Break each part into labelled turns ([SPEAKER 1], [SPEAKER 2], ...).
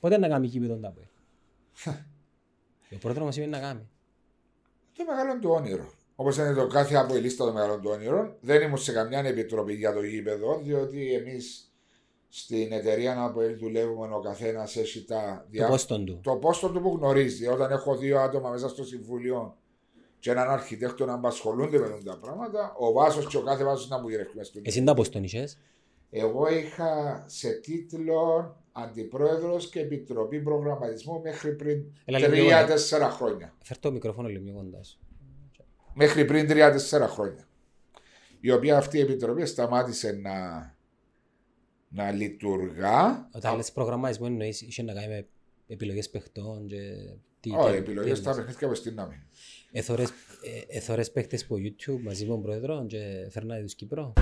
[SPEAKER 1] Πότε να κάνει κήπεδο τα ΑΠΟΕΛ. Ο πρόεδρος μας είπε να κάνει.
[SPEAKER 2] Το μεγάλο του όνειρο. Όπως είναι το κάθε από η λίστα των μεγάλων του όνειρων, δεν ήμουν σε καμιά επιτροπή για το γήπεδο, διότι εμείς στην εταιρεία από ελ δουλεύουμε, ο καθένας έχει τα
[SPEAKER 1] Το πόστον του.
[SPEAKER 2] το πόστο του που γνωρίζει. Όταν έχω δύο άτομα μέσα στο συμβούλιο και έναν αρχιτέκτο να απασχολούνται με τα πράγματα, ο βάσος και ο κάθε βάσος να μου γυρεύει μέσα στο
[SPEAKER 1] Εσύ τα πόστον είχες.
[SPEAKER 2] Εγώ είχα σε τίτλο Αντιπρόεδρος και Επιτροπή Προγραμματισμού μέχρι πριν
[SPEAKER 1] Έλα λίγο γρήγορα.
[SPEAKER 2] τρία-τέσσερα χρόνια.
[SPEAKER 1] Φέρ το μικρόφωνο λίγο πιο κοντά σου.
[SPEAKER 2] Μέχρι πριν τρία-τέσσερα χρόνια. Η οποία αυτή η επιτροπή σταμάτησε να, να λειτουργά.
[SPEAKER 1] Όταν λες προγραμματισμό εννοείς είχε να κάνει με επιλογές παιχτών και... τι-
[SPEAKER 2] Όχι,
[SPEAKER 1] τι-
[SPEAKER 2] επιλογές
[SPEAKER 1] τι-
[SPEAKER 2] στα παιχνίδια που στείλαμε.
[SPEAKER 1] Εθωρές, ε, εθωρές παίχτες από YouTube μαζί με τον πρόεδρο και φέρνανε τους Κύπρο.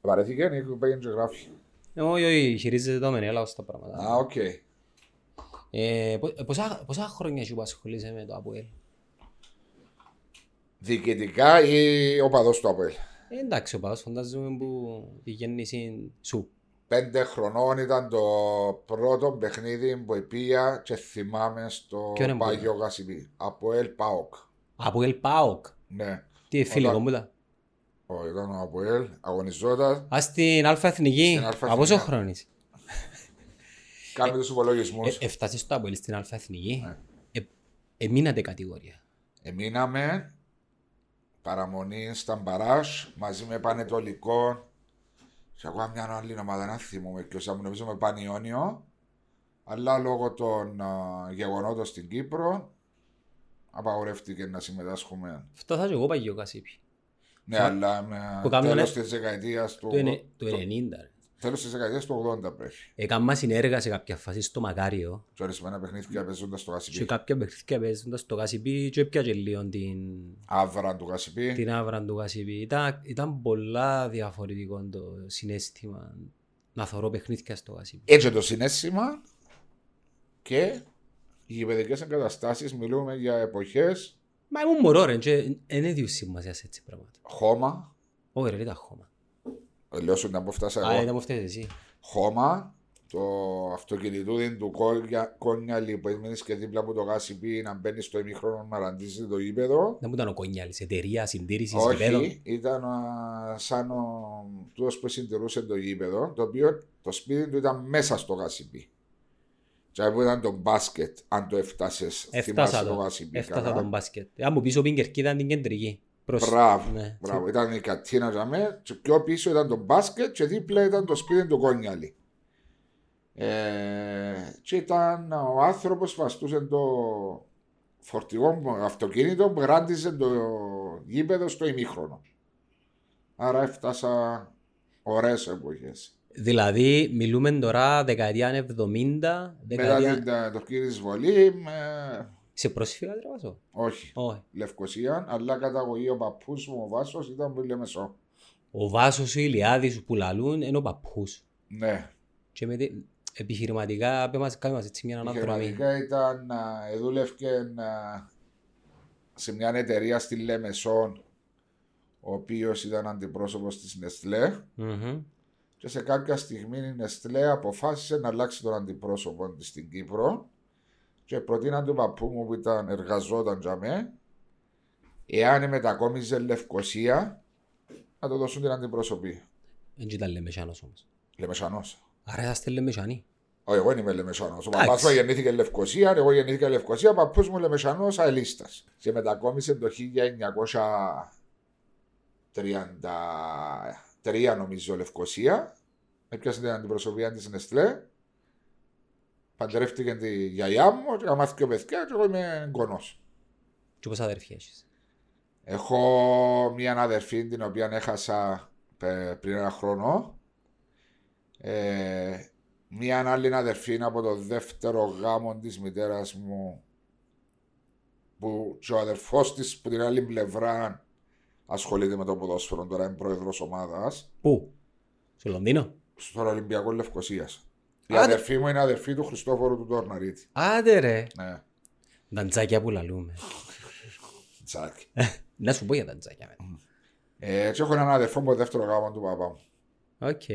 [SPEAKER 2] Βαρέθηκε, Νίκο, πήγαινε και γράφει.
[SPEAKER 1] Ε, Όχι, όχι, χειρίζεται το μεν, έλα ως τα πράγματα.
[SPEAKER 2] Α, οκ.
[SPEAKER 1] Ε, πο- πόσα, πόσα χρόνια σου που ασχολείσαι με το ΑΠΟΕΛ.
[SPEAKER 2] Διοικητικά ή ο παδός του Απόελ.
[SPEAKER 1] Ε, εντάξει, ο Παός φαντάζομαι που η γέννηση σου.
[SPEAKER 2] Πέντε χρονών ήταν το πρώτο παιχνίδι που πήγα και θυμάμαι στο
[SPEAKER 1] Ποιο είναι που
[SPEAKER 2] Παγιό Γασιμπή. Απόελ Πάοκ.
[SPEAKER 1] ΑΠΟΕΛ ΠΑΟΚ.
[SPEAKER 2] Ναι.
[SPEAKER 1] Τι φίλε
[SPEAKER 2] Όταν-
[SPEAKER 1] κομπούλα.
[SPEAKER 2] Ο, ήταν ο Αποέλ, αγωνιζόταν,
[SPEAKER 1] Ας στην Αλφα Εθνική.
[SPEAKER 2] Στην Αλφα
[SPEAKER 1] Από πόσο
[SPEAKER 2] Εθνική.
[SPEAKER 1] χρόνο είσαι.
[SPEAKER 2] κάνει τους υπολογισμούς.
[SPEAKER 1] Ε, Έφτασες στο ΑΠΟΕΛ στην Αλφα Εθνική.
[SPEAKER 2] Ναι.
[SPEAKER 1] Ε, Εμείνατε κατηγορία.
[SPEAKER 2] Εμείναμε παραμονής στα Μπαράζ μαζί με Πανετολικό και ακόμα μια άλλη ομάδα, να θυμούμε ποιος θα μου νομίζω με Πανιόνιο αλλά λόγω των α, γεγονότων στην Κύπρο απαγορεύτηκε να συμμετάσχουμε.
[SPEAKER 1] Φτάσα και εγώ παγιό Κασίπη.
[SPEAKER 2] Ναι, αλλά με
[SPEAKER 1] που κάνουμε-
[SPEAKER 2] τέλος της δεκαετίας του,
[SPEAKER 1] Το, ενε- το
[SPEAKER 2] το-
[SPEAKER 1] 90. ρε.
[SPEAKER 2] τέλος της δεκαετίας του 80 πρέπει.
[SPEAKER 1] Έκανα συνέργα σε κάποια φάση στο Μακάριο
[SPEAKER 2] Και ορισμένα παιχνίδια παίζοντας στο
[SPEAKER 1] και
[SPEAKER 2] Γασιπί.
[SPEAKER 1] κάποια παιχνίδια παίζοντας το Κασίπη και έπιαζε λίγο την,
[SPEAKER 2] Άβρα του Γασιπί.
[SPEAKER 1] την άβρα του Κασίπη. Ήταν, ήταν πολλά διαφορετικό το συνέστημα να θωρώ παιχνίδια στο Κασίπη.
[SPEAKER 2] Έτσι το συνέστημα και οι γηπαιδικές εγκαταστάσεις μιλούμε για εποχές
[SPEAKER 1] Μα ήμουν μωρό ρε, δεν έδιω σημασία σε έτσι πράγματα.
[SPEAKER 2] χώμα,
[SPEAKER 1] Όχι ρε, δεν ήταν χώμα.
[SPEAKER 2] λέω σου να που φτάσα
[SPEAKER 1] Α,
[SPEAKER 2] εγώ,
[SPEAKER 1] ήταν μου φταίεις εσύ.
[SPEAKER 2] χώμα, το αυτοκινητούδι του Κόνια- Κόνιαλη που έμεινες και δίπλα από το γάσιπι να μπαίνεις στο ημίχρονο να ραντίζεις το γήπεδο.
[SPEAKER 1] Δεν μου ήταν ο Κονιάλης, εταιρεία συντήρησης γηπέδων.
[SPEAKER 2] Όχι, ήταν α, σαν ο τούτος που συντηρούσε το γήπεδο, το οποίο το σπίτι του ήταν μέσα στο γάσιπι. Και που ήταν το μπάσκετ, αν το έφτασες,
[SPEAKER 1] Έφτασα
[SPEAKER 2] θυμάσαι το
[SPEAKER 1] το,
[SPEAKER 2] γάσιπι.
[SPEAKER 1] έφτασα τον μπάσκετ. Ε, Αν μου πεις ο Πίνκερκ ήταν την κεντρική. Προς-
[SPEAKER 2] Μπράβο,
[SPEAKER 1] ναι.
[SPEAKER 2] μπράβο. Ήταν η κατσίνα για μέ, και πιο πίσω ήταν το μπάσκετ και δίπλα ήταν το σπίτι του Κόνιαλη. Ε, και ήταν ο άνθρωπος που αστούσε το φορτηγό μου- αυτοκίνητο που γράντιζε το γήπεδο στο ημίχρονο. Άρα έφτασα ωραίες εποχές.
[SPEAKER 1] Δηλαδή, μιλούμε τώρα δεκαετία 70,
[SPEAKER 2] Μετά
[SPEAKER 1] δεκαετία...
[SPEAKER 2] την ε, τουρκική εισβολή, με-
[SPEAKER 1] Σε πρόσφυγα τραβάζω.
[SPEAKER 2] όχι,
[SPEAKER 1] Όχι.
[SPEAKER 2] Λευκοσία, αλλά καταγωγή ο παππούς μου ο Βάσος ήταν πολύ μεσό.
[SPEAKER 1] Ο Βάσος ο Ηλιάδης που λαλούν είναι ο παππούς.
[SPEAKER 2] Ναι,
[SPEAKER 1] Και με τη- επιχειρηματικά πέ μας, κάνε μας έτσι μια αναδρομή.
[SPEAKER 2] Γερμανικά ήταν, α, δούλευκε α, σε μια εταιρεία στη Λεμεσόν, ο οποίος ήταν αντιπρόσωπος της Νεστλέ
[SPEAKER 1] Μμμ.
[SPEAKER 2] και σε κάποια στιγμή η Νεστλέ αποφάσισε να αλλάξει τον αντιπρόσωπο της στην Κύπρο και προτείναν του παππού μου που ήταν, εργαζόταν για με, εάν μετακόμιζε Λευκοσία, να του δώσουν την αντιπρόσωπη.
[SPEAKER 1] Δεν ήταν λεμεσιάνος όμως.
[SPEAKER 2] Λεμεσανός.
[SPEAKER 1] Άρα είσαστε λεμεσιάνοι.
[SPEAKER 2] Όχι, εγώ είμαι Λεμεσανό. Ο
[SPEAKER 1] Εντάξει.
[SPEAKER 2] παπάς μου γεννήθηκε Λευκοσία, εγώ γεννήθηκα Λευκοσία, παππούς μου Λεμεσανό αελίστας. Και μετακόμισε το 1933, νομίζω, Λευκοσία. Έπιασε την αντιπροσωπεία της Νεστλέ. Παντρεύτηκε τη γιαγιά μου, και μάθει και παιδιά, και εγώ είμαι γονό.
[SPEAKER 1] Και πόσα αδερφιά έχεις.
[SPEAKER 2] Έχω μία αδερφή την οποία έχασα ε, πριν ένα χρόνο. Ε, μία άλλη αδερφή από το δεύτερο γάμο της μητέρας μου που και ο αδερφός της που την άλλη πλευρά ασχολείται με το ποδόσφαιρο τώρα είναι πρόεδρος ομάδας
[SPEAKER 1] Πού. Στο Λονδίνο.
[SPEAKER 2] στον Ολυμπιακό Λευκοσίας. Η αδερφή μου είναι αδερφή του Χριστόφορου του Τόρναρίτη.
[SPEAKER 1] Άντε ρε.
[SPEAKER 2] Ναι.
[SPEAKER 1] Νταντζάκια που λαλούμε.
[SPEAKER 2] Τσάκι.
[SPEAKER 1] Να σου πω για νταντζάκια. μεν.
[SPEAKER 2] Ε, έτσι έχω έναν αδερφό μου δεύτερο γάμο του παπά μου.
[SPEAKER 1] Οκ.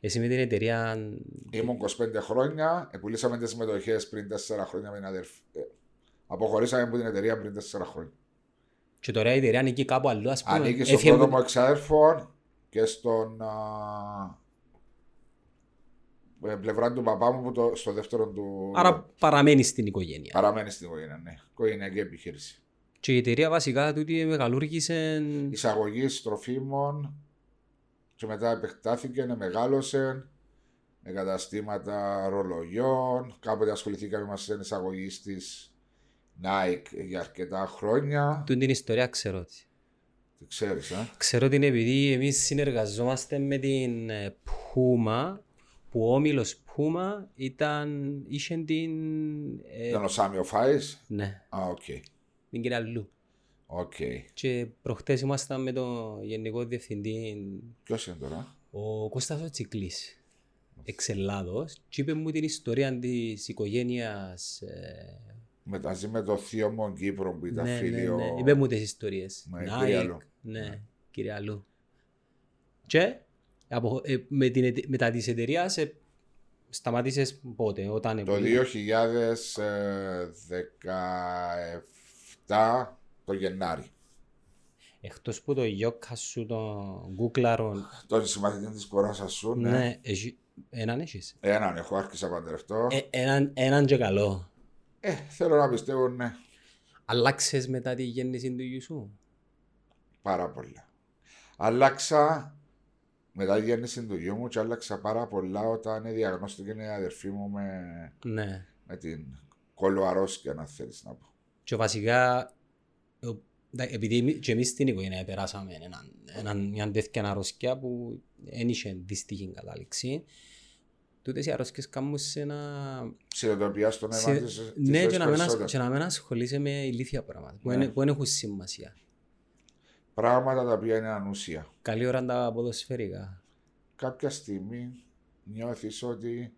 [SPEAKER 1] Εσύ με την εταιρεία.
[SPEAKER 2] Ήμουν 25 χρόνια, επουλήσαμε τις μετοχέ πριν 4 χρόνια με την αδερφή. Ε, αποχωρήσαμε από την εταιρεία πριν 4 χρόνια.
[SPEAKER 1] Και τώρα η εταιρεία ανήκει κάπου αλλού, ας πούμε.
[SPEAKER 2] Ανήκει στον
[SPEAKER 1] Έφυγε
[SPEAKER 2] πρώτο
[SPEAKER 1] που-
[SPEAKER 2] μου εξάδερφο και στον. α, ε, πλευρά του παπά μου που το, στο δεύτερο του.
[SPEAKER 1] Άρα παραμένεις στην οικογένεια.
[SPEAKER 2] Παραμένει στην οικογένεια, ναι. Οικογενειακή επιχείρηση.
[SPEAKER 1] Και η εταιρεία βασικά τούτη μεγαλούργησε.
[SPEAKER 2] εισαγωγής τροφίμων και μετά επεκτάθηκε, να μεγάλωσε με καταστήματα ρολογιών. Κάποτε ασχοληθήκαμε μας στην εισαγωγή της Nike για αρκετά χρόνια.
[SPEAKER 1] Τούτη την ιστορία ξέρω ότι.
[SPEAKER 2] Τι ξέρεις, ε?
[SPEAKER 1] Ξέρω ότι είναι επειδή εμείς συνεργαζόμαστε με την ε, Puma που ο όμιλος Puma ήταν. είχε την. ε,
[SPEAKER 2] Ήταν ο Σάμιο Φάης.
[SPEAKER 1] ναι,
[SPEAKER 2] Α, οκ.
[SPEAKER 1] την κυρία Λου.
[SPEAKER 2] Οκ.
[SPEAKER 1] Και προχτές ήμασταν με τον Γενικό Διευθυντή
[SPEAKER 2] Ποιος είναι τώρα?
[SPEAKER 1] ο Κώστας ο Τσικλής εξ Ελλάδος και είπε μου την ιστορία της οικογένειας ε,
[SPEAKER 2] Μεταζεί με το θείο μου Κύπρο που ήταν
[SPEAKER 1] ναι, ναι,
[SPEAKER 2] φίλιο.
[SPEAKER 1] ναι. είπε μου τις ιστορίες
[SPEAKER 2] Ναι,
[SPEAKER 1] Nike,
[SPEAKER 2] κυρία Λου.
[SPEAKER 1] ναι,
[SPEAKER 2] Ναι.
[SPEAKER 1] κυρία Λου και απο, ε, με την, εται- μετά της εταιρείας ε, σταμάτησες πότε όταν
[SPEAKER 2] Το 2017 το Γενάρη.
[SPEAKER 1] εκτός που το γιόκα σου τον γκούκλαρον
[SPEAKER 2] Τον συμμαθητή της κοράσας σου,
[SPEAKER 1] ναι,
[SPEAKER 2] ναι.
[SPEAKER 1] εσύ- έναν έχεις
[SPEAKER 2] Έναν έχω, άρχισα παντρευτό. Ε,
[SPEAKER 1] Ε, έναν, έναν και καλό
[SPEAKER 2] θέλω να πιστεύω ναι,
[SPEAKER 1] Αλλάξες μετά τη γέννηση του γιου σου.
[SPEAKER 2] πάρα πολλά. Άλλαξα μετά τη γέννηση του γιού μου και άλλαξα πάρα πολλά όταν διαγνώστηκε η αδερφή μου με,
[SPEAKER 1] Ναι.
[SPEAKER 2] με την κολοαρόσκια να θέλεις να πω.
[SPEAKER 1] Και βασικά, ο- εντά- επειδή εμεί- και εμείς στην οικογένεια περάσαμε έναν, έναν, μια τέτοια αρρώσκια που δεν είχε δυστυχή κατάληξη, τούτες οι αρρώσκες κάνουν σε να...
[SPEAKER 2] Ψηλοτοπία στον αίμα
[SPEAKER 1] σε-
[SPEAKER 2] της, της
[SPEAKER 1] ναι,
[SPEAKER 2] ζωής
[SPEAKER 1] και να, μην ασ-
[SPEAKER 2] περισσότερο.
[SPEAKER 1] και να μην ασχολείσαι με ηλίθια πράγματα που,
[SPEAKER 2] Ναι.
[SPEAKER 1] δεν- που δεν έχουν σημασία.
[SPEAKER 2] Πράγματα τα οποία είναι ανούσια.
[SPEAKER 1] Καλή ώρα τα ποδοσφαιρικά.
[SPEAKER 2] Κάποια στιγμή νιώθεις ότι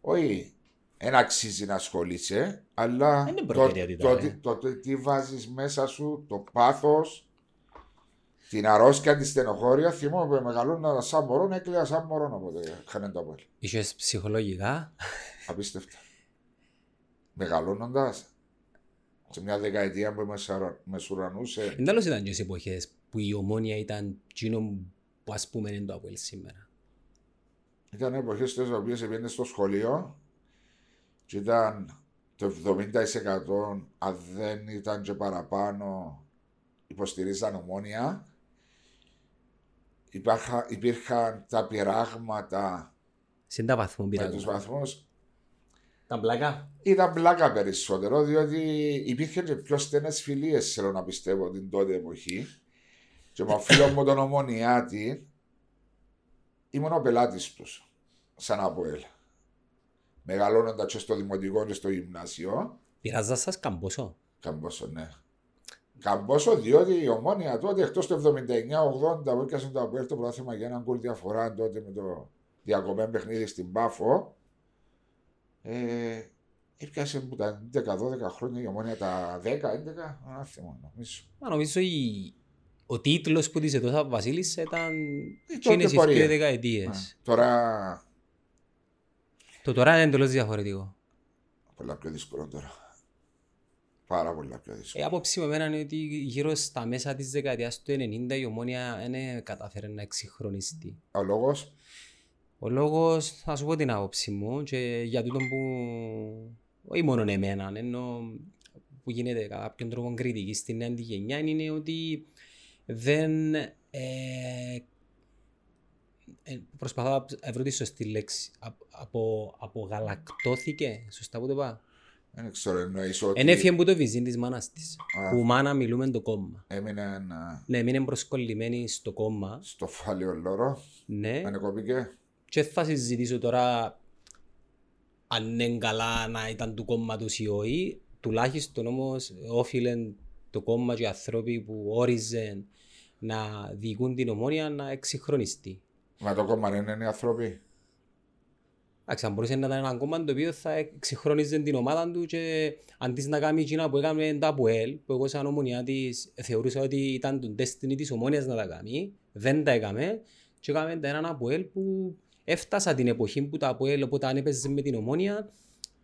[SPEAKER 2] όχι, δεν αξίζει να ασχολείσαι, αλλά
[SPEAKER 1] Δεν είναι
[SPEAKER 2] το,
[SPEAKER 1] προτεραιότητα,
[SPEAKER 2] το,
[SPEAKER 1] ε.
[SPEAKER 2] τι- το, τι- τι βάζεις μέσα σου, το πάθος, την αρρώσκια, τη στενοχώρια. Θυμόμαι που μεγαλώνα σαν μωρό, έκλαια σαν μωρό οπότε χάνε το πόλι.
[SPEAKER 1] Είχες ψυχολογικά.
[SPEAKER 2] Απίστευτα. Μεγαλώνοντας, σε μια δεκαετία που με σαρα- με σουρανούσε,
[SPEAKER 1] Εντάλλως ήταν και σε εποχές που η ομόνια ήταν εκείνο που ας πούμε είναι το Αποέλ σήμερα.
[SPEAKER 2] Ήταν εποχές στις οποίες πήγαινε στο σχολείο και ήταν το 70% αν δεν ήταν και παραπάνω υποστηρίζαν ομόνια. Υπάρχα, υπήρχαν τα πειράγματα
[SPEAKER 1] Σε τα βαθμό
[SPEAKER 2] με τους
[SPEAKER 1] πειράζουν.
[SPEAKER 2] βαθμούς.
[SPEAKER 1] Τα μπλακά.
[SPEAKER 2] Ήταν πλάκα περισσότερο, διότι υπήρχαν και πιο στενές φιλίες, θέλω να πιστεύω, την τότε εποχή. Και με φίλο μου τον Ομονιάτη, ήμουν ο πελάτης τους, σαν Αποέλ. Μεγαλώνοντας και στο δημοτικό και στο γυμνάσιο,
[SPEAKER 1] Πειράζα σας καμπόσο.
[SPEAKER 2] καμπόσο ναι. Καμπόσο διότι η Ομόνια τότε εκτός του 79-80 που έκασε το Αποέλ το πρόθυμα για έναν κουλ διαφορά τότε με το διακομμένο παιχνίδι στην Πάφο, ε, έπιασε που τα 11-12 χρόνια η Ομόνια τα 10-11, ένα θυμό νομίζω.
[SPEAKER 1] Μα νομίζω η... ο τίτλος που της έδωσα Βασίλης ήταν
[SPEAKER 2] τότε
[SPEAKER 1] εκείνες τις
[SPEAKER 2] Ε, πορεία.
[SPEAKER 1] δύο δεκαετίες.
[SPEAKER 2] Ναι. Τώρα
[SPEAKER 1] Το τώρα είναι εντελώς διαφορετικό.
[SPEAKER 2] Πολλά πιο δύσκολο τώρα. Πάρα πολλά πιο δύσκολο.
[SPEAKER 1] Η άποψη με εμένα είναι ότι γύρω στα μέσα της δεκαετίας του 90 η ομόνια δεν κατάφερε να εξυγχρονιστεί.
[SPEAKER 2] Ο λόγος,
[SPEAKER 1] Ο λόγος, θα σου πω την άποψη μου και για τούτο που, όχι μόνο εμένα, ενώ που γίνεται κατά κάποιον τρόπο κριτική στην νέα τη γενιά είναι ότι δεν ε, ε, προσπαθώ να ψ- να βρω τη σωστή λέξη. Α, απο, απογαλακτώθηκε, σωστά που το πάω.
[SPEAKER 2] δεν ξέρω, εννοήσω ότι
[SPEAKER 1] Εν έφυγε που το βυζίν της μάνας της.
[SPEAKER 2] Α.
[SPEAKER 1] Που μάνα μιλούμε το κόμμα.
[SPEAKER 2] έμεινε ένα
[SPEAKER 1] Ναι, μείνε προσκολλημένη στο κόμμα.
[SPEAKER 2] στο φάλιο λόρο,
[SPEAKER 1] Ναι.
[SPEAKER 2] ανεκοπήκε.
[SPEAKER 1] και θα συζητήσω τώρα αν είναι καλά να ήταν του κόμματος ή όχι. Τουλάχιστον όμως όφιλεν το κόμμα και οι άνθρωποι που όριζαν να διοικούν την ομόνια να εξυγχρονιστεί.
[SPEAKER 2] Μα το κόμμα δεν είναι οι άνθρωποι.
[SPEAKER 1] Εντάξει, αν μπορούσε να ήταν ένα κόμμα το οποίο θα εξυγχρονίζε την ομάδα του και αντί να κάνει εκείνα που έκανε τα ΑΠΟΕΛ, που εγώ σαν ομονιά της θεωρούσα ότι ήταν το destiny της ομόνιας να τα κάνει, δεν τα έκαμε. Και έκαμε τα έναν ΑΠΟΕΛ που έφτασα την εποχή που τα ΑΠΟΕΛ όταν έπαιζε με την ομόνια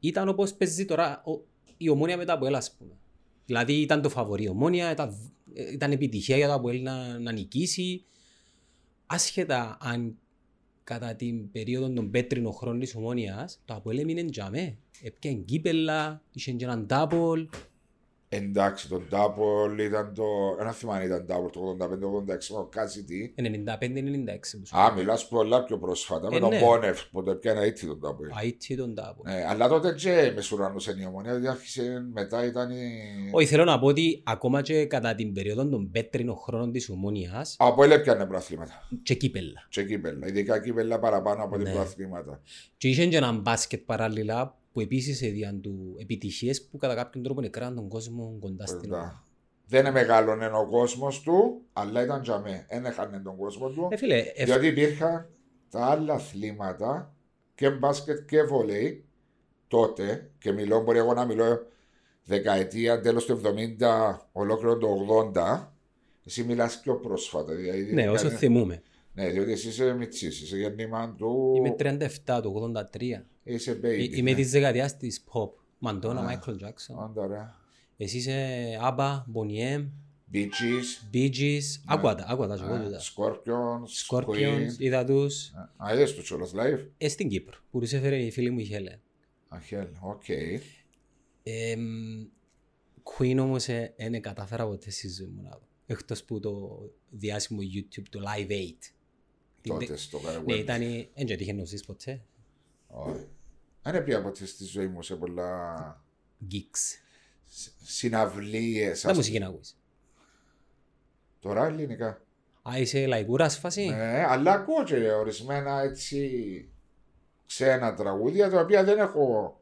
[SPEAKER 1] ήταν όπως παίζει τώρα ο- η ομόνια με τα ΑΠΟΕΛ, ας πούμε. Δηλαδή ήταν το φαβορή η ομόνια, ήταν, ήταν επιτυχία για το ΑΠΟΕΛ να, να νικήσει. Άσχετα αν κατά την περίοδο των πέτρινων χρόνων της ομόνιας, το Αποέλ έμεινε τζαμέ. Έπιαν κύπελα, είχε και έναν τάπολ.
[SPEAKER 2] Εντάξει, τον Ντάπολ ήταν το. Ένα θυμάμαι αν ήταν Ντάπολ το 85-86, ο Κάζιτι.
[SPEAKER 1] 95-96 που σου
[SPEAKER 2] Α, μιλάς πολλά πιο πρόσφατα.
[SPEAKER 1] Ε,
[SPEAKER 2] με τον
[SPEAKER 1] ναι.
[SPEAKER 2] Μπόνεφ που το έπιανε ήτσι τον Ντάπολ.
[SPEAKER 1] λέω. Αίτησε τον τάπολ.
[SPEAKER 2] Ναι, αλλά τότε και μες σουρανούσε η ομονία, γιατί άρχισε μετά ήταν η.
[SPEAKER 1] Όχι, θέλω να πω ότι ακόμα και κατά την περίοδο των πέτρινων χρόνων της ομόνιας
[SPEAKER 2] Από ελ έπιανε προαθλήματα.
[SPEAKER 1] και κύπελα.
[SPEAKER 2] Και κύπελα. Ειδικά κύπελα παραπάνω από την
[SPEAKER 1] Ναι.
[SPEAKER 2] προαθλήματα.
[SPEAKER 1] Και είχε και έναν μπάσκετ παράλληλα που επίσης έδιαν του επιτυχίες που κατά κάποιον τρόπο νεκράναν τον κόσμο κοντά στην ομάδα.
[SPEAKER 2] Κοντά. Δεν μεγάλωνε ο κόσμος του, αλλά ήταν τζαμέ. Δεν έχανε τον κόσμο του.
[SPEAKER 1] Ε, φίλε, ε,
[SPEAKER 2] Διότι υπήρχαν τα άλλα αθλήματα και μπάσκετ και βολέι τότε και μιλώ, μπορεί εγώ να μιλώ δεκαετία, τέλος του 70, ολόκληρο το 80. Εσύ μιλάς πιο πρόσφατα. Δηλαδή,
[SPEAKER 1] ναι, όσο
[SPEAKER 2] κάνε-
[SPEAKER 1] θυμούμε.
[SPEAKER 2] Ναι, διότι εσύ είσαι μητσής, είσαι γεννήμα του...
[SPEAKER 1] Είμαι 37 του 83.
[SPEAKER 2] Είσαι baby.
[SPEAKER 1] Ε, Είμαι
[SPEAKER 2] ναι.
[SPEAKER 1] της δεκαετίας της pop. Μαντόνα,
[SPEAKER 2] Α.
[SPEAKER 1] Μάικλ Τζάκσον.
[SPEAKER 2] Άντα ρε.
[SPEAKER 1] Εσύ είσαι Άμπα, Μπονιέμ,
[SPEAKER 2] Beaches, ε,
[SPEAKER 1] Μπίτζις,
[SPEAKER 2] Ναι.
[SPEAKER 1] άκουα τα, άκουα τα ε- και εγώ τούτα.
[SPEAKER 2] Scorpions,
[SPEAKER 1] Σκόρπιονς,
[SPEAKER 2] Queen.
[SPEAKER 1] είδα τους,
[SPEAKER 2] Α, είδες τους κιόλας live.
[SPEAKER 1] ε, στην Κύπρο, που τους έφερε η φίλη μου η Χέλε.
[SPEAKER 2] Αχέλ, οκ.
[SPEAKER 1] Εμ, Queen όμως ε, δεν κατάφερα ποτέ στη ζωή μου να δω. Εκτός που το διάσημο YouTube, το Live 8. Την τε-
[SPEAKER 2] Τότε στο Garwell.
[SPEAKER 1] Ναι, ήταν η... Εν και τύχε να ζεις ποτέ.
[SPEAKER 2] Όχι. Αν έπια ποτέ στη ζωή μου σε πολλά
[SPEAKER 1] Geeks.
[SPEAKER 2] συναυλίες.
[SPEAKER 1] Τα μουσική να ακούεις.
[SPEAKER 2] Τώρα ελληνικά.
[SPEAKER 1] Α, είσαι λαϊκούρας φάση.
[SPEAKER 2] Ναι, αλλά ακούω και ορισμένα έτσι ξένα τραγούδια τα οποία δεν έχω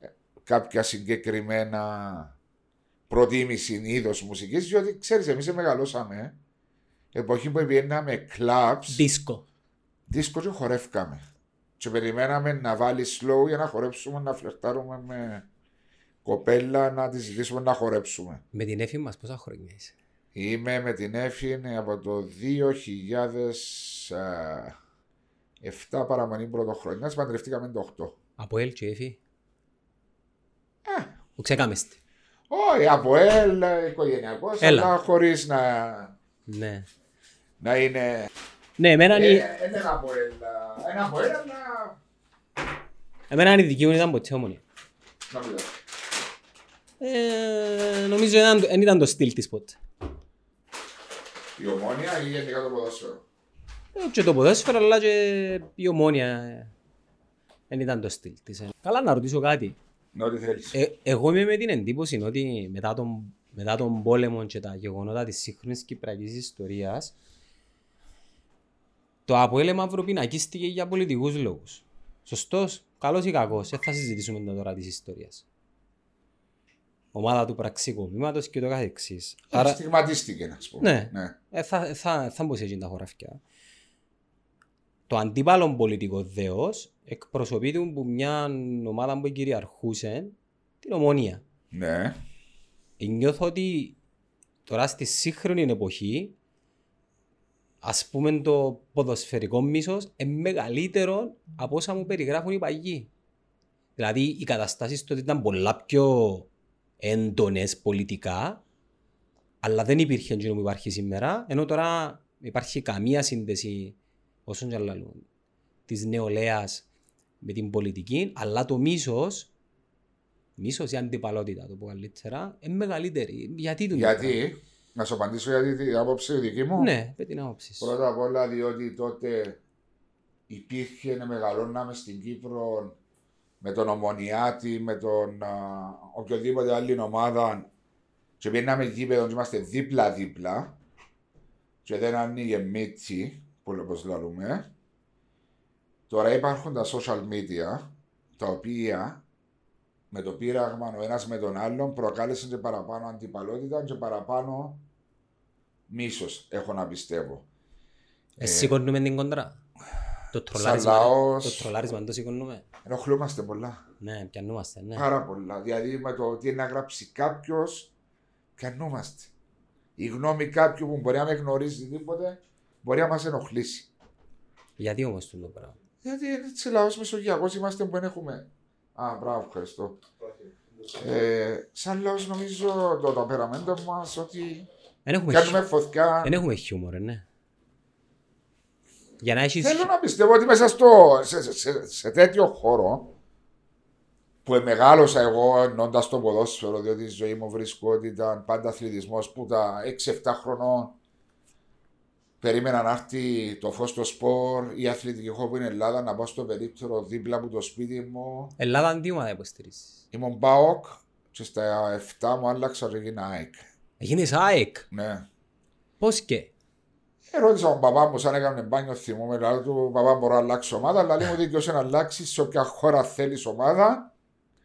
[SPEAKER 2] ε, κάποια συγκεκριμένα προτίμηση είδος μουσικής, διότι ξέρεις, εμείς μεγαλώσαμε εποχή που πηγαίναμε κλαμπς,
[SPEAKER 1] Disco.
[SPEAKER 2] δίσκο και χορεύκαμε. Και περιμέναμε να βάλει slow για να χορέψουμε, να φλερτάρουμε με κοπέλα, να τη ζητήσουμε να χορέψουμε.
[SPEAKER 1] Με την έφη μας πόσα χρόνια είσαι.
[SPEAKER 2] Είμαι με την έφυγε από το 2007 παραμονή πρωτοχρονιά. Παντρευτήκαμε το 8.
[SPEAKER 1] Από ελ και έφη.
[SPEAKER 2] Ε,
[SPEAKER 1] Ο ξεκάμεστη.
[SPEAKER 2] όχι, από ελ, οικογενειακός,
[SPEAKER 1] Έλα.
[SPEAKER 2] αλλά χωρίς να,
[SPEAKER 1] Ναι.
[SPEAKER 2] να είναι.
[SPEAKER 1] Ναι, εμένα είναι...
[SPEAKER 2] Ε, ε, Ένα από ελ. ε, Ένα από ελ, αλλά.
[SPEAKER 1] Εμένα είναι η δική μου, ήταν ποτέ ομονία.
[SPEAKER 2] Να μην λέω.
[SPEAKER 1] Ε, νομίζω ήταν, εν ήταν το στυλ της ποτέ.
[SPEAKER 2] Η ομόνια ή γενικά το ποδόσφαιρο.
[SPEAKER 1] Ε, και το ποδόσφαιρο αλλά και η ομόνια ε, εν ήταν το στυλ της. ε. Καλά να ρωτήσω κάτι.
[SPEAKER 2] Ναι, ό,τι θέλεις.
[SPEAKER 1] Ε, εγώ είμαι με την εντύπωση ότι μετά τον, μετά τον πόλεμο και τα γεγονότα της σύγχρονης κυπριακής ιστορίας το ΑΠΟΕΛ μαυροπινακίστηκε για πολιτικούς λόγους. Σωστός, καλός ή κακός, δεν θα συζητήσουμε τα τώρα της ιστορίας. Ομάδα του πραξικοπήματος και το καθεξής. Άρα-
[SPEAKER 2] Στιγματίστηκε, να πούμε.
[SPEAKER 1] Ναι.
[SPEAKER 2] ναι.
[SPEAKER 1] ε, θα, θα, θα μπω σε εκείνη τα χωράφια. Το αντίπαλο πολιτικό δέος εκπροσωπείται από μια ομάδα που κυριαρχούσε την ομονία.
[SPEAKER 2] ναι.
[SPEAKER 1] Νιώθω ότι τώρα στη σύγχρονη εποχή ας πούμε το ποδοσφαιρικό μίσος είναι μεγαλύτερο από όσα μου περιγράφουν οι παγιοί. Δηλαδή οι καταστάσεις τότε ήταν πολλά πιο έντονες πολιτικά αλλά δεν υπήρχε εκείνο που υπάρχει σήμερα ενώ τώρα υπάρχει καμία σύνδεση όσον και άλλα λόγω της νεολαίας με την πολιτική αλλά το μίσος μίσος ή αντιπαλότητα το πω καλύτερα είναι μεγαλύτερη. Γιατί το
[SPEAKER 2] Γιατί, να σου απαντήσω γιατί την άποψη δική μου.
[SPEAKER 1] Ναι, με την άποψη σου.
[SPEAKER 2] Πρώτα απ' όλα διότι τότε υπήρχε να μεγαλώναμε στην Κύπρο με τον Ομονιάτη, με τον α, οποιοδήποτε άλλη ομάδα και πήγαμε γήπεδο και είμαστε δίπλα-δίπλα και δεν άνοιγε μύτη, που όπως λέμε. Τώρα υπάρχουν τα social media, τα οποία με το πείραγμα ο ένας με τον άλλον προκάλεσαν και παραπάνω αντιπαλότητα και παραπάνω μίσος, έχω να πιστεύω.
[SPEAKER 1] Ε, σηκώνουμε την κοντρά. Το
[SPEAKER 2] Σαν
[SPEAKER 1] τρολάρισμα,
[SPEAKER 2] λαός.
[SPEAKER 1] το τρολάρισμα το σηκώνουμε.
[SPEAKER 2] Ενοχλούμαστε πολλά.
[SPEAKER 1] Ναι, πιανούμαστε, ναι.
[SPEAKER 2] Πάρα πολλά. Δηλαδή με το τι να γράψει κάποιος, πιανούμαστε. Η γνώμη κάποιου που μπορεί να με γνωρίζει τίποτε, μπορεί να μας ενοχλήσει.
[SPEAKER 1] Γιατί όμως το πράγμα.
[SPEAKER 2] Γιατί έτσι λαός Μεσογειακός είμαστε που δεν έχουμε. Α, μπράβο, ευχαριστώ. Ε, σαν λαός, νομίζω το ταπεραμέντο μας ότι
[SPEAKER 1] Δεν έχουμε,
[SPEAKER 2] κάνουμε
[SPEAKER 1] χιου-
[SPEAKER 2] φωτιά.
[SPEAKER 1] δεν έχουμε χιούμορ, ναι. Για να έχεις...
[SPEAKER 2] Θέλω να πιστεύω ότι μέσα στο, σε, σε- σε- σε τέτοιο χώρο που μεγάλωσα εγώ ενώντα το ποδόσφαιρο, διότι η ζωή μου βρίσκω ότι ήταν πάντα αθλητισμός που τα 6-7 χρονών περίμενα να έρθει το φως στο σπορ ή αθλητική χώρα που είναι Ελλάδα να πάω στο περίπτερο δίπλα από το σπίτι μου.
[SPEAKER 1] Ελλάδα τι ομάδα υποστηρίζεις.
[SPEAKER 2] Ήμουν Μπάοκ και στα 7 μου άλλαξα Ρεγίνα ΑΕΚ.
[SPEAKER 1] Έγινες ΑΕΚ.
[SPEAKER 2] Ναι.
[SPEAKER 1] Πώς και.
[SPEAKER 2] Ερώτησα τον παπά μου, σαν έκανε μπάνιο, θυμούμαι, λέω του παπά μπορώ να αλλάξω ομάδα, αλλά λέει μου δικαιούσε να αλλάξεις σε όποια χώρα θέλεις ομάδα,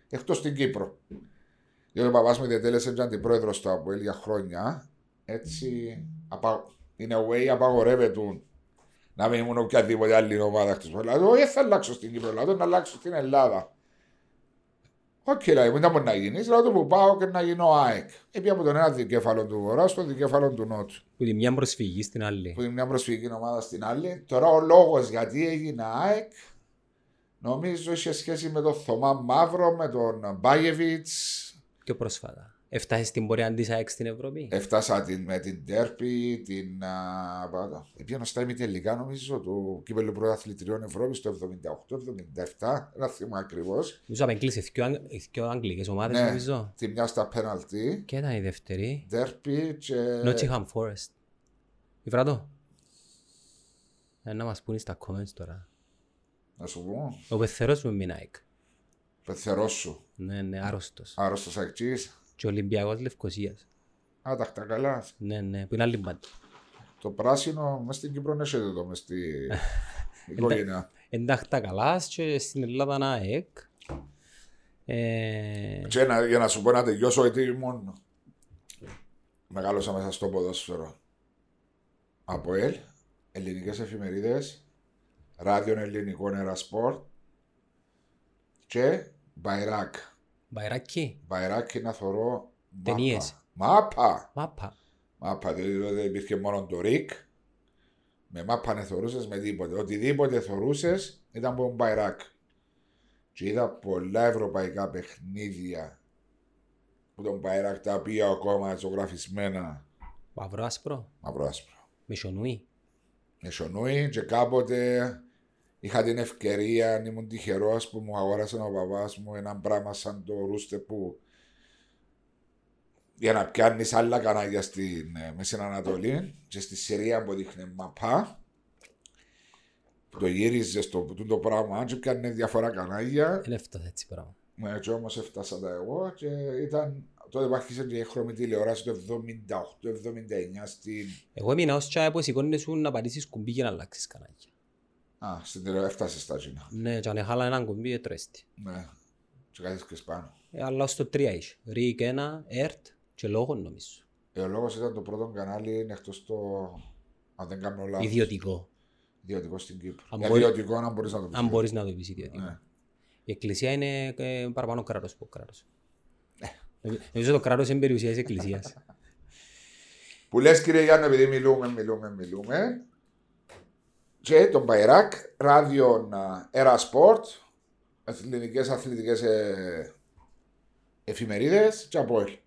[SPEAKER 2] εκτό την Κύπρο. Γιατί ο παπάς μου διατέλεσε και αντιπρόεδρος του ΑΠΟΕΛ για χρόνια. Έτσι, απα... in a way, απαγορεύεται να μην ήμουν οποιαδήποτε άλλη ομάδα εκτός. Δηλαδή, όχι, θα αλλάξω στην Κύπρο, δηλαδή, να αλλάξω στην Ελλάδα. Οκ, λέει, μου ήταν μπορεί να γίνεις. Λέω του που πάω και να γίνω ΑΕΚ. Έπια από τον ένα δικέφαλο του βορρά στο δικέφαλο του νότου
[SPEAKER 1] Που τη μια προσφυγή στην άλλη.
[SPEAKER 2] που είναι μια προσφυγική ομάδα στην άλλη. Τώρα ο λόγος γιατί έγινε ΑΕΚ νομίζω είχε σχέση με τον Θωμά Μαύρο, με τον Μπάγεβιτ.
[SPEAKER 1] Πιο πρόσφατα. Έφτασες στην πορεία της ΑΕΚ στην Ευρώπη.
[SPEAKER 2] Ε. Έφτασα την, με την Τέρπη, την. α, πάτα. Πήγαινα στα ημιτελικά νομίζω του κύπελου πρωταθλητριών Ευρώπης το 78-77. Δεν θυμάμαι ακριβώς.
[SPEAKER 1] Νομίζω απεγκλείσαι δυο Αγγ- δυο αγγλικές ομάδες
[SPEAKER 2] Ναι.
[SPEAKER 1] νομίζω.
[SPEAKER 2] Τη μια στα πέναλτι.
[SPEAKER 1] Και ήταν η δεύτερη.
[SPEAKER 2] Τέρπη και.
[SPEAKER 1] Nottingham Forest. Ιβράτο. Ε, να μας πούνε στα comments τώρα.
[SPEAKER 2] Να σου πω.
[SPEAKER 1] Ο πεθερός μου είναι ΑΕΚ.
[SPEAKER 2] Πεθερός σου.
[SPEAKER 1] Ναι, ναι, άρρωστος.
[SPEAKER 2] Άρρωστος Ακτή.
[SPEAKER 1] Και ο Ολυμπιακός Λευκοσίας.
[SPEAKER 2] Άταχτα καλά.
[SPEAKER 1] Ναι, ναι, που είναι άλλη μπάντα.
[SPEAKER 2] Το πράσινο μέσα στην Κύπρο είναι εδώ, μες στη οικογένεια.
[SPEAKER 1] Εντάχτα καλά και στην Ελλάδα να ΑΕΚ. Ε,
[SPEAKER 2] Και να- για να σου πω να τελειώσω, γιατί ήμουν. Μεγάλωσα μέσα στο ποδόσφαιρο. Από ελ, ελληνικές εφημερίδες, ράδιον ελληνικών ερασπορτ και μπαϊράκ.
[SPEAKER 1] Μπαϊράκι,
[SPEAKER 2] Μπαϊράκ είναι να θωρώ μάπα.
[SPEAKER 1] Ταινίες.
[SPEAKER 2] Μάπα!
[SPEAKER 1] μάπα.
[SPEAKER 2] Μάπα, δηλαδή τότε υπήρχε μόνο το ρίκ. Με μάπα δεν θεωρούσες με τίποτε. Οτιδήποτε θεωρούσες ήταν από τον Μπαϊράκ. Και είδα πολλά ευρωπαϊκά παιχνίδια που τον Μπαϊράκ τα οποία ακόμα ζωγραφισμένα
[SPEAKER 1] Μαύρο άσπρο,
[SPEAKER 2] μαύρο άσπρο.
[SPEAKER 1] μεσονούι.
[SPEAKER 2] Μεσονούι και κάποτε είχα την ευκαιρία, αν ήμουν τυχερός που μου αγόρασε ο παπάς μου ένα πράγμα σαν το ρούστε που για να πιάνεις άλλα κανάλια στην ε, Μέση Ανατολή και στη Συρία που δείχνει μαπά. που Το γύριζες στο τούτο το πράγμα, και πιάνε διάφορα κανάλια.
[SPEAKER 1] Δεν έφτασε έτσι πράγμα.
[SPEAKER 2] Ναι, και όμως έφτασα τα εγώ και ήταν. Τότε άρχισε και η χρώμη τηλεόραση το 78-79 στην.
[SPEAKER 1] Εγώ έμεινα ως τσάι που σηκώνε σου να πατήσεις κουμπί για να αλλάξεις κανάκια.
[SPEAKER 2] Α, στην τηλεόραση έφτασες στα Τζίνα.
[SPEAKER 1] Ναι, και αν έχαλα έναν κουμπί έτρεστη.
[SPEAKER 2] Ναι. Και κάθεσαι και πάνω.
[SPEAKER 1] Ε, αλλά στο τρία είσαι. Ρίκ ένα, ερτ και λόγον νομίζω.
[SPEAKER 2] Ε, ο λόγος ήταν το πρώτο κανάλι είναι εκτός το. Αν δεν κάνω λάθος.
[SPEAKER 1] Ιδιωτικό.
[SPEAKER 2] Ιδιωτικό στην Κύπρο.
[SPEAKER 1] Αν
[SPEAKER 2] Για
[SPEAKER 1] μπορεί-
[SPEAKER 2] Ιδιωτικό, αν μπορείς να το πεις.
[SPEAKER 1] Αν μπορείς να το πεις ιδιωτικό.
[SPEAKER 2] Ναι.
[SPEAKER 1] Η εκκλησία είναι ε, παραπάνω κράτος που κράτος. Νομι- Νομίζω το κράτος είναι περιουσία της εκκλησίας.
[SPEAKER 2] Που λες, κύριε Γιάννη, επειδή μιλούμε, μιλούμε, μιλούμε. Και τον Παϊράκ, ράδιον Era Sport, ελληνικέ αθλητικέ ε, εφημερίδες και από όλη.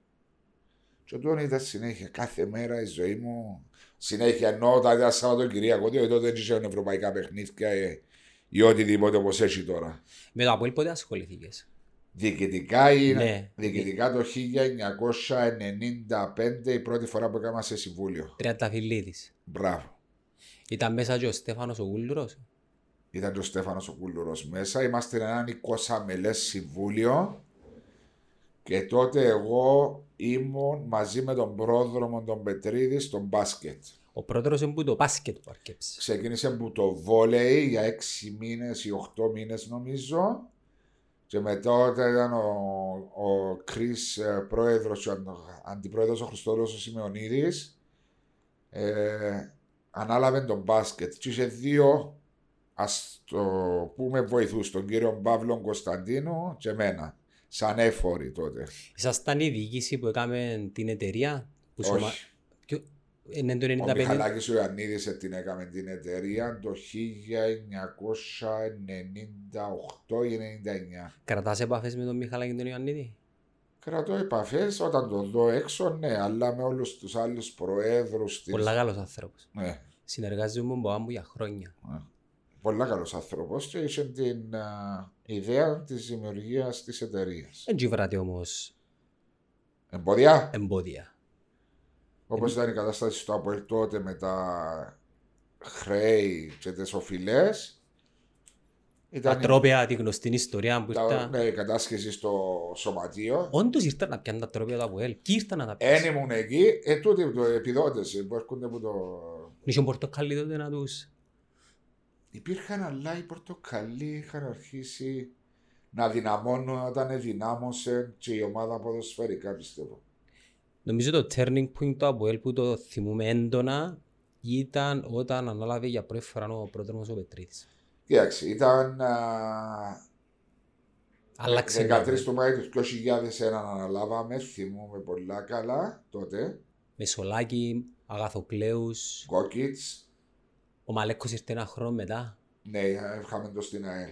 [SPEAKER 2] Και τον είδα συνέχεια, κάθε μέρα η ζωή μου. Συνέχεια ενώ τα είδα Σαββατοκυριακό, διότι τότε δεν είχαν ευρωπαϊκά παιχνίδια ε, ή οτιδήποτε όπως έχει τώρα.
[SPEAKER 1] Με το Αποέλ ποτέ ασχοληθήκες.
[SPEAKER 2] Διοικητικά, είναι,
[SPEAKER 1] Ναι.
[SPEAKER 2] διοικητικά το 1995 η πρώτη φορά που έκανα σε συμβούλιο.
[SPEAKER 1] Τριανταφυλλίδης.
[SPEAKER 2] Μπράβο.
[SPEAKER 1] Ήταν μέσα και ο Στέφανος ο Γούλουρος.
[SPEAKER 2] Ήταν και ο Στέφανος ο Κούλουρο μέσα. Είμαστε έναν 20 μελέ συμβούλιο. Και τότε εγώ ήμουν μαζί με τον πρόδρομο τον Πετρίδη στο μπάσκετ.
[SPEAKER 1] Ο πρόεδρος είναι που το μπάσκετ που αρκέψε.
[SPEAKER 2] Ξεκίνησε που το βόλεϊ για 6 μήνες ή 8 μήνες νομίζω. Και μετά όταν ήταν ο, ο Κρι πρόεδρο και ο αν- αντιπρόεδρος ο Χριστόδουλος ο Σιμεωνίδης, ε, ανάλαβε τον μπάσκετ. Και είχε δύο ας το πούμε βοηθούς, τον κύριο Παύλο Κωνσταντίνο και εμένα, σαν έφοροι τότε.
[SPEAKER 1] Ήσασταν η διοίκηση που έκαμε την εταιρεία. Που
[SPEAKER 2] Όχι.
[SPEAKER 1] σωμα- Ποιο... Είναι το
[SPEAKER 2] Ο
[SPEAKER 1] 95.
[SPEAKER 2] Μιχαλάκης ο Ιωαννίδης την έκαμε την εταιρεία το 1998 ή 99.
[SPEAKER 1] Κρατάς επαφές με τον Μιχαλάκη και τον Ιωαννίδη.
[SPEAKER 2] Κρατώ επαφές όταν το δω έξω, ναι, αλλά με όλους τους άλλους προέδρους της.
[SPEAKER 1] Πολλά καλός άνθρωπος.
[SPEAKER 2] Ναι,
[SPEAKER 1] Συνεργάζομαι με μπαμπά μου για χρόνια.
[SPEAKER 2] ναι. Πολλά καλός άνθρωπος και είχε την α, ιδέα της δημιουργίας της εταιρείας.
[SPEAKER 1] Δεν τσιβράται όμως
[SPEAKER 2] Εμπόδια,
[SPEAKER 1] εμπόδια.
[SPEAKER 2] όπως ήταν η κατάσταση στο Αποέλ τότε με τα χρέη και τις οφειλές.
[SPEAKER 1] Τα
[SPEAKER 2] Ήταν η,
[SPEAKER 1] τρόπια, τη γνωστή ιστορία που
[SPEAKER 2] τα,
[SPEAKER 1] ήρθα.
[SPEAKER 2] ναι, η κατάσχεση στο σωματείο.
[SPEAKER 1] Όντως ήρθαν να πιάνουν τα τρόπια του Αποέλ. Και ήρθαν να τα
[SPEAKER 2] Εν
[SPEAKER 1] πιάνουν.
[SPEAKER 2] ήμουν εκεί, ε, τούτοι το επιδότες που έρχονται από το
[SPEAKER 1] Είχε πορτοκαλί τότε να τους...
[SPEAKER 2] Υπήρχαν αλλά οι πορτοκαλί είχαν αρχίσει να δυναμώνουν όταν δυνάμωσε και η ομάδα ποδοσφαιρικά πιστεύω.
[SPEAKER 1] Νομίζω το turning point του Αποέλ που το θυμούμε έντονα ήταν όταν ανάλαβε για πρώτη φορά ο πρόδρομος ο Πετρίτης.
[SPEAKER 2] Κοίταξε, ήταν α,
[SPEAKER 1] Άλλαξε.
[SPEAKER 2] 13 του Μάη του 2001 αναλάβαμε, θυμούμε πολλά καλά τότε.
[SPEAKER 1] Μεσολάκη, Αγαθοκλέους,
[SPEAKER 2] Γκόκιτς,
[SPEAKER 1] ο Μαλέκος ήρθε ένα χρόνο μετά.
[SPEAKER 2] ναι, είχαμε το στην ΑΕΛ.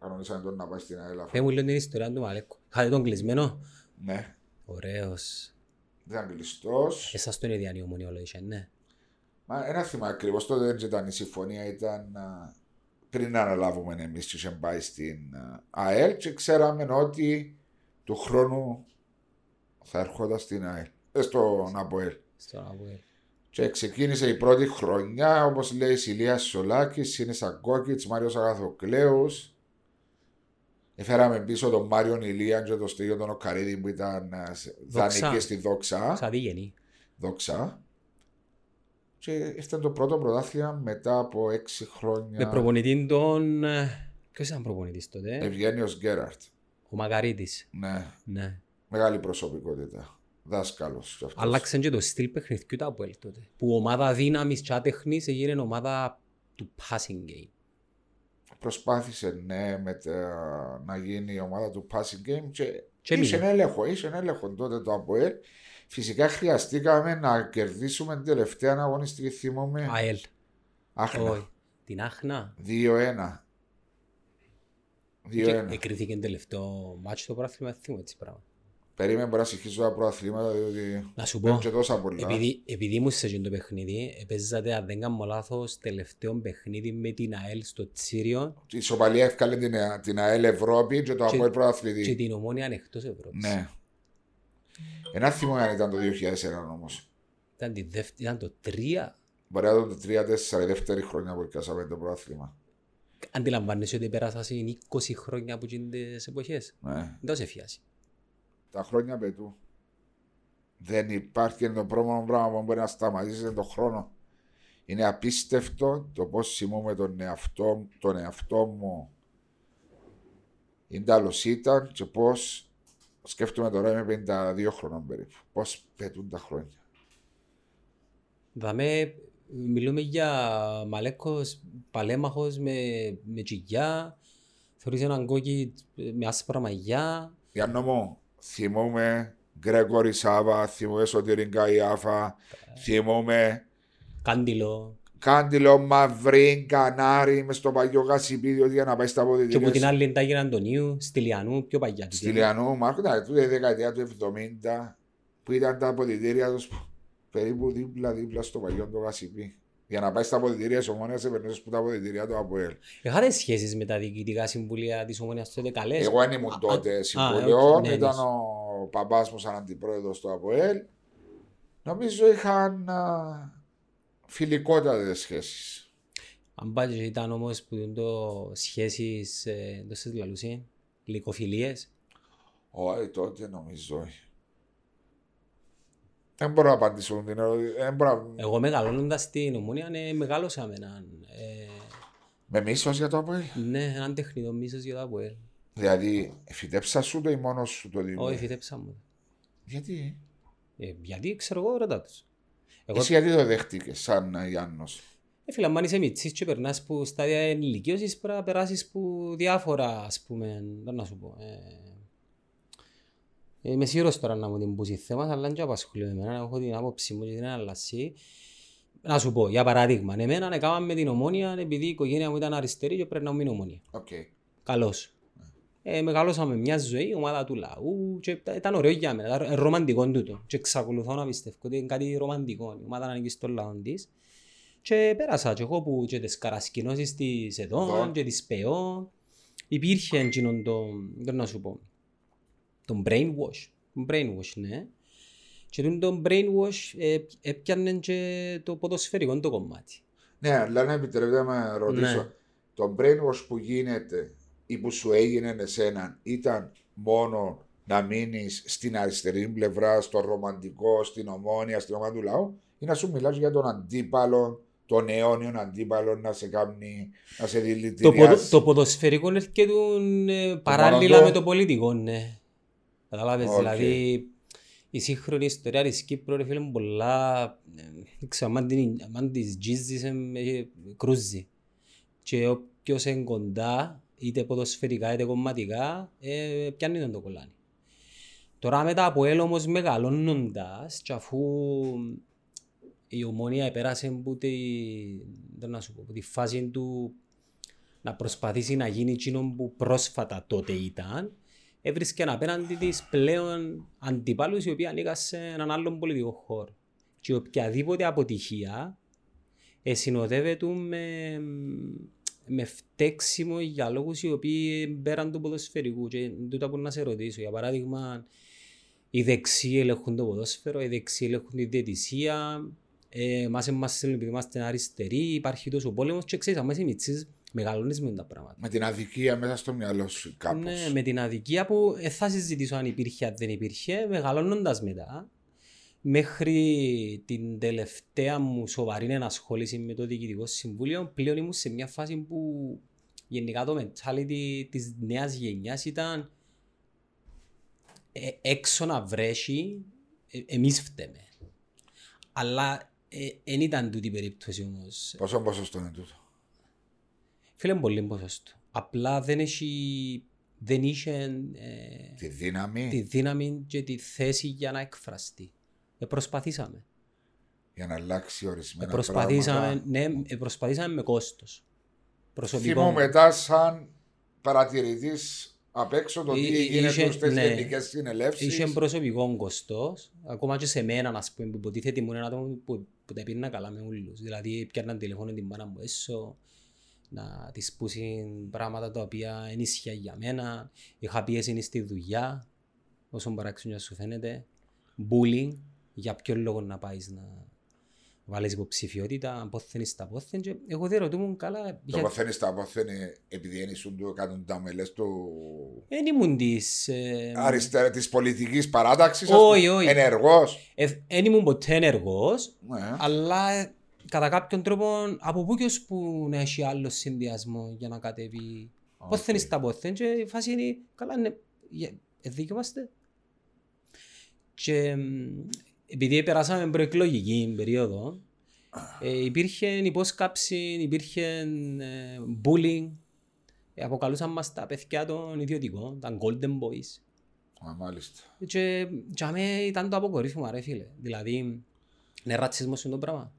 [SPEAKER 2] Κανονίσαμε τον να πάει στην ΑΕΛ. αφού-
[SPEAKER 1] Φέ μου λέω την ιστορία του Μαλέκου. Είχατε τον κλεισμένο.
[SPEAKER 2] Ναι,
[SPEAKER 1] Ωραίος.
[SPEAKER 2] ήταν κλειστός.
[SPEAKER 1] Εσάς τον ίδιαν η ομονία όλο είχε, ναι.
[SPEAKER 2] Μα ένα θυμά ακριβώς τότε δεν ήταν η συμφωνία, ήταν α, πριν να αναλάβουμε εμείς και είχε πάει στην α, ΑΕΛ και ξέραμε ότι του χρόνου θα ερχόταν στην ΑΕΛ, ε, στον ΑΠΟΕΛ.
[SPEAKER 1] Στον Αποέλ.
[SPEAKER 2] Και ξεκίνησε η πρώτη χρονιά, όπως λέει η Σιλία Σολάκη, Σίνησα Γκόκιτ, Μάριος Αγαθοκλέους. Έφεραμε πίσω τον Μάριον Ηλία και τον Στίγιο τον Οκαρίδη που ήταν α, σε-
[SPEAKER 1] Δόξα.
[SPEAKER 2] δανεικοί στη Δόξα
[SPEAKER 1] Σαν δίγενη.
[SPEAKER 2] δόξα. Και ήρθε το πρώτο πρωτάθλημα μετά από έξι χρόνια.
[SPEAKER 1] Με προπονητή τον... ε, Ποιος ήταν προπονητής τότε.
[SPEAKER 2] Ευγένιος Γκέραρτ.
[SPEAKER 1] Ο Μαγαρίτης.
[SPEAKER 2] Ναι,
[SPEAKER 1] Ναι.
[SPEAKER 2] μεγάλη προσωπικότητα. Δάσκαλος.
[SPEAKER 1] Άλλαξαν και το στυλ παιχνιδιού του Αποέλ τότε. Που ομάδα δύναμης και άτεχνης έγινε ομάδα του passing game.
[SPEAKER 2] Προσπάθησε ναι, με τα- να γίνει η ομάδα του passing game και,
[SPEAKER 1] Και
[SPEAKER 2] είχε
[SPEAKER 1] μείνε.
[SPEAKER 2] έλεγχο. Είχε έλεγχο τότε το ΑΠΟΕΛ. Φυσικά χρειαστήκαμε να κερδίσουμε την τελευταία αγωνιστική. Θυμόμαι.
[SPEAKER 1] ΑΕΛ.
[SPEAKER 2] ναι. Άχνα.
[SPEAKER 1] Όχι. Την Άχνα.
[SPEAKER 2] 2-1. 2-1.
[SPEAKER 1] Εκρίθηκε τελευταίο μάτσο το πράθυμα, θυμώ έτσι πράγμα.
[SPEAKER 2] Περίμενε μπορεί να συγχύσω τα προαθλήματα διότι
[SPEAKER 1] Να σου πω,
[SPEAKER 2] δεν και τόσα πολλά.
[SPEAKER 1] επειδή, επειδή ήμουν σε εκείνο το παιχνίδι, επέζατε αν δεν κάνω λάθος τελευταίο παιχνίδι με την ΑΕΛ στο Τσίριο
[SPEAKER 2] Η Σοπαλία έφκαλε την, την ΑΕΛ Ευρώπη και
[SPEAKER 1] Και-
[SPEAKER 2] το
[SPEAKER 1] και
[SPEAKER 2] ΑΠΟΕΛ πρωταθλητή.
[SPEAKER 1] την ομόνια ανεκτός Ευρώπης.
[SPEAKER 2] Ναι. Ένα θυμό αν ήταν το 2001 όμως.
[SPEAKER 1] Ήταν, τη δεύτερη, ήταν το 3.
[SPEAKER 2] Μπορεί να ήταν το 3-4, η δεύτερη χρονιά που πιάσαμε το πρωτάθλημα.
[SPEAKER 1] Αντιλαμβάνεσαι ότι πέρασα σε 20 χρόνια από εκείνες τις εποχές.
[SPEAKER 2] Ναι.
[SPEAKER 1] Δεν θα σε φιάσει.
[SPEAKER 2] Τα χρόνια πετού. Δεν υπάρχει το πρώτο πράγμα που μπορεί να σταματήσει τον χρόνο. Είναι απίστευτο το πώς θυμούμε τον εαυτό, τον εαυτό μου. Είναι τα ήταν και πώς σκέφτομαι τώρα είμαι 52 χρόνων περίπου. Πώς πετούν τα χρόνια.
[SPEAKER 1] Δαμε, μιλούμε για μαλέκος, παλέμαχος με, με τσιγιά, θεωρείς έναν κόκκι ε, με άσπρα μαγιά,
[SPEAKER 2] Γιάννο μου, θυμούμε Γκρέκορη Σάβα, θυμούμε Σωτηρίνκα Ιάφα, θυμούμε
[SPEAKER 1] κάντιλο.
[SPEAKER 2] Κάντιλο Μαυρίν Κανάρι μες στο παλιό Κασιπίδιο για να πάει στα
[SPEAKER 1] Και από την
[SPEAKER 2] ποδητήρια
[SPEAKER 1] άλλη εντάγει Αντωνίου, Στυλιανού, πιο παλιά. του.
[SPEAKER 2] στη Λιανού Μάρκο, ναι, τούτη η δεκαετία του 70 που ήταν τα ποδητήρια τους περίπου δίπλα-δίπλα στο παλιό το Κασιπί. Για να πάει στα ποδητήρια της Ομόνιας επερνούσε που τα ποδητήρια του ΑΠΟΕΛ.
[SPEAKER 1] Είχατε Ε, σχέσεις με τα διοικητικά συμβουλία της Ομόνιας τότε καλές.
[SPEAKER 2] Εγώ δεν
[SPEAKER 1] α,
[SPEAKER 2] ήμουν τότε
[SPEAKER 1] οκ,
[SPEAKER 2] συμβουλιών,
[SPEAKER 1] ναι, ναι.
[SPEAKER 2] ήταν ο παπάς μου σαν αντιπρόεδρος του ΑΠΟΕΛ. Νομίζω είχαν α, φιλικότατες σχέσεις.
[SPEAKER 1] Αν πάτε και ήταν όμως που είναι το σχέσεις, ε, το σας λαλούσε, λυκοφιλίες.
[SPEAKER 2] Όχι, τότε νομίζω όχι. Δεν μπορώ να απαντήσω την ερώτηση. Δεν μπορώ να-
[SPEAKER 1] Εγώ μεγαλώνοντας στην Ομόνια ναι, μεγάλωσα με έναν, ε,
[SPEAKER 2] Με μίσος για το ΑΠΟΕΛ.
[SPEAKER 1] ναι, έναν τεχνητό μίσος για το Αποέλ.
[SPEAKER 2] Δηλαδή, φυτέψα σου το ή μόνος σου το δίνω.
[SPEAKER 1] Όχι, φυτέψα μου.
[SPEAKER 2] Γιατί.
[SPEAKER 1] Ε, γιατί ξέρω εγώ, ρωτά τους. Εγώ,
[SPEAKER 2] Εσύ γιατί το δέχτηκες σαν Γιάννο.
[SPEAKER 1] Ε, φίλε, αν είσαι μητσής και περνάς που στάδια ενηλικίωσης, πρέπει να περάσεις που διάφορα, ας πούμε, δεν να σου πω. Ε, είμαι σίγουρος τώρα να μου την πούσεις θέμα, αλλά δεν απασχολεί με εμένα, έχω την άποψη μου και την αλλασή. Να σου πω, για παράδειγμα, εμένα έκαναμε την ομόνια επειδή η οικογένεια μου ήταν αριστερή και πρέπει να μείνω ομόνια.
[SPEAKER 2] Οκ.
[SPEAKER 1] Καλώ. Ε, μεγαλώσαμε μια ζωή, ομάδα του λαού. Και τα- ήταν ωραίο για μένα. Ήταν ρομαντικό τούτο. Και εξακολουθώ να πιστεύω ότι είναι κάτι ρομαντικό. Η ομάδα να ανήκει στον λαό της. Και πέρασα και εγώ που και τις καρασκηνώσεις της εδώ
[SPEAKER 2] Εδώ.
[SPEAKER 1] και της ΠΕΟ. Υπήρχε εκείνον το, δεν να σου πω, τον brainwash. Τον brainwash, ναι. Και τον- τον brainwash ε, έπιανε και το ποδοσφαιρικό το κομμάτι.
[SPEAKER 2] Ναι, αλλά να επιτρέπετε να με ρωτήσω.
[SPEAKER 1] Ναι.
[SPEAKER 2] Το brainwash που γίνεται ή που σου έγινε εσένα ήταν μόνο να μείνεις στην αριστερή πλευρά, στο ρομαντικό, στην ομόνια, στην ομάδα του λαού, ή να σου μιλάς για τον αντίπαλο, τον αιώνιον αντίπαλο να σε κάνει, να σε
[SPEAKER 1] Το, ποδο,
[SPEAKER 2] δηλητηριάσει.
[SPEAKER 1] το ποδοσφαιρικό έρχεται ε, παράλληλα
[SPEAKER 2] μόνο
[SPEAKER 1] με
[SPEAKER 2] το-
[SPEAKER 1] το πολιτικό, ναι. Καταλάβες,
[SPEAKER 2] Οκ.
[SPEAKER 1] δηλαδή η σύγχρονη ιστορία της Κύπρου, ρε φίλε μου, πολλά, ε, δεν ξέρω, αν την, αν τις τζίζεις, ε, ε, κρούζει. Και όποιος είναι κοντά, είτε ποδοσφαιρικά είτε κομματικά, ε, πιάνει τον το κολλάνι. Τώρα μετά από έλ όμως μεγαλώνοντας και αφού η ομόνια επέρασε που τη, δεν να σου πω, που τη φάση του να προσπαθήσει να γίνει εκείνο που πρόσφατα τότε ήταν, έβρισκε απέναντι της πλέον αντιπάλους οι οποίοι ανήκαν σε έναν άλλον πολιτικό χώρο. Και οποιαδήποτε αποτυχία ε, συνοδεύεται με, με φταίξιμο για λόγους οι οποίοι πέραν του ποδοσφαιρικού. Και τούτα που να σε ρωτήσω, για παράδειγμα, οι δεξιοί ελέγχουν το ποδόσφαιρο, οι δεξιοί ελέγχουν τη διαιτησία, ε, μας εμάς στέλνουν επειδή είμαστε αριστεροί, υπάρχει τόσο πόλεμος και ξέρεις, άμα είσαι μητσής, μεγαλώνεις με τα πράγματα.
[SPEAKER 2] Με την αδικία μέσα στο μυαλό σου κάπως.
[SPEAKER 1] Ναι, με την αδικία που ε, θα συζητήσω αν υπήρχε, αν δεν υπήρχε, μεγαλώνοντας μετά, μέχρι την τελευταία μου σοβαρή ενασχόληση με το Διοικητικό Συμβούλιο, πλέον ήμουν σε μια φάση που γενικά το mentality της νέας γενιάς ήταν ε, έξω να βρέσει, ε, εμείς φταίμε. Αλλά δεν ήταν τούτη η περίπτωση όμως.
[SPEAKER 2] Πόσο ποσοστό είναι τούτο.
[SPEAKER 1] Φίλε μου, πολύ ποσοστό. Απλά δεν έχει, δεν είχε ε,
[SPEAKER 2] Τη δύναμη
[SPEAKER 1] τη δύναμη και τη θέση για να εκφραστεί. Ε, προσπαθήσαμε.
[SPEAKER 2] για να αλλάξει
[SPEAKER 1] Ε,
[SPEAKER 2] ορισμένα
[SPEAKER 1] προσπαθήσαμε,
[SPEAKER 2] πράγματα.
[SPEAKER 1] ναι, ε, προσπαθήσαμε με κόστος. Προσωπικό.
[SPEAKER 2] Θυμώ μετά σαν παρατηρητής απ' έξω το τι
[SPEAKER 1] Εί- εί-
[SPEAKER 2] γίνεται
[SPEAKER 1] είχε-
[SPEAKER 2] στις
[SPEAKER 1] ναι.
[SPEAKER 2] γενικές συνελεύσεις.
[SPEAKER 1] Είχε προσωπικό κόστος, ακόμα και σε μένα, ας πούμε, που υποτίθεται ήμουν ένα άτομο που, που τα πήρνα καλά με όλους. Δηλαδή, πιάνναν τηλέφωνο την μάνα μου έσω, να της πούσει πράγματα τα οποία είναι ίσια για μένα. Είχα πίεση στη δουλειά, όσο παράξενο σου φαίνεται. Bullying, για ποιο λόγο να πάεις να βάλεις υποψηφιότητα, πόθεν στα πόθεν. Και εγώ δεν ρωτούμουν καλά.
[SPEAKER 2] Το
[SPEAKER 1] για-
[SPEAKER 2] αποθένει τα αποθένει επειδή ένισουν του έκαναν τα μελές του
[SPEAKER 1] Δεν ήμουν της... ε,
[SPEAKER 2] αριστερά της πολιτικής παράταξης.
[SPEAKER 1] Όχι, όχι.
[SPEAKER 2] Ενεργός.
[SPEAKER 1] ε, Δεν ήμουν ποτέ ενεργός,
[SPEAKER 2] Ναι.
[SPEAKER 1] Αλλά ε, κατά κάποιον τρόπο από πού και ως που να έχει άλλο συνδυασμό για να κατέβει. Okay.
[SPEAKER 2] Οκ.
[SPEAKER 1] Πόθεν εις τα πόθεν και η φάση είναι καλά είναι για- ε, δικαιούμαστε. Και μ, επειδή περάσαμε προεκλογική περίοδο ε, υπήρχε υπόσκαψη, υπήρχε ε, bullying. Ε, αποκαλούσαν μας τα παιδιά των ιδιωτικών, τα golden boys. Ε,
[SPEAKER 2] Α, μάλιστα.
[SPEAKER 1] Και για μέ ήταν το αποκορύφωμα ρε φίλε. Δηλαδή, είναι ρατσισμός είναι το πράγμα.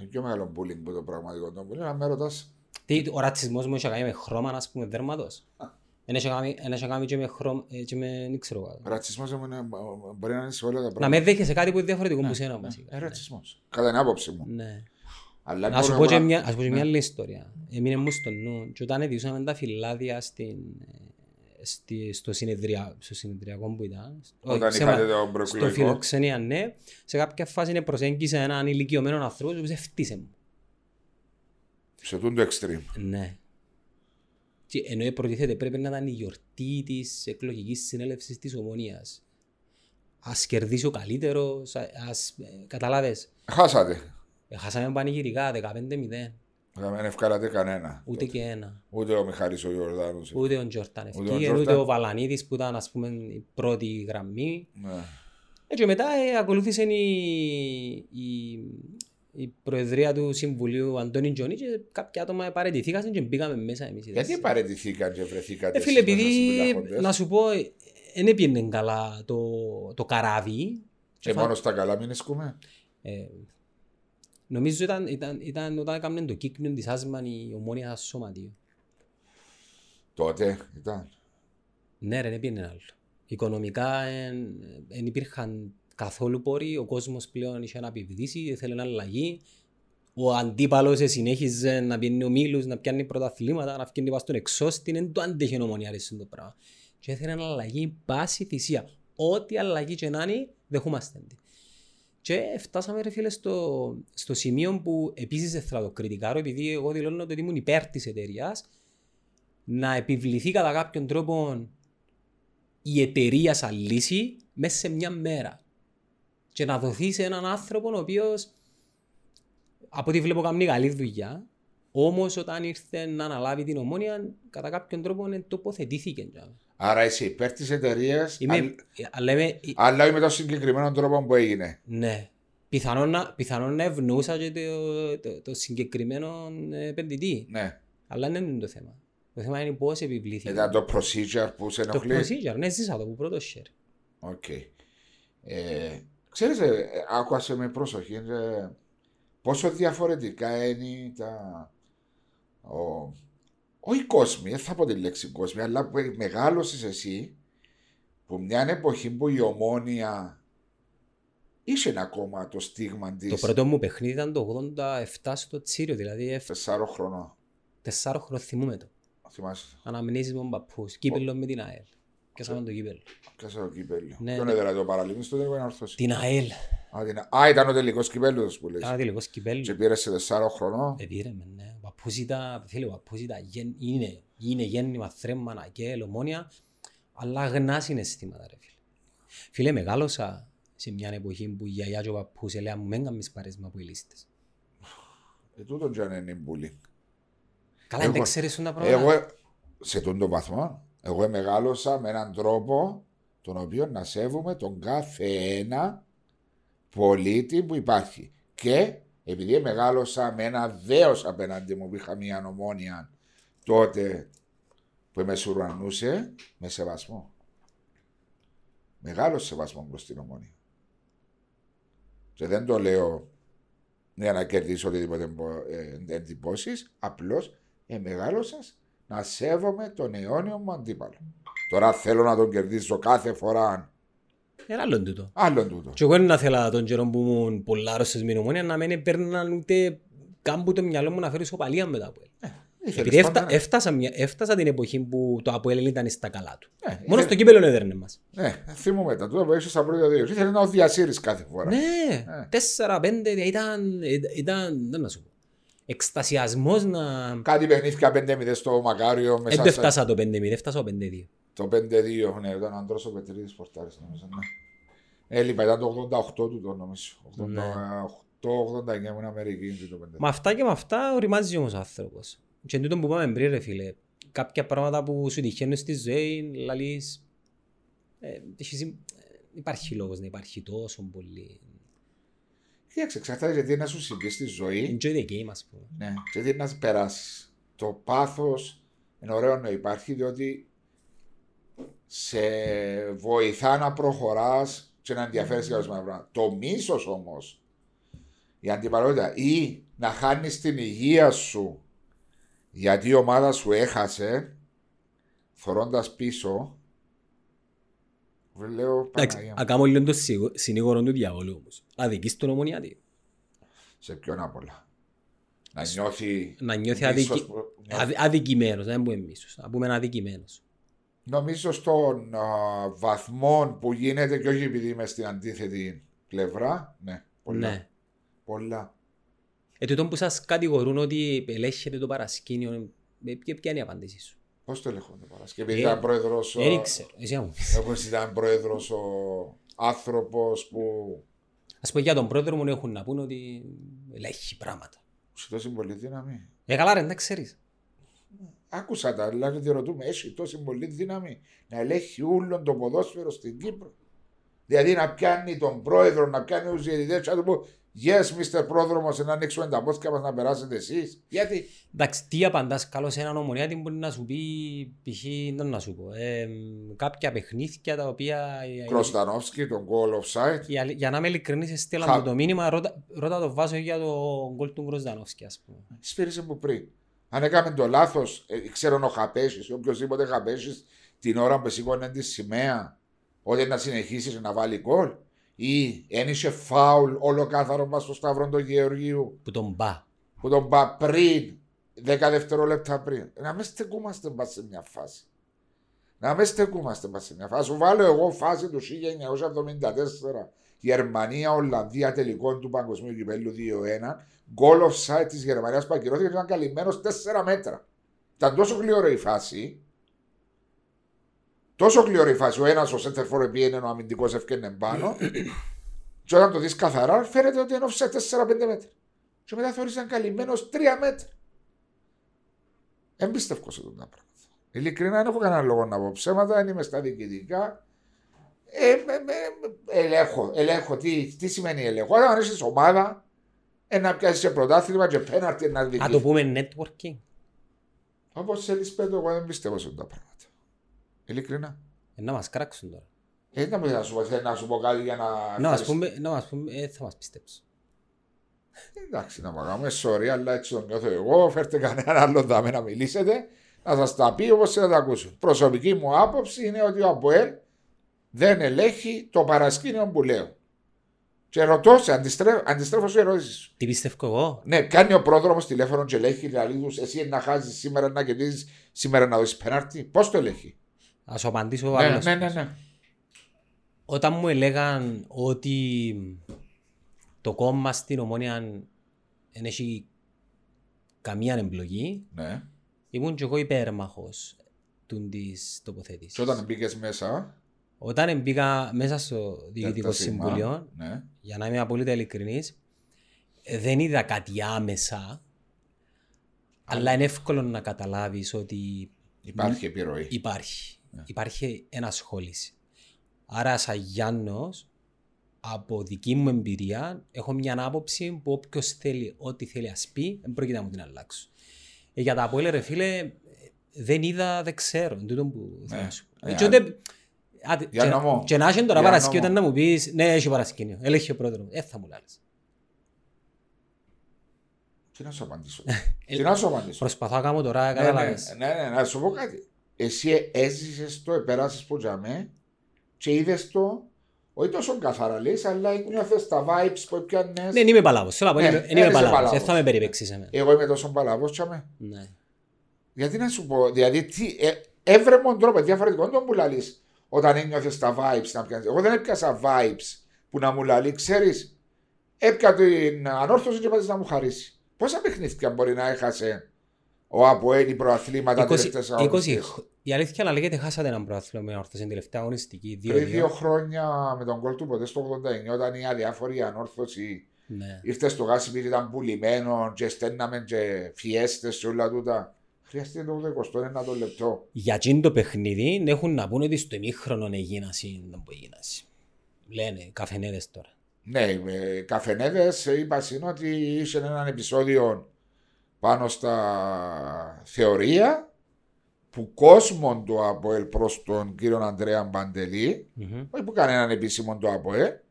[SPEAKER 2] Είναι πιο μεγάλο bullying που το πραγματικό το bullying. Αν με ρωτάς,
[SPEAKER 1] Τι, ο ρατσισμός μου είχε κάνει με χρώμα, ας πούμε, δέρματος. Εν είχε κάνει- εν είχε κάνει και με χρώμα, ε, και με, δεν ξέρω εγώ.
[SPEAKER 2] ρατσισμός δεν είναι- μπορεί να είναι σε όλα τα
[SPEAKER 1] Να
[SPEAKER 2] πράγματα.
[SPEAKER 1] με δέχεσαι κάτι που είναι διαφορετικό από σένα, βασικά.
[SPEAKER 2] Ε, ρατσισμός. Κατά την άποψη μου.
[SPEAKER 1] Ναι.
[SPEAKER 2] Αλλά
[SPEAKER 1] Να σου πω
[SPEAKER 2] μπορούμε
[SPEAKER 1] και
[SPEAKER 2] να-
[SPEAKER 1] μια, ας πω και μια άλλη ιστορία. Έμεινε μου στο νου και όταν εδιούσαμε τα φυλάδια στην, ε, στη, στο, συνεδρια, στο συνεδριακό που ήταν.
[SPEAKER 2] Όταν
[SPEAKER 1] ψέμα,
[SPEAKER 2] είχατε τον
[SPEAKER 1] Στο
[SPEAKER 2] προεκλογικό.
[SPEAKER 1] φιλοξενία, ναι. Σε κάποια φάση είναι προσέγγισε έναν ηλικιωμένο άνθρωπο που ζευτήσε μου.
[SPEAKER 2] Σε τούντο extreme.
[SPEAKER 1] Ναι. Και ενώ προτίθεται πρέπει να ήταν η γιορτή της εκλογικής συνέλευσης της Ομονία. Ας κερδίσει ο καλύτερος, ας καταλάβει.
[SPEAKER 2] Χάσατε.
[SPEAKER 1] ε, Χάσαμε πανηγυρικά 15-0.
[SPEAKER 2] Δεν ευκάλατε κανένα.
[SPEAKER 1] Ούτε και ένα.
[SPEAKER 2] Ούτε ο Μιχάλης ο Ιορδάνος.
[SPEAKER 1] Ούτε ο Τζόρταν
[SPEAKER 2] ο
[SPEAKER 1] ευκήγε,
[SPEAKER 2] Τζόρταν.
[SPEAKER 1] ούτε ο Βαλανίδης που ήταν ας πούμε, η πρώτη γραμμή.
[SPEAKER 2] Ναι.
[SPEAKER 1] Ε, και μετά ε, ακολούθησε η, η, η Προεδρία του Συμβουλίου Αντώνη Τζονί και κάποια άτομα παραιτηθήκαν και μπήκαμε μέσα εμείς. οι
[SPEAKER 2] Γιατί
[SPEAKER 1] τέσσερις.
[SPEAKER 2] παρετηθήκαν και βρεθήκατε
[SPEAKER 1] Ε, φίλε,
[SPEAKER 2] εσείς μέσα στους
[SPEAKER 1] επειδή
[SPEAKER 2] συμμετέχοντες?
[SPEAKER 1] να σου πω, δεν έπιανε καλά το, το καράβι.
[SPEAKER 2] Και μόνος στα καλά μην ασκούμε.
[SPEAKER 1] Ε, νομίζω ήταν, ήταν, ήταν όταν έκαναν το κύκνιο της άσμαν η ομόνια σαν σωματείο.
[SPEAKER 2] Τότε ήταν.
[SPEAKER 1] Ναι ρε, δεν πήγαινε άλλο. Οικονομικά δεν υπήρχαν καθόλου πόροι, ο κόσμος πλέον είχε να επιβδίσει, θέλει αλλαγή. Ο αντίπαλος συνέχιζε να πιένει ομίλους, να πιάνει πρωταθλήματα, να φτιάχνει πας στον εξώστη, δεν το άντεχε ο Ομονιάρης το πράγμα. Και θέλει αλλαγή πάση θυσία. Ό,τι αλλαγή και να είναι, δεχόμαστε. την. Και φτάσαμε ρε φίλε στο, στο σημείο που επίσης δεν θα το κριτικάρω επειδή εγώ δηλώνω ότι ήμουν υπέρ της εταιρείας να επιβληθεί κατά κάποιον τρόπο η εταιρεία σαν λύση μέσα σε μια μέρα και να δοθεί σε έναν άνθρωπο ο οποίος από ό,τι βλέπω κάνει καλή δουλειά όμως όταν ήρθε να αναλάβει την ομόνια κατά κάποιον τρόπο ε, τοποθετήθηκε.
[SPEAKER 2] Άρα είσαι υπέρ της εταιρείας,
[SPEAKER 1] Είμαι, αλλά είμαι,
[SPEAKER 2] αλλά όχι με τον συγκεκριμένο τρόπο που έγινε.
[SPEAKER 1] ναι. Πιθανόν να, πιθανόν να ευνοούσα και το, το, το συγκεκριμένο ε, επενδυτή.
[SPEAKER 2] Ναι.
[SPEAKER 1] Αλλά δεν είναι το θέμα. Το θέμα είναι πώς επιβλήθηκε.
[SPEAKER 2] Ήταν το procedure που σε
[SPEAKER 1] το
[SPEAKER 2] ενοχλεί.
[SPEAKER 1] procedure, ναι, ζήσα το που πρώτος share.
[SPEAKER 2] Οκ. Ε, ξέρεις, ε, άκουασε με πρόσοχη, ε, πόσο διαφορετικά είναι τα... Ο, όχι κόσμοι, δεν θα πω τη λέξη κόσμοι, αλλά που ε, μεγάλωσες εσύ που μια εποχή που η ομόνια είσαι ακόμα το στίγμα
[SPEAKER 1] Το
[SPEAKER 2] της
[SPEAKER 1] πρώτο μου παιχνίδι ήταν το 87 στο Τσίριο, δηλαδή
[SPEAKER 2] τεσσάρων χρονών.
[SPEAKER 1] 4 χρόνια θυμούμε το.
[SPEAKER 2] Θυμάσαι,
[SPEAKER 1] Αναμνήσεις με τον παππού, κύπελο με την ΑΕΛ. Και σαν το κύπελο.
[SPEAKER 2] κάσα το κύπελο.
[SPEAKER 1] Ναι,
[SPEAKER 2] Ποιον
[SPEAKER 1] ναι.
[SPEAKER 2] έδερα το παραλίμνης, τότε δεν όρθωση.
[SPEAKER 1] Την ΑΕΛ.
[SPEAKER 2] Α, την- Α, ήταν ο τελικός κυπέλος που λες.
[SPEAKER 1] Κάνα τελικό
[SPEAKER 2] Και
[SPEAKER 1] κύπελο.
[SPEAKER 2] πήρες σε τεσσάρων χρονών.
[SPEAKER 1] Επήρε με, ναι. Ο παππούς ήταν, φίλε, ο παππούς ήταν, γεν- είναι, είναι γέννημα, θρέμμα, αναγγέλ, ομόνια, αλλά αγνά συναισθήματα, ρε φίλε. Φίλε, μεγάλωσα σε μια εποχή που η γιαγιά και ο παππούς έλεγαν μου, «Μεν κάνεις παρέσμα που οι λίστες».
[SPEAKER 2] Ε, τούτον και αν είναι bullying.
[SPEAKER 1] Καλά,
[SPEAKER 2] Εγώ-
[SPEAKER 1] δεν ξέρεις σου τα πράγματα.
[SPEAKER 2] Εγώ, σε τον τον βαθμό, εγώ μεγάλωσα με έναν τρόπο τον οποίο να σέβομαι τον κάθε ένα πολίτη που υπάρχει. Και επειδή μεγάλωσα με ένα δέος απέναντι μου που είχα μια νομόνια τότε που με σουρανούσε, με σεβασμό. Μεγάλος σεβασμός προς την ομόνια. Και δεν το λέω για να κερδίσω οτιδήποτε ε, εντυπώσεις, απλώς ε, μεγάλωσα να σέβομαι τον αιώνιο μου αντίπαλο. Τώρα θέλω να τον κερδίσω κάθε φορά.
[SPEAKER 1] Ένα άλλο είναι τούτο.
[SPEAKER 2] Άλλον τούτο.
[SPEAKER 1] Και εγώ δεν ήθελα τον καιρό που ήμουν πολλά άρρωστος με νομόνια να μην έπαιρναν ούτε κάμπου το μυαλό μου να φέρω ισοπαλία μετά από ελ.
[SPEAKER 2] Ήθελες
[SPEAKER 1] Επειδή
[SPEAKER 2] πάντα
[SPEAKER 1] έφτα,
[SPEAKER 2] να-
[SPEAKER 1] έφτασα, μια, έφτασα την εποχή που το Αποέλ ήταν στα καλά του.
[SPEAKER 2] Ναι,
[SPEAKER 1] Μόνος
[SPEAKER 2] ήθελε-
[SPEAKER 1] στο κύπελο έδερνε μας.
[SPEAKER 2] Ναι, θυμούμαι τα τούτα που είσαι στα πρώτα δύο. Ήθελες να ο διασύρει κάθε φορά.
[SPEAKER 1] Ναι,
[SPEAKER 2] Ε.
[SPEAKER 1] τέσσερα, πέντε, ήταν, ήταν, δεν να σου πω, εκστασιασμός να...
[SPEAKER 2] Κάτι παιχνίδια 5-0 στο Μακάριο
[SPEAKER 1] Ε, Δεν
[SPEAKER 2] μέσα
[SPEAKER 1] το
[SPEAKER 2] σε-
[SPEAKER 1] έφτασα το 5-0, έφτασα το 5-2.
[SPEAKER 2] Το 5-2, ναι, ήταν ο Αντρός ο Πετρίδης Πορτάρης, νομίζω, ναι. Έλειπα, ήταν το 88 του το νομίζω.
[SPEAKER 1] Ναι.
[SPEAKER 2] 88-89 ήμουν Αμερική, είναι το 5
[SPEAKER 1] Με αυτά και με αυτά οριμάζει όμως ο άνθρωπος. Και εν τούτο που πάμε πριν ρε φίλε, κάποια πράγματα που σου τυχαίνουν στη ζωή, λαλείς, ε, έχεις- ε, υπάρχει λόγος να υπάρχει τόσο πολύ.
[SPEAKER 2] Κοίταξε, εξαρτάται γιατί να σου συμβεί στη ζωή
[SPEAKER 1] Enjoy the game ας πούμε.
[SPEAKER 2] ναι. και τι να περάσεις. Το πάθος είναι ωραίο να υπάρχει, διότι σε βοηθά να προχωράς και να ενδιαφέρεσαι για ορισμένα πράγματα. Το μίσος όμως, η αντιπαλότητα ή να χάνεις την υγεία σου γιατί η ομάδα σου έχασε θωρώντας πίσω βρε, λέω
[SPEAKER 1] Εντάξει,
[SPEAKER 2] Παναγία μου,
[SPEAKER 1] ακάμω λίγο το σιγο- συνήγορο του διαβόλου όμως. Αδικείς τον ομονιάτη.
[SPEAKER 2] σε ποιον απ' όλα να νιώθει
[SPEAKER 1] Να νιώθει
[SPEAKER 2] μίσος
[SPEAKER 1] αδικη...
[SPEAKER 2] που-
[SPEAKER 1] αδ, αδικημένος, να μην πούμε μίσος, να πούμε αδικημένος.
[SPEAKER 2] Νομίζω στον α, βαθμό που γίνεται και όχι επειδή είμαι στην αντίθετη πλευρά. Ναι, πολλά.
[SPEAKER 1] Ναι.
[SPEAKER 2] πολλά.
[SPEAKER 1] Ε, τούτο που σας κατηγορούν ότι ελέγχεται το παρασκήνιο, ε, ποια ποια είναι η απάντησή σου.
[SPEAKER 2] Πώς το ελεγχόνται Παρασκευή.
[SPEAKER 1] Ε,
[SPEAKER 2] ήταν πρόεδρος.
[SPEAKER 1] Δεν ήξερα, εσύ να μου πεις.
[SPEAKER 2] Όπως ήταν πρόεδρος ο άνθρωπος που.
[SPEAKER 1] Ας πω για τον πρόεδρο μου έχουν να πούν ότι ελέγχει πράγματα.
[SPEAKER 2] Σου τόση πολύ δύναμη.
[SPEAKER 1] Ε, καλά ρε, να ξέρεις.
[SPEAKER 2] Άκουσα τα, αλλά δεν τη ρωτούμε. Έχει τόση πολύ δύναμη να ελέγχει ούλον το ποδόσφαιρο στην Κύπρο. Δηλαδή να πιάνει τον πρόεδρο, να πιάνει τους διαιτητές, να του πω Yes, Mr. Πρόδρομος, να ανοίξουμε τα πόθηκα μας να περάσετε εσείς. Γιατί.
[SPEAKER 1] Εντάξει, τι απαντάς καλό σε έναν ομονιάτη μπορεί να σου πει, π.χ. δεν να σου πω, ε, κάποια παιχνίδια τα οποία.
[SPEAKER 2] Κροστανόφσκι, τον goal offside.
[SPEAKER 1] Για, για να είμαι ειλικρινής, στείλα
[SPEAKER 2] Χα-
[SPEAKER 1] μου το μήνυμα, ρώτα, ρώτα το βάζω για το γκολ του Γκροζδανόφσκι, ας πούμε.
[SPEAKER 2] Σφύρισε μου πριν. Αν έκαμε το λάθος, ε, ξέρω ο Χαπέσης ή οποιοδήποτε Χαπέσης την ώρα που σηκώνε τη σημαία, ότι να συνεχίσεις να βάλει γκολ. Ή ένισε φάουλ ολοκάθαρο μας στο Σταυρό του Γεωργίου
[SPEAKER 1] Που τον μπα.
[SPEAKER 2] που τον πα πριν, 10 δευτερόλεπτα πριν. Να μην στεκούμαστε μπας σε μια φάση. Να μην στεκούμαστε μπας σε μια φάση. Σου βάλω εγώ φάση του 1974. Γερμανία, Ολλανδία, τελικό του Παγκοσμίου Κυπέλλου 2-1. Γκολ offside της Γερμανίας που ακυρώθηκε και ήταν καλυμμένος 4 μέτρα. Ήταν τόσο γλυόρα η φάση. Τόσο γλυόρα η φάση. Ο ένας ο Σέντερφορ πήγαινε, ο αμυντικός ευκαιρνε πάνω. και όταν το δεις καθαρά, φαίνεται ότι είναι offside 4-5 μέτρα και μετά θεωρήσαν καλυμμένος τρία μέτρα. Εμπίστευκο σε τον τα πράγματα. Ειλικρινά δεν έχω κανένα λόγο να πω ψέματα, δεν είμαι στα διοικητικά. Ε, με, με, ελέγχω, ελέγχω. Τι, τι σημαίνει ελέγχω. Όταν είσαι ομάδα, ε, να πιάσεις σε πρωτάθλημα και πέναρτη να
[SPEAKER 1] Α το
[SPEAKER 2] δει.
[SPEAKER 1] πούμε networking.
[SPEAKER 2] Όπως θέλεις πέντο, εγώ δεν πιστεύω σε αυτά τα πράγματα. Ειλικρινά.
[SPEAKER 1] Ε, Να μας κράξουν τώρα.
[SPEAKER 2] Ε, να, μου- να σου, πω- θέλω να σου πω κάτι για να.
[SPEAKER 1] Να μας πούμε, να μας πούμε, ε, θα μας πιστέψω.
[SPEAKER 2] Εντάξει, να παγάμε, sorry, αλλά έτσι το νιώθω εγώ. Φέρτε κανέναν άλλον δάμε να μιλήσετε, να σας τα πει όπως θα τα ακούσουν. Προσωπική μου άποψη είναι ότι ο Αποέλ δεν ελέγχει το παρασκήνιο που λέω. Και ρωτώ, σε, αντιστρέφω, αντιστρέφω σε ερώτηση σου.
[SPEAKER 1] Τι πιστεύω εγώ.
[SPEAKER 2] Ναι, κάνει ο πρόδρομος τηλέφωνο και ελέγχει, δηλαδή του εσύ να χάσεις σήμερα να κερδίζεις, σήμερα να δώσεις πέναρτη. Πώς το ελέγχει.
[SPEAKER 1] Ας σου απαντήσω
[SPEAKER 2] Ναι,
[SPEAKER 1] άλλος.
[SPEAKER 2] ναι, ναι, ναι.
[SPEAKER 1] Όταν μου έλεγαν ότι το κόμμα στην Ομόνια δεν έχει καμία εμπλοκή,
[SPEAKER 2] ναι.
[SPEAKER 1] ήμουν και εγώ υπέρμαχος του της τοποθέτησης.
[SPEAKER 2] Και όταν μπήκες μέσα.
[SPEAKER 1] Όταν μπήκα μέσα στο
[SPEAKER 2] τα
[SPEAKER 1] Διοικητικό
[SPEAKER 2] σημα,
[SPEAKER 1] Συμβούλιο,
[SPEAKER 2] Ναι.
[SPEAKER 1] για να είμαι απόλυτα ειλικρινής, ε, δεν είδα κάτι άμεσα, αλλά είναι εύκολο να καταλάβεις ότι
[SPEAKER 2] Υπάρχει επιρροή.
[SPEAKER 1] Υπάρχει.
[SPEAKER 2] Ναι.
[SPEAKER 1] Υπάρχει ενασχόληση. Άρα, σαν Γιάννος, από δική μου εμπειρία, έχω μια άποψη που όποιος θέλει, ό,τι θέλει, ας πει, δεν πρόκειται να μου την αλλάξω. Ε, για τα απόλυτα, ρε φίλε, ε, δεν είδα, δεν ξέρω. Είναι Τούτο που θέλω
[SPEAKER 2] Ναι.
[SPEAKER 1] να σου πω.
[SPEAKER 2] Ε,
[SPEAKER 1] Ε, και
[SPEAKER 2] α-
[SPEAKER 1] ούτε- Άντε,
[SPEAKER 2] Για
[SPEAKER 1] και-
[SPEAKER 2] νομό.
[SPEAKER 1] Και να έχει τώρα
[SPEAKER 2] Για
[SPEAKER 1] παρασκήνιο,
[SPEAKER 2] νομό.
[SPEAKER 1] όταν να μου πεις, ναι, έχει παρασκήνιο, ελέγχει ο πρόεδρος. Ε, θα μου λάλλεις.
[SPEAKER 2] Τι να σου απαντήσω. Τι να σου απαντήσω.
[SPEAKER 1] Ε, Προσπαθώ να κάνω τώρα,
[SPEAKER 2] Ναι, ναι,
[SPEAKER 1] κατάλαβες.
[SPEAKER 2] ναι, ναι, να σου πω κάτι. Εσύ έζησες το, επέρασε που τζαμέ και είδες το, όχι τόσο καθαρά λες, αλλά νιώθες τα vibes που έπιανες.
[SPEAKER 1] Ναι, δεν είμαι παλάβος. Θέλω να πω,
[SPEAKER 2] Ναι,
[SPEAKER 1] είμαι-
[SPEAKER 2] δεν
[SPEAKER 1] δεν είμαι
[SPEAKER 2] είσαι
[SPEAKER 1] παλάβος.
[SPEAKER 2] παλάβος.
[SPEAKER 1] Δεν θα με περιπέξεις εμένα.
[SPEAKER 2] Εγώ είμαι τόσο παλαβό, τζαμέ.
[SPEAKER 1] Ναι.
[SPEAKER 2] Γιατί να σου πω, δηλαδή, τι, ε, έβρε μόνο τρόπο, διαφορετικό είναι το που λαλείς όταν ένιωθε τα vibes να πιάνεις. Εγώ δεν έπιασα vibes που να μου λαλεί, ξέρεις. Έπια την ανόρθωση και πας να μου χαρίσεις. Πόσα παιχνίδια μπορεί να έχασε ο Αποέλ, οι προαθλήματα
[SPEAKER 1] 20,
[SPEAKER 2] τελευταίες
[SPEAKER 1] 20,
[SPEAKER 2] αγωνιστικές.
[SPEAKER 1] η αλήθεια να λέγεται χάσατε έναν πρόαθλο με όρθος στην τελευταία αγωνιστική. 2-2.
[SPEAKER 2] Πριν δύο χρόνια με τον κόλ του ποτέ στο 89, όταν η αδιάφορη ανόρθωση
[SPEAKER 1] Ναι.
[SPEAKER 2] ήρθες στο γάσι πήρε, ήταν πουλημένο και στέλναμε και φιέστες και όλα τούτα. Χρειάστηκε το 21 λεπτό.
[SPEAKER 1] Για εκείνο το παιχνίδι έχουν να πούνε ότι στο ημίχρονο εγίναση δεν μπορεί γίναση. Λένε καφενέδες τώρα.
[SPEAKER 2] Ναι, ε, καφενέδες ε, είπα συν ότι είχε έναν επεισόδιο πάνω στα θεωρία που κόσμον το ΑΠΟΕΛ προς τον κύριο Ανδρέα Μπαντελή όχι που κανέναν επίσημο το ΑΠΟΕ,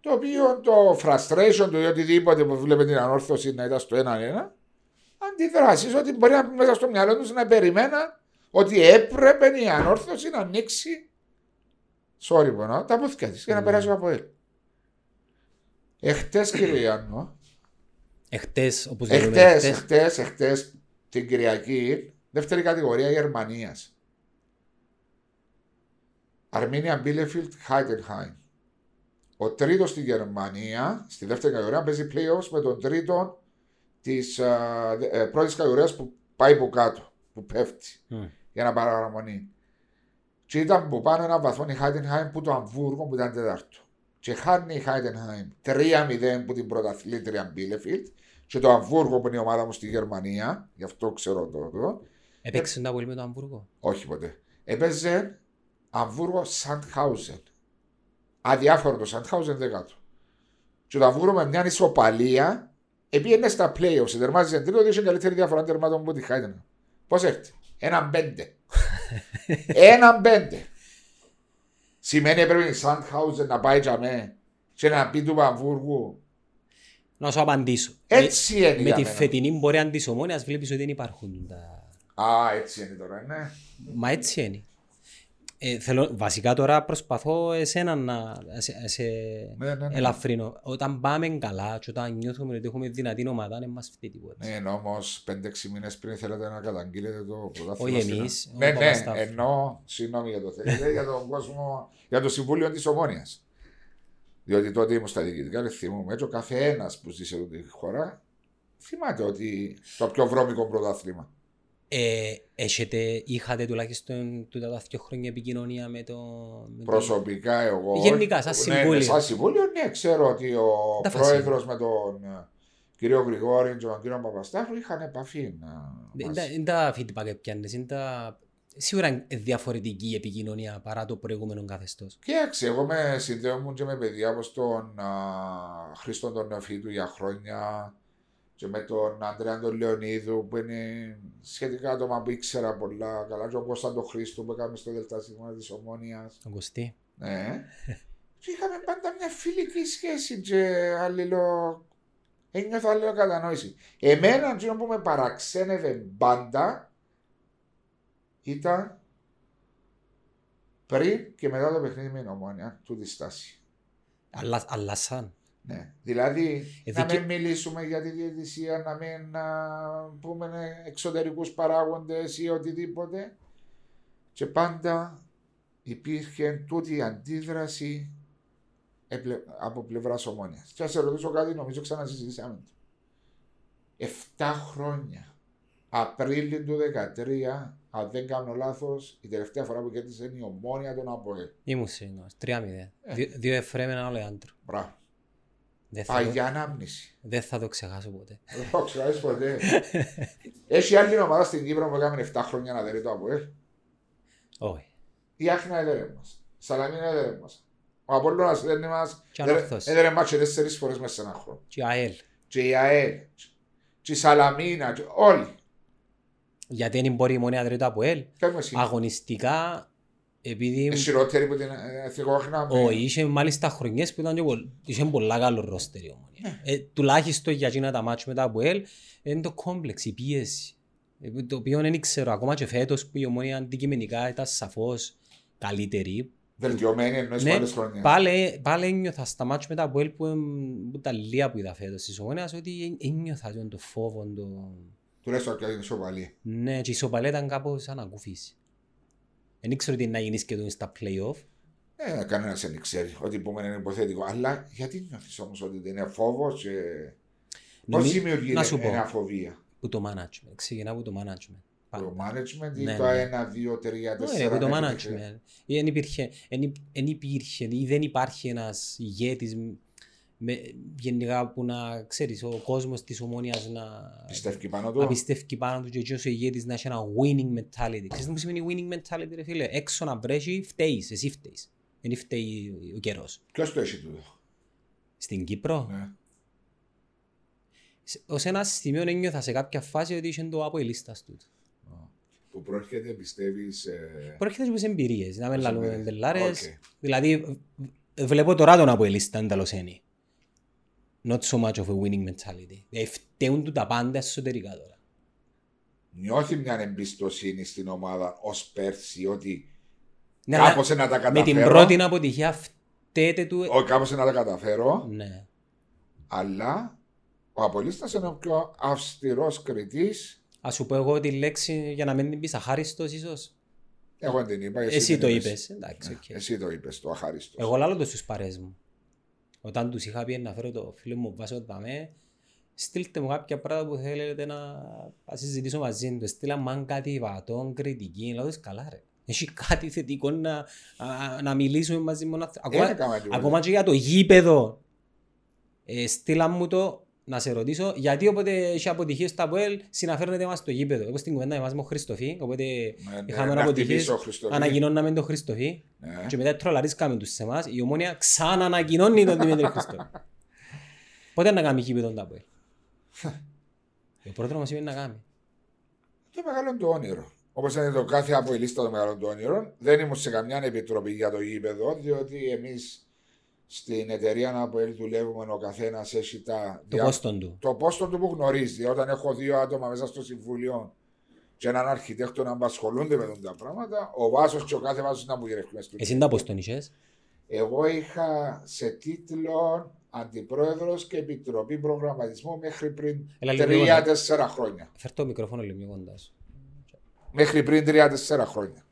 [SPEAKER 2] το οποίο το frustration του ή οτιδήποτε που βλέπετε την ανόρθωση να ήταν στο έναν-ένα, αντιδράσεις ότι μπορεί να μέσα στο μυαλό τους να περιμέναν ότι έπρεπε η ανόρθωση να ανοίξει sorry πονά, τα πούθηκα της για να
[SPEAKER 1] Mm.
[SPEAKER 2] περάσει ο ΑΠΟΕ. Εχθές κύριε Ιάννο,
[SPEAKER 1] Εχτες, όπως λέμε,
[SPEAKER 2] Εχθές,
[SPEAKER 1] εχτες.
[SPEAKER 2] εχθές, εχθές την Κυριακή, δεύτερη κατηγορία Γερμανία. Αρμίνια Μπίλεφιλτ Χάιντενχάιμ. Ο τρίτος στη Γερμανία, στη δεύτερη κατηγορία, παίζει playoffs με τον ε, τρίτο τη πρώτης κατηγορίας που πάει από κάτω, που πέφτει
[SPEAKER 1] Μμ.
[SPEAKER 2] για να παραμονή. Και ήταν από πάνω ένα βαθμό η Χάιντενχάιμ που το Αμβούργο που ήταν τέταρτο. Και χάνει η Χάιντενχάιμ 3-0 που την πρωταθλήτρια Μπίλεφιλτ και το Αμβούργο που είναι η ομάδα μου στη Γερμανία, γι' αυτό ξέρω το. το.
[SPEAKER 1] Έπαιξαν Ε, τα πολύ με το Αμβούργο.
[SPEAKER 2] Όχι ποτέ. Έπαιζε Αμβούργο Σαντχάουζεν. Αδιάφορο το Σαντχάουζεν δεκάτο. και όταν βγούμε μια ισοπαλία, επήγαινε στα playoffs, τερμάζησε τρίτο, είχε καλύτερη διαφορά τερμάτων που τη Χάιντεν. Πώς έρθει, έναν πέντε. έναν πέντε. Σημαίνει έπρεπε η Σαντχάουζεν να πάει για μέ και να πει του Παμβούργου.
[SPEAKER 1] Να σου απαντήσω. Ε,
[SPEAKER 2] Έτσι είναι
[SPEAKER 1] Με
[SPEAKER 2] για
[SPEAKER 1] τη
[SPEAKER 2] μένα.
[SPEAKER 1] φετινή πορεία της ομόνιας βλέπεις ότι δεν υπάρχουν τα...
[SPEAKER 2] Α, έτσι είναι τώρα, ναι.
[SPEAKER 1] Μα έτσι είναι. Ε, θέλω, βασικά τώρα προσπαθώ εσένα να σε, σε
[SPEAKER 2] Ναι, ναι, ναι.
[SPEAKER 1] ελαφρύνω. Όταν πάμε καλά και όταν νιώθουμε ότι έχουμε δυνατή ομάδα, δεν μας φταίει τίποτα.
[SPEAKER 2] Ναι, ενώ όμως 5-6 μήνες πριν θέλετε να καταγγείλετε το πρωτάθλημα.
[SPEAKER 1] Όχι
[SPEAKER 2] στην-
[SPEAKER 1] εμείς, ο
[SPEAKER 2] Ναι, ναι,
[SPEAKER 1] Παπασταύρου.
[SPEAKER 2] ενώ συγγνώμη για το θέλετε, για τον κόσμο, για το Συμβούλιο τη Ομόνοια. Διότι τότε ήμουν στα διοικητικά, δεν θυμούμαι. Έτσι, ο καθένας που ζει σε αυτή τη χώρα θυμάται ότι το πιο βρώμικο πρωτάθλημα.
[SPEAKER 1] Ε, έχετε, είχατε τουλάχιστον τούτα τα δύο χρόνια επικοινωνία με το... με το-
[SPEAKER 2] Προσωπικά εγώ.
[SPEAKER 1] Γενικά, σαν
[SPEAKER 2] ναι, ναι,
[SPEAKER 1] συμβούλιο.
[SPEAKER 2] σαν συμβούλιο, ναι, ξέρω ότι ο
[SPEAKER 1] Τα
[SPEAKER 2] πρόεδρος με τον ε, κύριο Γρηγόρη και τον κύριο Παπαστάφου είχαν επαφή. να
[SPEAKER 1] Δεν
[SPEAKER 2] μας-
[SPEAKER 1] Ε, τα- δεν τα feedback έπιανες, είναι τα... Σίγουρα είναι διαφορετική η επικοινωνία παρά το προηγούμενο καθεστώς.
[SPEAKER 2] Κοιτάξτε, εγώ με συνδέομαι και με παιδιά όπως τον α, Χρήστο τον Νεοφίτου για χρόνια και με τον Αντρέα τον Λεωνίδου που είναι σχετικά άτομα που ήξερα πολλά καλά και ο Κώστα τον Χρήστο που έκαμε στο Δελτά Σύγχρονο της Ομόνιας.
[SPEAKER 1] Τον Κωστή.
[SPEAKER 2] Ναι. και είχαμε πάντα μια φιλική σχέση και αλληλο... Ένιωθα αλληλοκατανόηση. Εμένα, εκείνο που με παραξένευε πάντα ήταν πριν και μετά το παιχνίδι με την ομόνια του τη στάση.
[SPEAKER 1] Αλλά, αλλά σαν.
[SPEAKER 2] Ναι. Δηλαδή,
[SPEAKER 1] Ε,
[SPEAKER 2] να
[SPEAKER 1] δικαι-
[SPEAKER 2] μην μιλήσουμε για τη διαιτησία, να μην α, πούμε εξωτερικούς παράγοντες ή οτιδήποτε. Και πάντα υπήρχε τούτη η αντίδραση επλε- από πλευράς ομόνιας. Και να σε ρωτήσω κάτι, νομίζω ξανασυζητήσαμε. το. Εφτά χρόνια. Απρίλη του 2013, αν δεν κάνω λάθος, η τελευταία φορά που κέρδισε είναι η ομόνια των ΑΠΟΕ.
[SPEAKER 1] Ήμουν σύγχρονος. 3-0.
[SPEAKER 2] Ε.
[SPEAKER 1] Δύο- Δύο εφρέμ, ένα άλλο άντρο.
[SPEAKER 2] Μπράβο.
[SPEAKER 1] Δεν θα, το,
[SPEAKER 2] Παγιά ανάμνηση. δεν
[SPEAKER 1] δεν θα το ξεχάσω ποτέ.
[SPEAKER 2] το ξεχάσεις ποτέ. Έχει άλλη ομάδα στην Κύπρο που έκαμε 7 χρόνια να δέρει το ΑΠΟΕΛ.
[SPEAKER 1] Όχι.
[SPEAKER 2] Η Άχνα έδερε μας. Η Σαλαμίνα έδερε μας. Ο Απόλλωνας έδερε μας.
[SPEAKER 1] Και
[SPEAKER 2] έδερε-
[SPEAKER 1] ανόρθωση.
[SPEAKER 2] Έδερε μας και τέσσερις φορές μέσα σε ένα χρόνο.
[SPEAKER 1] Και ΑΕΛ.
[SPEAKER 2] Και η ΑΕΛ. Και η Σαλαμίνα. Και όλοι.
[SPEAKER 1] Γιατί δεν μπορεί η μονή αδρετά από ΕΛ.
[SPEAKER 2] Κάνουμε σύγκριση.
[SPEAKER 1] Αγωνιστικά, επειδή...
[SPEAKER 2] Είναι χειρότερη που την ε, Εθνικόχνα. με-
[SPEAKER 1] Όχι, είχε μάλιστα χρονιές που ήταν και πολλ- είχε πολλά καλό ρόστερ η ομονία. Ε, τουλάχιστον για εκείνα τα μάτια μετά από ελ, είναι το κόμπλεξ, η πίεση. Ε, Το οποίο δεν ξέρω, ακόμα και φέτος που η ομονία αντικειμενικά ήταν σαφώς καλύτερη.
[SPEAKER 2] Βελτιωμένη εννοείς
[SPEAKER 1] Ναι,
[SPEAKER 2] ναι. άλλες χρόνια.
[SPEAKER 1] πάλι, πάλι ένιωθα στα μάτια μετά από ελ που, εμ, που τα λίγα που είδα φέτος της ομονίας, ότι εν- ένιωθα τον το φόβο, το...
[SPEAKER 2] Τουλάχιστον και είναι σοβαλή.
[SPEAKER 1] Ναι, και η σοπαλία ήταν κάπως ανακούφιση. Δεν ξέρω τι να γίνεις και τον στα play-off.
[SPEAKER 2] Ε, κανένα δεν ξέρεις. Ό,τι πούμε είναι υποθέτικο. Αλλά γιατί νιώθεις όμως ότι είναι φόβος και. Πώς
[SPEAKER 1] Νομι- να
[SPEAKER 2] δημιουργείται
[SPEAKER 1] σου πω.
[SPEAKER 2] μια φοβία.
[SPEAKER 1] Που το management, ξεκινά από το management. Πα-
[SPEAKER 2] Το management
[SPEAKER 1] Ναι,
[SPEAKER 2] ή το
[SPEAKER 1] ναι.
[SPEAKER 2] 1, 2, 3, 4.
[SPEAKER 1] Όχι, από το management. Ή Δεν υπήρχε, εν υ- εν υπήρχε ή δεν υπάρχει ένας ηγέτης μ- με, γενικά που να ξέρεις, ο κόσμος της ομόνιας να
[SPEAKER 2] Πιστεύει πάνω
[SPEAKER 1] να
[SPEAKER 2] του.
[SPEAKER 1] πιστεύει πάνω του και εκείνος ο ηγέτης να έχει ένα winning mentality. Ξέρεις τι μου σημαίνει winning mentality ρε φίλε, έξω να βρέσει φταίεις, εσύ φταίεις. Δεν φταίει ο καιρός.
[SPEAKER 2] Ποιος το έχει τούτο.
[SPEAKER 1] Στην Κύπρο,
[SPEAKER 2] Ναι.
[SPEAKER 1] σε- ως ένα σημείο ένιωθα σε κάποια φάση ότι είχε το από η λίστα του.
[SPEAKER 2] Που προέρχεται, πιστεύεις. Ε...
[SPEAKER 1] Προέρχεται και από τις εμπειρίες, να με
[SPEAKER 2] τις
[SPEAKER 1] λαλούμε
[SPEAKER 2] εμπειρίες.
[SPEAKER 1] τελάρες.
[SPEAKER 2] Οκ.
[SPEAKER 1] Δηλαδή, β- β- βλέπω τώρα τον από η λίστα εν ταλωσένει. Not so much of a winning mentality. Δηλαδή, φταίουν του τα πάντα εσωτερικά τώρα.
[SPEAKER 2] Νιώθει μια εμπιστοσύνη στην ομάδα ως πέρσι ότι
[SPEAKER 1] Ναι, αλλά
[SPEAKER 2] κάπως να τα καταφέρω.
[SPEAKER 1] με την πρώτη αποτυχία φταίτε του...
[SPEAKER 2] Όχι, κάπως να τα καταφέρω,
[SPEAKER 1] Ναι.
[SPEAKER 2] αλλά ο Απολίστα είναι ο πιο αυστηρός κριτής.
[SPEAKER 1] Ας σου πω εγώ τη λέξη για να μην την πεις αχάριστος ίσως.
[SPEAKER 2] Εγώ δεν την είπα. Εσύ,
[SPEAKER 1] Εσύ,
[SPEAKER 2] την
[SPEAKER 1] το είπες. Εντάξει, οκ.
[SPEAKER 2] Ναι, Εσύ το είπες, το αχάριστος.
[SPEAKER 1] Εγώ λάλλω το στους παρέες μου. Όταν τους είχα πει να φέρω το φίλο μου βάσο δαμέ, στείλτε μου κάποια πράγματα που θέλετε να να συζητήσω μαζί του. Στείλα μαν κάτι βατό, κριτική, λέω τους καλά ρε. Έχει κάτι θετικό να, α, να μιλήσουμε μαζί μου. να-
[SPEAKER 2] Δεν
[SPEAKER 1] Ακόμα,
[SPEAKER 2] έκανα τίποτα.
[SPEAKER 1] ακόμα και για το γήπεδο. Ε, στείλα μου το να σε ρωτήσω γιατί όποτε έχει αποτυχίες στα ΑΠΟΕΛ συναφέρνετε μας στο γήπεδο. Εγώ στην κουβέντα εμάς με ο Χριστοφή, οπότε
[SPEAKER 2] Ναι, ναι,
[SPEAKER 1] είχαμε
[SPEAKER 2] να
[SPEAKER 1] αποτυχίες,
[SPEAKER 2] χτυπήσω ο Χριστόφιλος.
[SPEAKER 1] ανακοινώναμε τον Χριστοφή
[SPEAKER 2] Ναι.
[SPEAKER 1] και μετά τρολαρίσκαμε τους σε εμάς, η ομόνια ξαναανακοινώνει τον Δημήτρη Χριστό. Πότε να κάνει γήπεδο τα πουέλ. Ο πρόεδρο μα είπε να κάνει.
[SPEAKER 2] Το μεγάλο του όνειρο. Όπως είναι το κάθε από η λίστα των μεγάλων του όνειρων, δεν ήμουν σε καμιά επιτροπή για το γήπεδο, διότι εμείς στην εταιρεία να που δουλεύουμε, ο καθένας έχει τα.
[SPEAKER 1] Το
[SPEAKER 2] διά-
[SPEAKER 1] κόστο του.
[SPEAKER 2] το πόστο του που γνωρίζει. Όταν έχω δύο άτομα μέσα στο συμβουλίο και έναν αρχιτέκτο να απασχολούνται με αυτά τα πράγματα, ο βάσος και ο κάθε βάσος να μου γυρεύει στο
[SPEAKER 1] Εσύ τα πώ τον είσαι.
[SPEAKER 2] Εγώ είχα σε τίτλο Αντιπρόεδρος και Επιτροπή Προγραμματισμού μέχρι πριν
[SPEAKER 1] Έλα λίγο γρήγορα.
[SPEAKER 2] τρία-τέσσερα χρόνια.
[SPEAKER 1] Φέρ το μικρόφωνο λίγο πιο κοντά σου.
[SPEAKER 2] Μέχρι πριν τρία-τέσσερα χρόνια.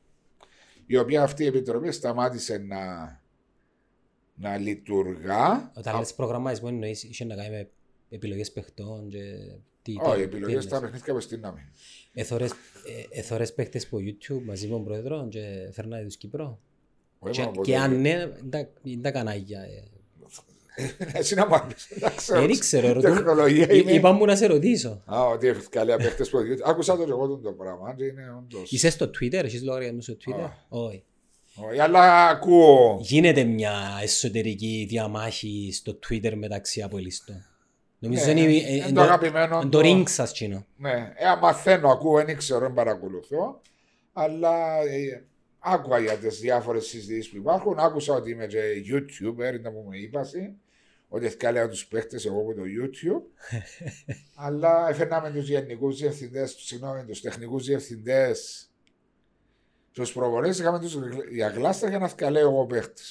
[SPEAKER 2] Η οποία αυτή η επιτροπή σταμάτησε να, να λειτουργά.
[SPEAKER 1] Όταν λες προγραμματισμό εννοείς είχε να κάνει με επιλογές παιχτών και τι ήταν,
[SPEAKER 2] Όχι,
[SPEAKER 1] τι
[SPEAKER 2] οι επιλογέ
[SPEAKER 1] έννοιες.
[SPEAKER 2] στα παιχνίδια που στείναμε.
[SPEAKER 1] Εθωρές- ε, Εθωρές παίχτες από YouTube μαζί με τον πρόεδρο και φέρνανε τους Κύπρο.
[SPEAKER 2] Όχι
[SPEAKER 1] Και-
[SPEAKER 2] μόνο από
[SPEAKER 1] Και
[SPEAKER 2] το-
[SPEAKER 1] αν ναι, τα- τα κανάλια. ε.
[SPEAKER 2] Εσύ να μου απαντήσεις, δεν ξέρω.
[SPEAKER 1] Δεν ήξερα, ρωτούν-
[SPEAKER 2] Τεχνολογία
[SPEAKER 1] Ε,
[SPEAKER 2] είναι.
[SPEAKER 1] Είπα μου να σε ρωτήσω.
[SPEAKER 2] Α, ότι έφυγε καλή απέχτες που διότι- Άκουσα το και εγώ τον το πράγμα. και Είναι όντως.
[SPEAKER 1] Είσαι στο Twitter, έχεις λογαριασμό στο Twitter.
[SPEAKER 2] Α.
[SPEAKER 1] Όχι.
[SPEAKER 2] Όχι, αλλά ακούω.
[SPEAKER 1] Γίνεται μια εσωτερική διαμάχη στο Twitter μεταξύ απολύστων. Νομίζω
[SPEAKER 2] Ναι,
[SPEAKER 1] είναι η-
[SPEAKER 2] είναι
[SPEAKER 1] ε,
[SPEAKER 2] το
[SPEAKER 1] εν το-
[SPEAKER 2] αγαπημένο
[SPEAKER 1] εν
[SPEAKER 2] το-
[SPEAKER 1] το ring σας κοινό.
[SPEAKER 2] Ναι, ε, μαθαίνω, ακούω, δεν ξέρω, δεν παρακολουθώ. Αλλά ε, άκουγα για τις διάφορες συζητήσεις που υπάρχουν. Άκουσα ότι είμαι και YouTuber, είναι που με είπαση. Ότι ευκάλεα τους παίχτες εγώ από το YouTube. αλλά έφερναμε τους γενικούς διευθυντές, συγγνώμη, τους τεχνικούς διευθυντές. Του προπονεί είχαμε τους για γλάστα για να ευκαλέω εγώ Ε, παίχτε.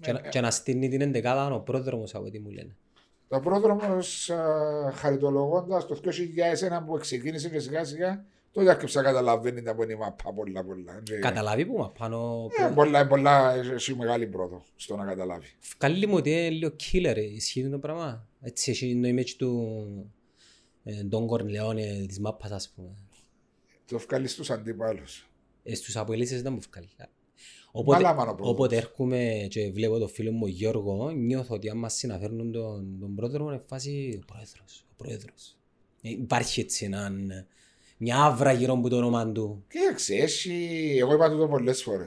[SPEAKER 1] Και να- Και να στείλει την εντεκάδα ο πρόδρομος από ό,τι μου λένε.
[SPEAKER 2] Το πρόδρομος χαριτολογώντας το 2001 που ξεκίνησε και σιγά σιγά, τότε άρχισα να καταλαβαίνει τα πονήμα πολλά πολλά. Ε,
[SPEAKER 1] Καταλάβει που μα πάνω...
[SPEAKER 2] ε, Πολλά, πολλά, εσύ μεγάλη πρόοδος στο να καταλάβει.
[SPEAKER 1] Καλή μου ότι είναι λίγο killer, ε, ισχύει το πράγμα. Έτσι έχει το image του ε, Don Corleone της μάπας ας πούμε.
[SPEAKER 2] Το βγάλεις στου αντίπαλου.
[SPEAKER 1] Ε, Στους αποελίσεις δεν μου βγάλει. Οπότε,
[SPEAKER 2] Μαλάμα ο πρόεδρος.
[SPEAKER 1] όποτε έρχομαι και βλέπω τον φίλο μου ο Γιώργο, νιώθω ότι άμα συναφέρνουν τον, τον πρόεδρο, είναι φάση ο πρόεδρος, ο πρόεδρος. Ε, υπάρχει έτσι έναν, μια άβρα γύρω από το όνομα του.
[SPEAKER 2] Κοίταξε, εσύ, εγώ είπα τούτο πολλές φορές.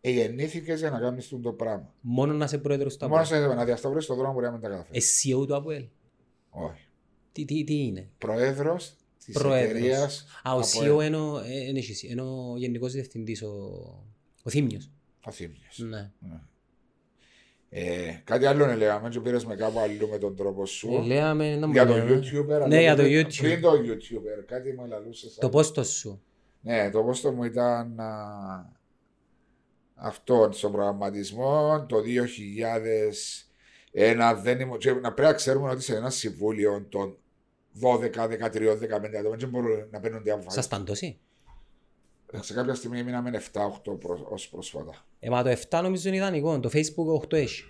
[SPEAKER 2] Εγεννήθηκες για να κάνεις το πράγμα.
[SPEAKER 1] Μόνο να είσαι πρόεδρος του
[SPEAKER 2] Μόνο
[SPEAKER 1] Αποέλ. Ε,
[SPEAKER 2] σε να διασταυρώσεις τον δρόμο μπορεί να μην τα καταφέρεις.
[SPEAKER 1] Εσύ του Αποέλ.
[SPEAKER 2] Όχι.
[SPEAKER 1] Τι, τι, τι είναι.
[SPEAKER 2] Πρόεδρος της
[SPEAKER 1] Πρόεδρος.
[SPEAKER 2] εταιρείας.
[SPEAKER 1] Α, ο CEO είναι ο- ε, είναι εσύ, είναι ο γενικός διευθυντής, ο, ο Θήμιος. Ναι.
[SPEAKER 2] Ε, κάτι άλλο λέγαμε, και πήρες με κάπου αλλού με τον τρόπο σου.
[SPEAKER 1] Ε, Λέαμε να μου
[SPEAKER 2] Για το
[SPEAKER 1] λέμε.
[SPEAKER 2] YouTuber. αλλά
[SPEAKER 1] Ναι, για το
[SPEAKER 2] πριν-
[SPEAKER 1] YouTube.
[SPEAKER 2] Πριν το YouTuber, κάτι μου λαλούσες.
[SPEAKER 1] Το πόστος σου.
[SPEAKER 2] Ναι, το πόστος μου ήταν α, αυτό στον προγραμματισμό το 2001. Δεν ήμουν, και να πρέπει να ξέρουμε ότι σε ένα συμβούλιο των 12, 13, 15 ατόμων δεν μπορούν να παίρνουν
[SPEAKER 1] Σας
[SPEAKER 2] διάφορα.
[SPEAKER 1] ήταν τόσοι.
[SPEAKER 2] Σε κάποια στιγμή μείναμε 7-8 προ, ως πρόσφατα.
[SPEAKER 1] Ε, μα το 7 νομίζω είναι ιδανικό. Το Facebook 8 έχει.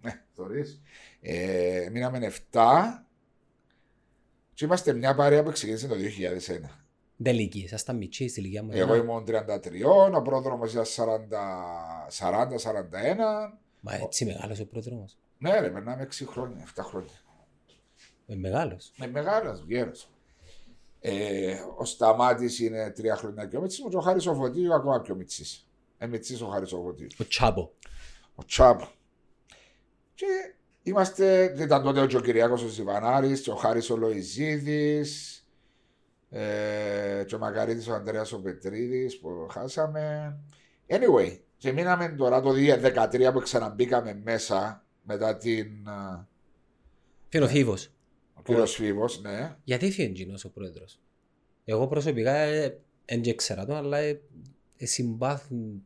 [SPEAKER 2] Ναι, θωρείς. Ε, μείναμε 7 και είμαστε μια παρέα που ξεκίνησε το 2001.
[SPEAKER 1] Τελική. Σας ήταν μητσί στη ηλικία μου.
[SPEAKER 2] Εγώ
[SPEAKER 1] εμένα.
[SPEAKER 2] ήμουν 33, ο πρόδρομος ήταν 40-41.
[SPEAKER 1] Μα έτσι μεγάλος ο πρόεδρος μας.
[SPEAKER 2] Ναι, ρε, περνάμε 6 χρόνια, 7 χρόνια.
[SPEAKER 1] Ε, μεγάλος.
[SPEAKER 2] Με μεγάλος γέρος. Ε, ο Σταμάτης είναι 3 χρόνια και ο Μιτσή, ο Χάρης ο Φωτίου ακόμα πιο Μιτσή. Ε, Μιτσής ο Χάρης ο Φωτίου.
[SPEAKER 1] Ο Τσάπο.
[SPEAKER 2] Ο Τσάμπ. Και είμαστε, ήταν τότε ο Τζοκυριακό ο Ζιβανάρη, ο Χάρης ο Λοϊζίδης, ε, και ο Μακαρίτης ο Ανδρέας ο Πετρίδης που χάσαμε. Anyway, και μείναμε τώρα το 2013 που ξαναμπήκαμε μέσα μετά την. α,
[SPEAKER 1] Ποιο είναι ο Θήβος.
[SPEAKER 2] Ο κύριο Φίβο, ναι.
[SPEAKER 1] Ε, Γιατί φύγει εγγυνός ο πρόεδρος. Εγώ προσωπικά ε, δεν και ξέρα το, αλλά ε, ε, συμπάθουν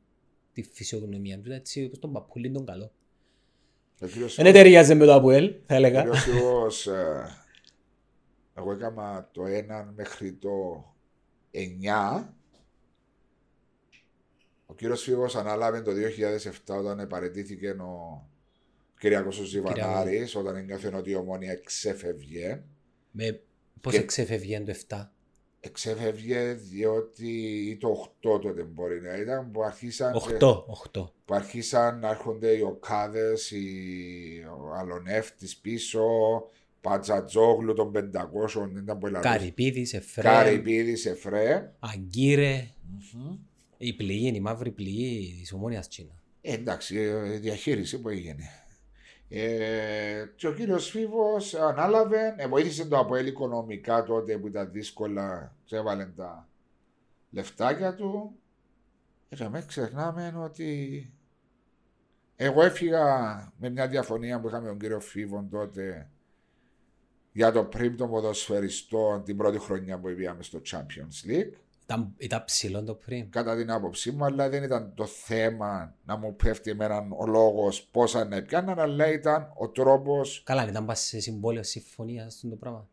[SPEAKER 1] τη φυσιογνωμία τους. Έτσι, όπως τον παππούλιν τον καλό.
[SPEAKER 2] Ο κύριος
[SPEAKER 1] Δεν ταιριάζει με το Αποέλ, θα έλεγα.
[SPEAKER 2] Κύριος Υιός, ε, εγώ έκανα το 1 μέχρι το 9. Ο κύριος Φίβος ανάλαβε το 2007 όταν παρετήθηκε ο Κυριακός ο Ζιβανάρης, όταν ένιωθε ότι η ομόνια εξέφευγε.
[SPEAKER 1] Με πώς
[SPEAKER 2] Και-
[SPEAKER 1] εξεφεύγει το 7.
[SPEAKER 2] Εξέφευγε διότι ή το 8 τότε μπορεί να ήταν που αρχίσαν, και-
[SPEAKER 1] 8, 8.
[SPEAKER 2] που αρχίσαν να έρχονται οι οκάδες, οι... ο Αλονεύτης πίσω, Πατζατζόγλου των 500, ήταν πολύ
[SPEAKER 1] Καρυπίδης, Εφρέμ,
[SPEAKER 2] Καρυπίδης Εφρέ.
[SPEAKER 1] Αγκύρε, η πληγή, η μαύρη πληγή της ομόνιας Κίνα.
[SPEAKER 2] Ε, εντάξει, ε, διαχείριση που έγινε. Ε, και ο κύριος Φίβος ανάλαβε, ε, βοήθησε το Αποέλ οικονομικά τότε που ήταν δύσκολα, ξέβαλε τα λεφτάκια του. Ε, Και μην ξεχνάμε ότι εγώ έφυγα με μια διαφωνία που είχαμε με τον κύριο Φίβο τότε για το πριμ των ποδοσφαιριστών την πρώτη χρονιά που πήγαμε στο Champions League.
[SPEAKER 1] Ήταν, ήταν ψηλό το πριν.
[SPEAKER 2] Κατά την άποψή μου, αλλά δεν ήταν το θέμα να μου πέφτει εμένα ο λόγος πόσα να πιάναν, αλλά ήταν ο τρόπος
[SPEAKER 1] Καλά, ήταν πας σε συμβόλαιο συμφωνίας στον το πράγμα.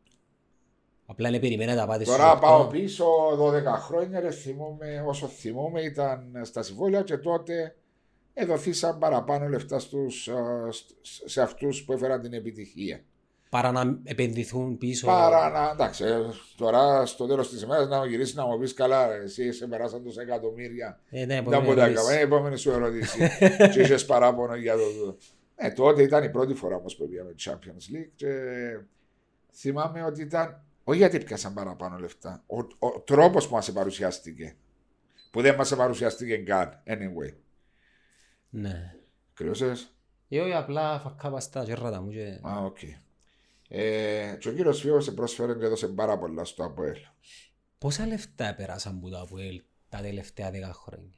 [SPEAKER 1] Απλά είναι περιμένα τα πάτες
[SPEAKER 2] Τώρα
[SPEAKER 1] οκτώ.
[SPEAKER 2] πάω πίσω 12 χρόνια, ρε, θυμούμαι, όσο θυμούμαι ήταν στα συμβόλαια και τότε εδοθήσαν παραπάνω λεφτά στους, α, σ- σε αυτούς που έφεραν την επιτυχία.
[SPEAKER 1] Παρά να επενδυθούν πίσω.
[SPEAKER 2] Παρά να, εντάξει, ε, τώρα στο τέλος της ημέρας να γυρίσεις να μου πεις καλά, ρε, εσύ σε περάσαν τόσα εκατομμύρια.
[SPEAKER 1] Ε, ναι,
[SPEAKER 2] Να
[SPEAKER 1] επόμενη
[SPEAKER 2] μου τα
[SPEAKER 1] ερώτηση.
[SPEAKER 2] έκαμε, ε, επόμενη σου ερώτηση. και είχες παράπονο για το... Ε, τότε ήταν η πρώτη φορά όμως που πήγαμε Champions League και θυμάμαι ότι ήταν... Όχι γιατί πιάσαν παραπάνω λεφτά. Ο, ο τρόπος που μας παρουσιάστηκε. Που δεν μας παρουσιάστηκε καν. Anyway.
[SPEAKER 1] Ναι.
[SPEAKER 2] Κρυώσες.
[SPEAKER 1] Ε, όχι, απλά φακάπα στα γερράτα μου και...
[SPEAKER 2] Α, οκ. Ε, και ο κύριος Φίος σε πρόσφερε και έδωσε πάρα πολλά στο ΑΠΟΕΛ.
[SPEAKER 1] Πόσα λεφτά πέρασαν που το ΑΠΟΕΛ τα τελευταία δέκα χρόνια.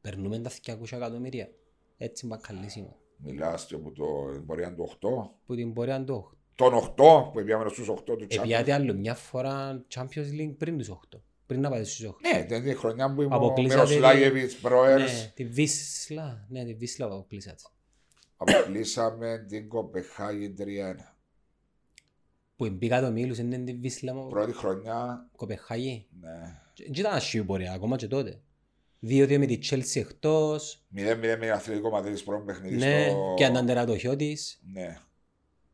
[SPEAKER 1] Περνούμε τα 200 εκατομμύρια. Έτσι μπακαλίσιμα.
[SPEAKER 2] Μιλάς και από το την πορεία του 8.
[SPEAKER 1] Που την πορεία του 8.
[SPEAKER 2] Τον 8 που πήγαμε στους 8 του Champions.
[SPEAKER 1] Επιάτε άλλο μια φορά Champions League πριν τους 8. Πριν να πάτε στους 8.
[SPEAKER 2] Ναι, ήταν η χρονιά που ήμουν ο
[SPEAKER 1] Αποκλείσατε τη-
[SPEAKER 2] Μιροσλάγεβιτς, Μπρόερς.
[SPEAKER 1] Ναι, τη Βίσλα. Ναι, τη Βίσλα αποκλείσατε.
[SPEAKER 2] Αποκλείσαμε την Κοπεχάγη 3-1.
[SPEAKER 1] Που μπήκα το Μίλους, είναι τη Βίσλα μου,
[SPEAKER 2] Πρώτη χρονιά,
[SPEAKER 1] Κοπεχάγη.
[SPEAKER 2] ναι.
[SPEAKER 1] Και και ήταν ασχή πορεία, ακόμα και τότε. 2-2 με τη Chelsea εκτός.
[SPEAKER 2] 0-0 με την Αθλητικό Μαδρίτης πρώτο παιχνίδι
[SPEAKER 1] Ναι,
[SPEAKER 2] στο...
[SPEAKER 1] και αν ήταν χιώτης.
[SPEAKER 2] Ναι,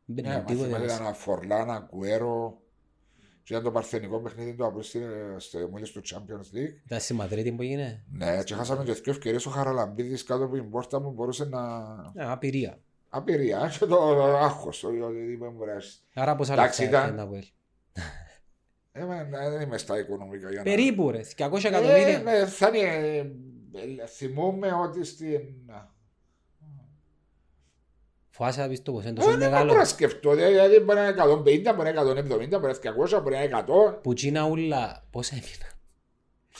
[SPEAKER 1] Δεν
[SPEAKER 2] ναι
[SPEAKER 1] είναι τίποτα.
[SPEAKER 2] μαθήματα
[SPEAKER 1] άλλο.
[SPEAKER 2] ήταν Φορλάνα, Κουέρο. Και ήταν το παρθενικό παιχνίδι του Αποστή στο μόλις του Champions League.
[SPEAKER 1] Ήταν στη Μαδρίτη που έγινε.
[SPEAKER 2] Ναι, και χάσαμε και δύο ευκαιρίες ο Χαραλαμπίδης κάτω από την πόρτα μου μπορούσε να...
[SPEAKER 1] Ε, Απειρία.
[SPEAKER 2] Απειρία και το άγχος, το οτιδήποτε μου βράσει.
[SPEAKER 1] Άρα πως άλλα
[SPEAKER 2] Εντάξει,
[SPEAKER 1] λεφτά
[SPEAKER 2] ήταν-
[SPEAKER 1] έπαιρνε από ελ.
[SPEAKER 2] Ε, μα, δεν είμαι στα οικονομικά για να...
[SPEAKER 1] Περίπου ρε, 200
[SPEAKER 2] Ε,
[SPEAKER 1] εκατομμύρια.
[SPEAKER 2] ναι, θα είναι, ε, θυμούμε ότι στην.
[SPEAKER 1] Φάσα να πεις το πως είναι
[SPEAKER 2] Ε,
[SPEAKER 1] τόσο
[SPEAKER 2] Δεν μπορώ να
[SPEAKER 1] μεγάλο.
[SPEAKER 2] σκεφτώ. Δηλαδή μπορεί να είναι 150, μπορεί να είναι 170, μπορεί να είναι 200, μπορεί να είναι 100.
[SPEAKER 1] Που τσίνα ούλα, πώς έμεινα.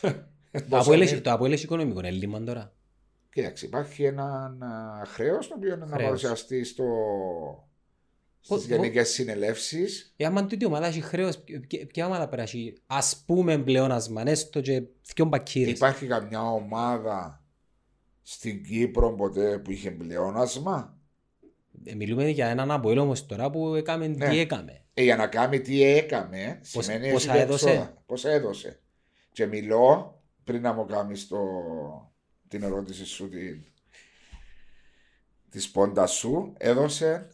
[SPEAKER 1] Το
[SPEAKER 2] Πόσα
[SPEAKER 1] Αποέλ
[SPEAKER 2] Ε, είναι.
[SPEAKER 1] έχει- Το Αποέλ έχει οικονομικό, είναι λίμαν τώρα.
[SPEAKER 2] Κοίταξε, υπάρχει έναν ε, χρέο το οποίο να
[SPEAKER 1] Χρέος.
[SPEAKER 2] παρουσιαστεί στο.
[SPEAKER 1] Πο-
[SPEAKER 2] Στις γενικές συνελεύσεις.
[SPEAKER 1] Ε, άμα τούτη η ομάδα έχει χρέος, ποιο- ποιο- ποια ομάδα περάσει. Ας πούμε πλεόνασμα, έστω και δυο μπακύρες.
[SPEAKER 2] Υπάρχει καμιά ομάδα στην Κύπρο ποτέ που είχε πλεόνασμα.
[SPEAKER 1] Ε, Μιλούμε για έναν Αποέλ όμως τώρα που έκαμε τι
[SPEAKER 2] Ναι.
[SPEAKER 1] έκαμε.
[SPEAKER 2] Ε, για να κάνει τι έκαμε,
[SPEAKER 1] Πώς-
[SPEAKER 2] σημαίνει
[SPEAKER 1] πόσα
[SPEAKER 2] έχει
[SPEAKER 1] έδωσε?
[SPEAKER 2] εξόδα. Πόσα έδωσε. Και μιλώ πριν να μου κάνεις το... την ερώτηση σου την... τη σπόντα σου, έδωσε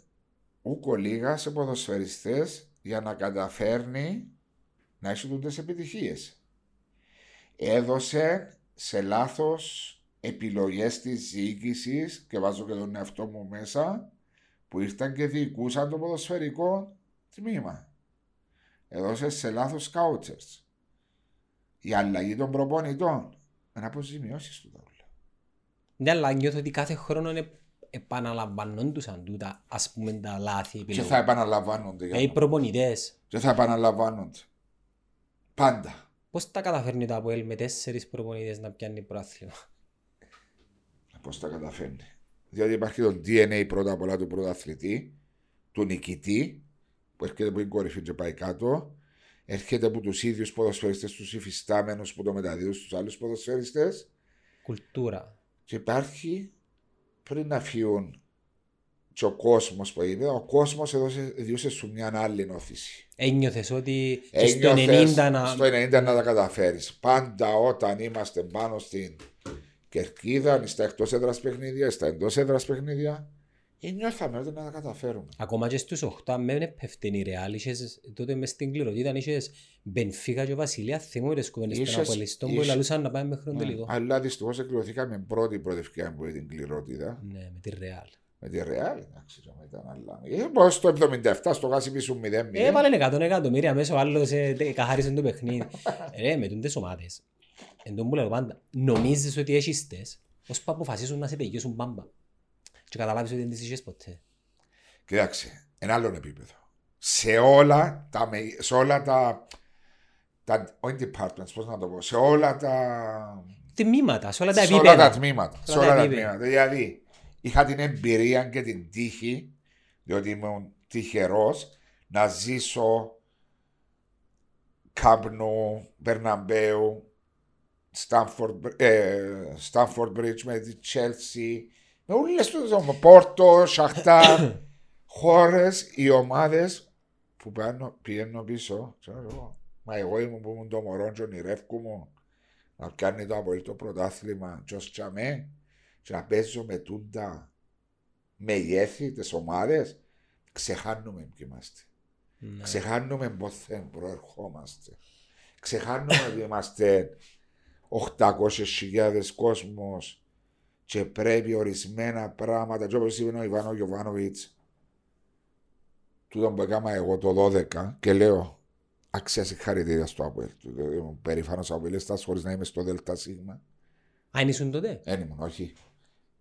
[SPEAKER 2] ούκο λίγα σε ποδοσφαιριστές για να καταφέρνει να έχει τούτες επιτυχίες. Έδωσε σε λάθος επιλογές της διοίκησης και βάζω και τον εαυτό μου μέσα που ήρθαν και διοικούσαν το ποδοσφαιρικό τμήμα. Έδωσε σε λάθος κάουτσες. Η αλλαγή των προπονητών. Ένα αποζημιώσεις του τα όλα.
[SPEAKER 1] Ναι, αλλά νιώθω ότι κάθε χρόνο είναι επαναλαμβανόντουσαν τούτα, ας πούμε, τα λάθη
[SPEAKER 2] Και
[SPEAKER 1] επιλογών.
[SPEAKER 2] θα επαναλαμβάνονται. για
[SPEAKER 1] Ε, οι
[SPEAKER 2] να-
[SPEAKER 1] προπονητές.
[SPEAKER 2] Και θα επαναλαμβάνονται. Πάντα.
[SPEAKER 1] Πώς τα καταφέρνει το Αποέλ με τέσσερις προπονητές να πιάνει πρόθυμα.
[SPEAKER 2] Πώ Ε, τα καταφέρνει. Διότι υπάρχει το DNA πρώτα απ' όλα του πρωταθλητή, του νικητή, που έρχεται από την κορυφή και πάει κάτω, έρχεται από τους ίδιους ποδοσφαιριστές, τους υφιστάμενους που το μεταδίδουν στους άλλους ποδοσφαιριστές,
[SPEAKER 1] Κουλτούρα.
[SPEAKER 2] και υπάρχει πριν να φύγουν και ο κόσμος που είπε, ο κόσμος έδωσε, διούσε σου μια άλλη όθηση.
[SPEAKER 1] Ένιωθες ότι και στο
[SPEAKER 2] Ένιωθες
[SPEAKER 1] 90 να...
[SPEAKER 2] στο 90 να τα καταφέρεις. Πάντα όταν είμαστε πάνω στην κερκίδα, στα εκτός έδρας παιχνίδια, στα εντός έδρας παιχνίδια, νιώθαμε ότι να τα καταφέρουμε.
[SPEAKER 1] Ακόμα και στους 8 με πέφτει η Ρεάλ, είχες τότε μες στην κληροτήτα, είχες Μπενφίκα και Βασιλεία, θυμώ τις κουβέντες των
[SPEAKER 2] Είχες-
[SPEAKER 1] Απολιστών που
[SPEAKER 2] είχες-
[SPEAKER 1] ελαλούσαν να πάμε μέχρι τον
[SPEAKER 2] Ναι.
[SPEAKER 1] τελικό.
[SPEAKER 2] Αλλά δυστυχώς εκκληρωθήκαμε πρώτη πρώτη ευκαιρία που την κληρότητα.
[SPEAKER 1] Ναι, με τη Ρεάλ.
[SPEAKER 2] Με τη Ρεάλ, εντάξει, το μετά αλλά. Ε, Πώς το 77 στο γάσι πίσω 0-0.
[SPEAKER 1] Έβαλε 100 Ε, εκατομμύρια μέσα, ο άλλος ε, τε- καθάρισε το παιχνίδι. Ρε, με τούντες ομάδες. Εν τω που λέω πάντα, νομίζεις ότι έχεις τες, ώσπου αποφασίσουν να σε τελειώσουν μπάμπα. Και καταλάβεις ότι δεν τις είχες ποτέ.
[SPEAKER 2] Κοιτάξτε, ένα άλλο επίπεδο. Σε όλα τα. με- Σε όλα τα, τα όχι departments, πώς να το πω. Σε όλα τα.
[SPEAKER 1] Τμήματα, σε όλα τα
[SPEAKER 2] σε όλα τα
[SPEAKER 1] επίπεδα.
[SPEAKER 2] τμήματα.
[SPEAKER 1] Σε
[SPEAKER 2] Σε
[SPEAKER 1] όλα
[SPEAKER 2] όλα τα
[SPEAKER 1] επίπεδα.
[SPEAKER 2] τμήματα. Δηλαδή, είχα την εμπειρία και την τύχη, διότι ήμουν τυχερός να ζήσω Κάμπνου, Μπερναμπέου, Στάνφορντ ε, Μπριτζ με τη Τσέλσι, με όλες τις Πόρτο, Σαχτάρ, χώρες, οι ομάδες που πηγαίνω, πηγαίνω πίσω. Ξέρω εγώ. Μα εγώ ήμουν που ήμουν το μωρό, και ονειρεύκομαι να κάνει το απολύτω πρωτάθλημα και ως τσαμέ και να παίζω με τούντα μεγέθη τις ομάδες ξεχάνουμε ποιοι είμαστε.
[SPEAKER 1] Ναι.
[SPEAKER 2] Ξεχάνουμε πότε προερχόμαστε. Ξεχάνουμε ότι είμαστε 800.000 κόσμος και πρέπει ορισμένα πράγματα και όπως είπε ο Ιβάνο Γιωβάνοβιτς τούτο που έκανα εγώ το 12 και λέω αξία συγχαρητήρια στο Αποέλ. Είμαι περήφανος Αποέλιστας χωρίς να είμαι στο Δελτα Σίγμα.
[SPEAKER 1] Αν ήσουν τότε.
[SPEAKER 2] Δεν ήμουν, όχι.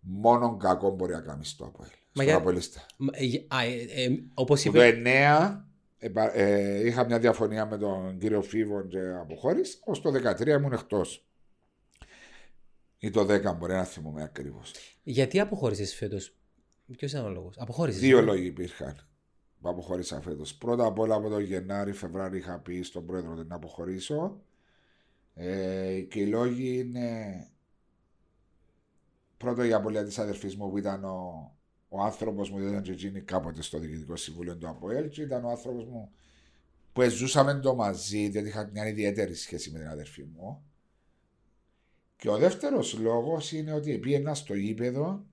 [SPEAKER 2] Μόνον κακό μπορεί να κάνεις στο Αποέλ. Στον
[SPEAKER 1] για-
[SPEAKER 2] Αποέλιστα.
[SPEAKER 1] Μ, ε, α, ε, ε, Όπως
[SPEAKER 2] Που το
[SPEAKER 1] είπε.
[SPEAKER 2] 9 επα- ε, είχα μια διαφωνία με τον κύριο Φίβον και αποχώρησα. Ως το 13 ήμουν εκτός. Ή το 10 μπορεί να θυμούμε ακριβώς.
[SPEAKER 1] Γιατί αποχώρησες φέτος. Ποιος ήταν ο λόγος. Αποχώρησες.
[SPEAKER 2] Δύο
[SPEAKER 1] ε?
[SPEAKER 2] λόγοι υπήρχαν που αποχώρησα φέτος. Πρώτα απ' όλα από τον Γενάρη, Φεβράρι είχα πει στον πρόεδρο ότι να αποχωρήσω. Ε, και οι λόγοι είναι πρώτο η απολύα της αδερφής μου που ήταν ο, ο άνθρωπος μου, δεν ήταν και εκείνη κάποτε στο Διοικητικό Συμβούλιο του ΑΠΟΕΛ, και ήταν ο άνθρωπος μου που ζούσαμε το μαζί, διότι είχα μια ιδιαίτερη σχέση με την αδερφή μου. Και ο δεύτερος λόγος είναι ότι πήγαινα στο γήπεδο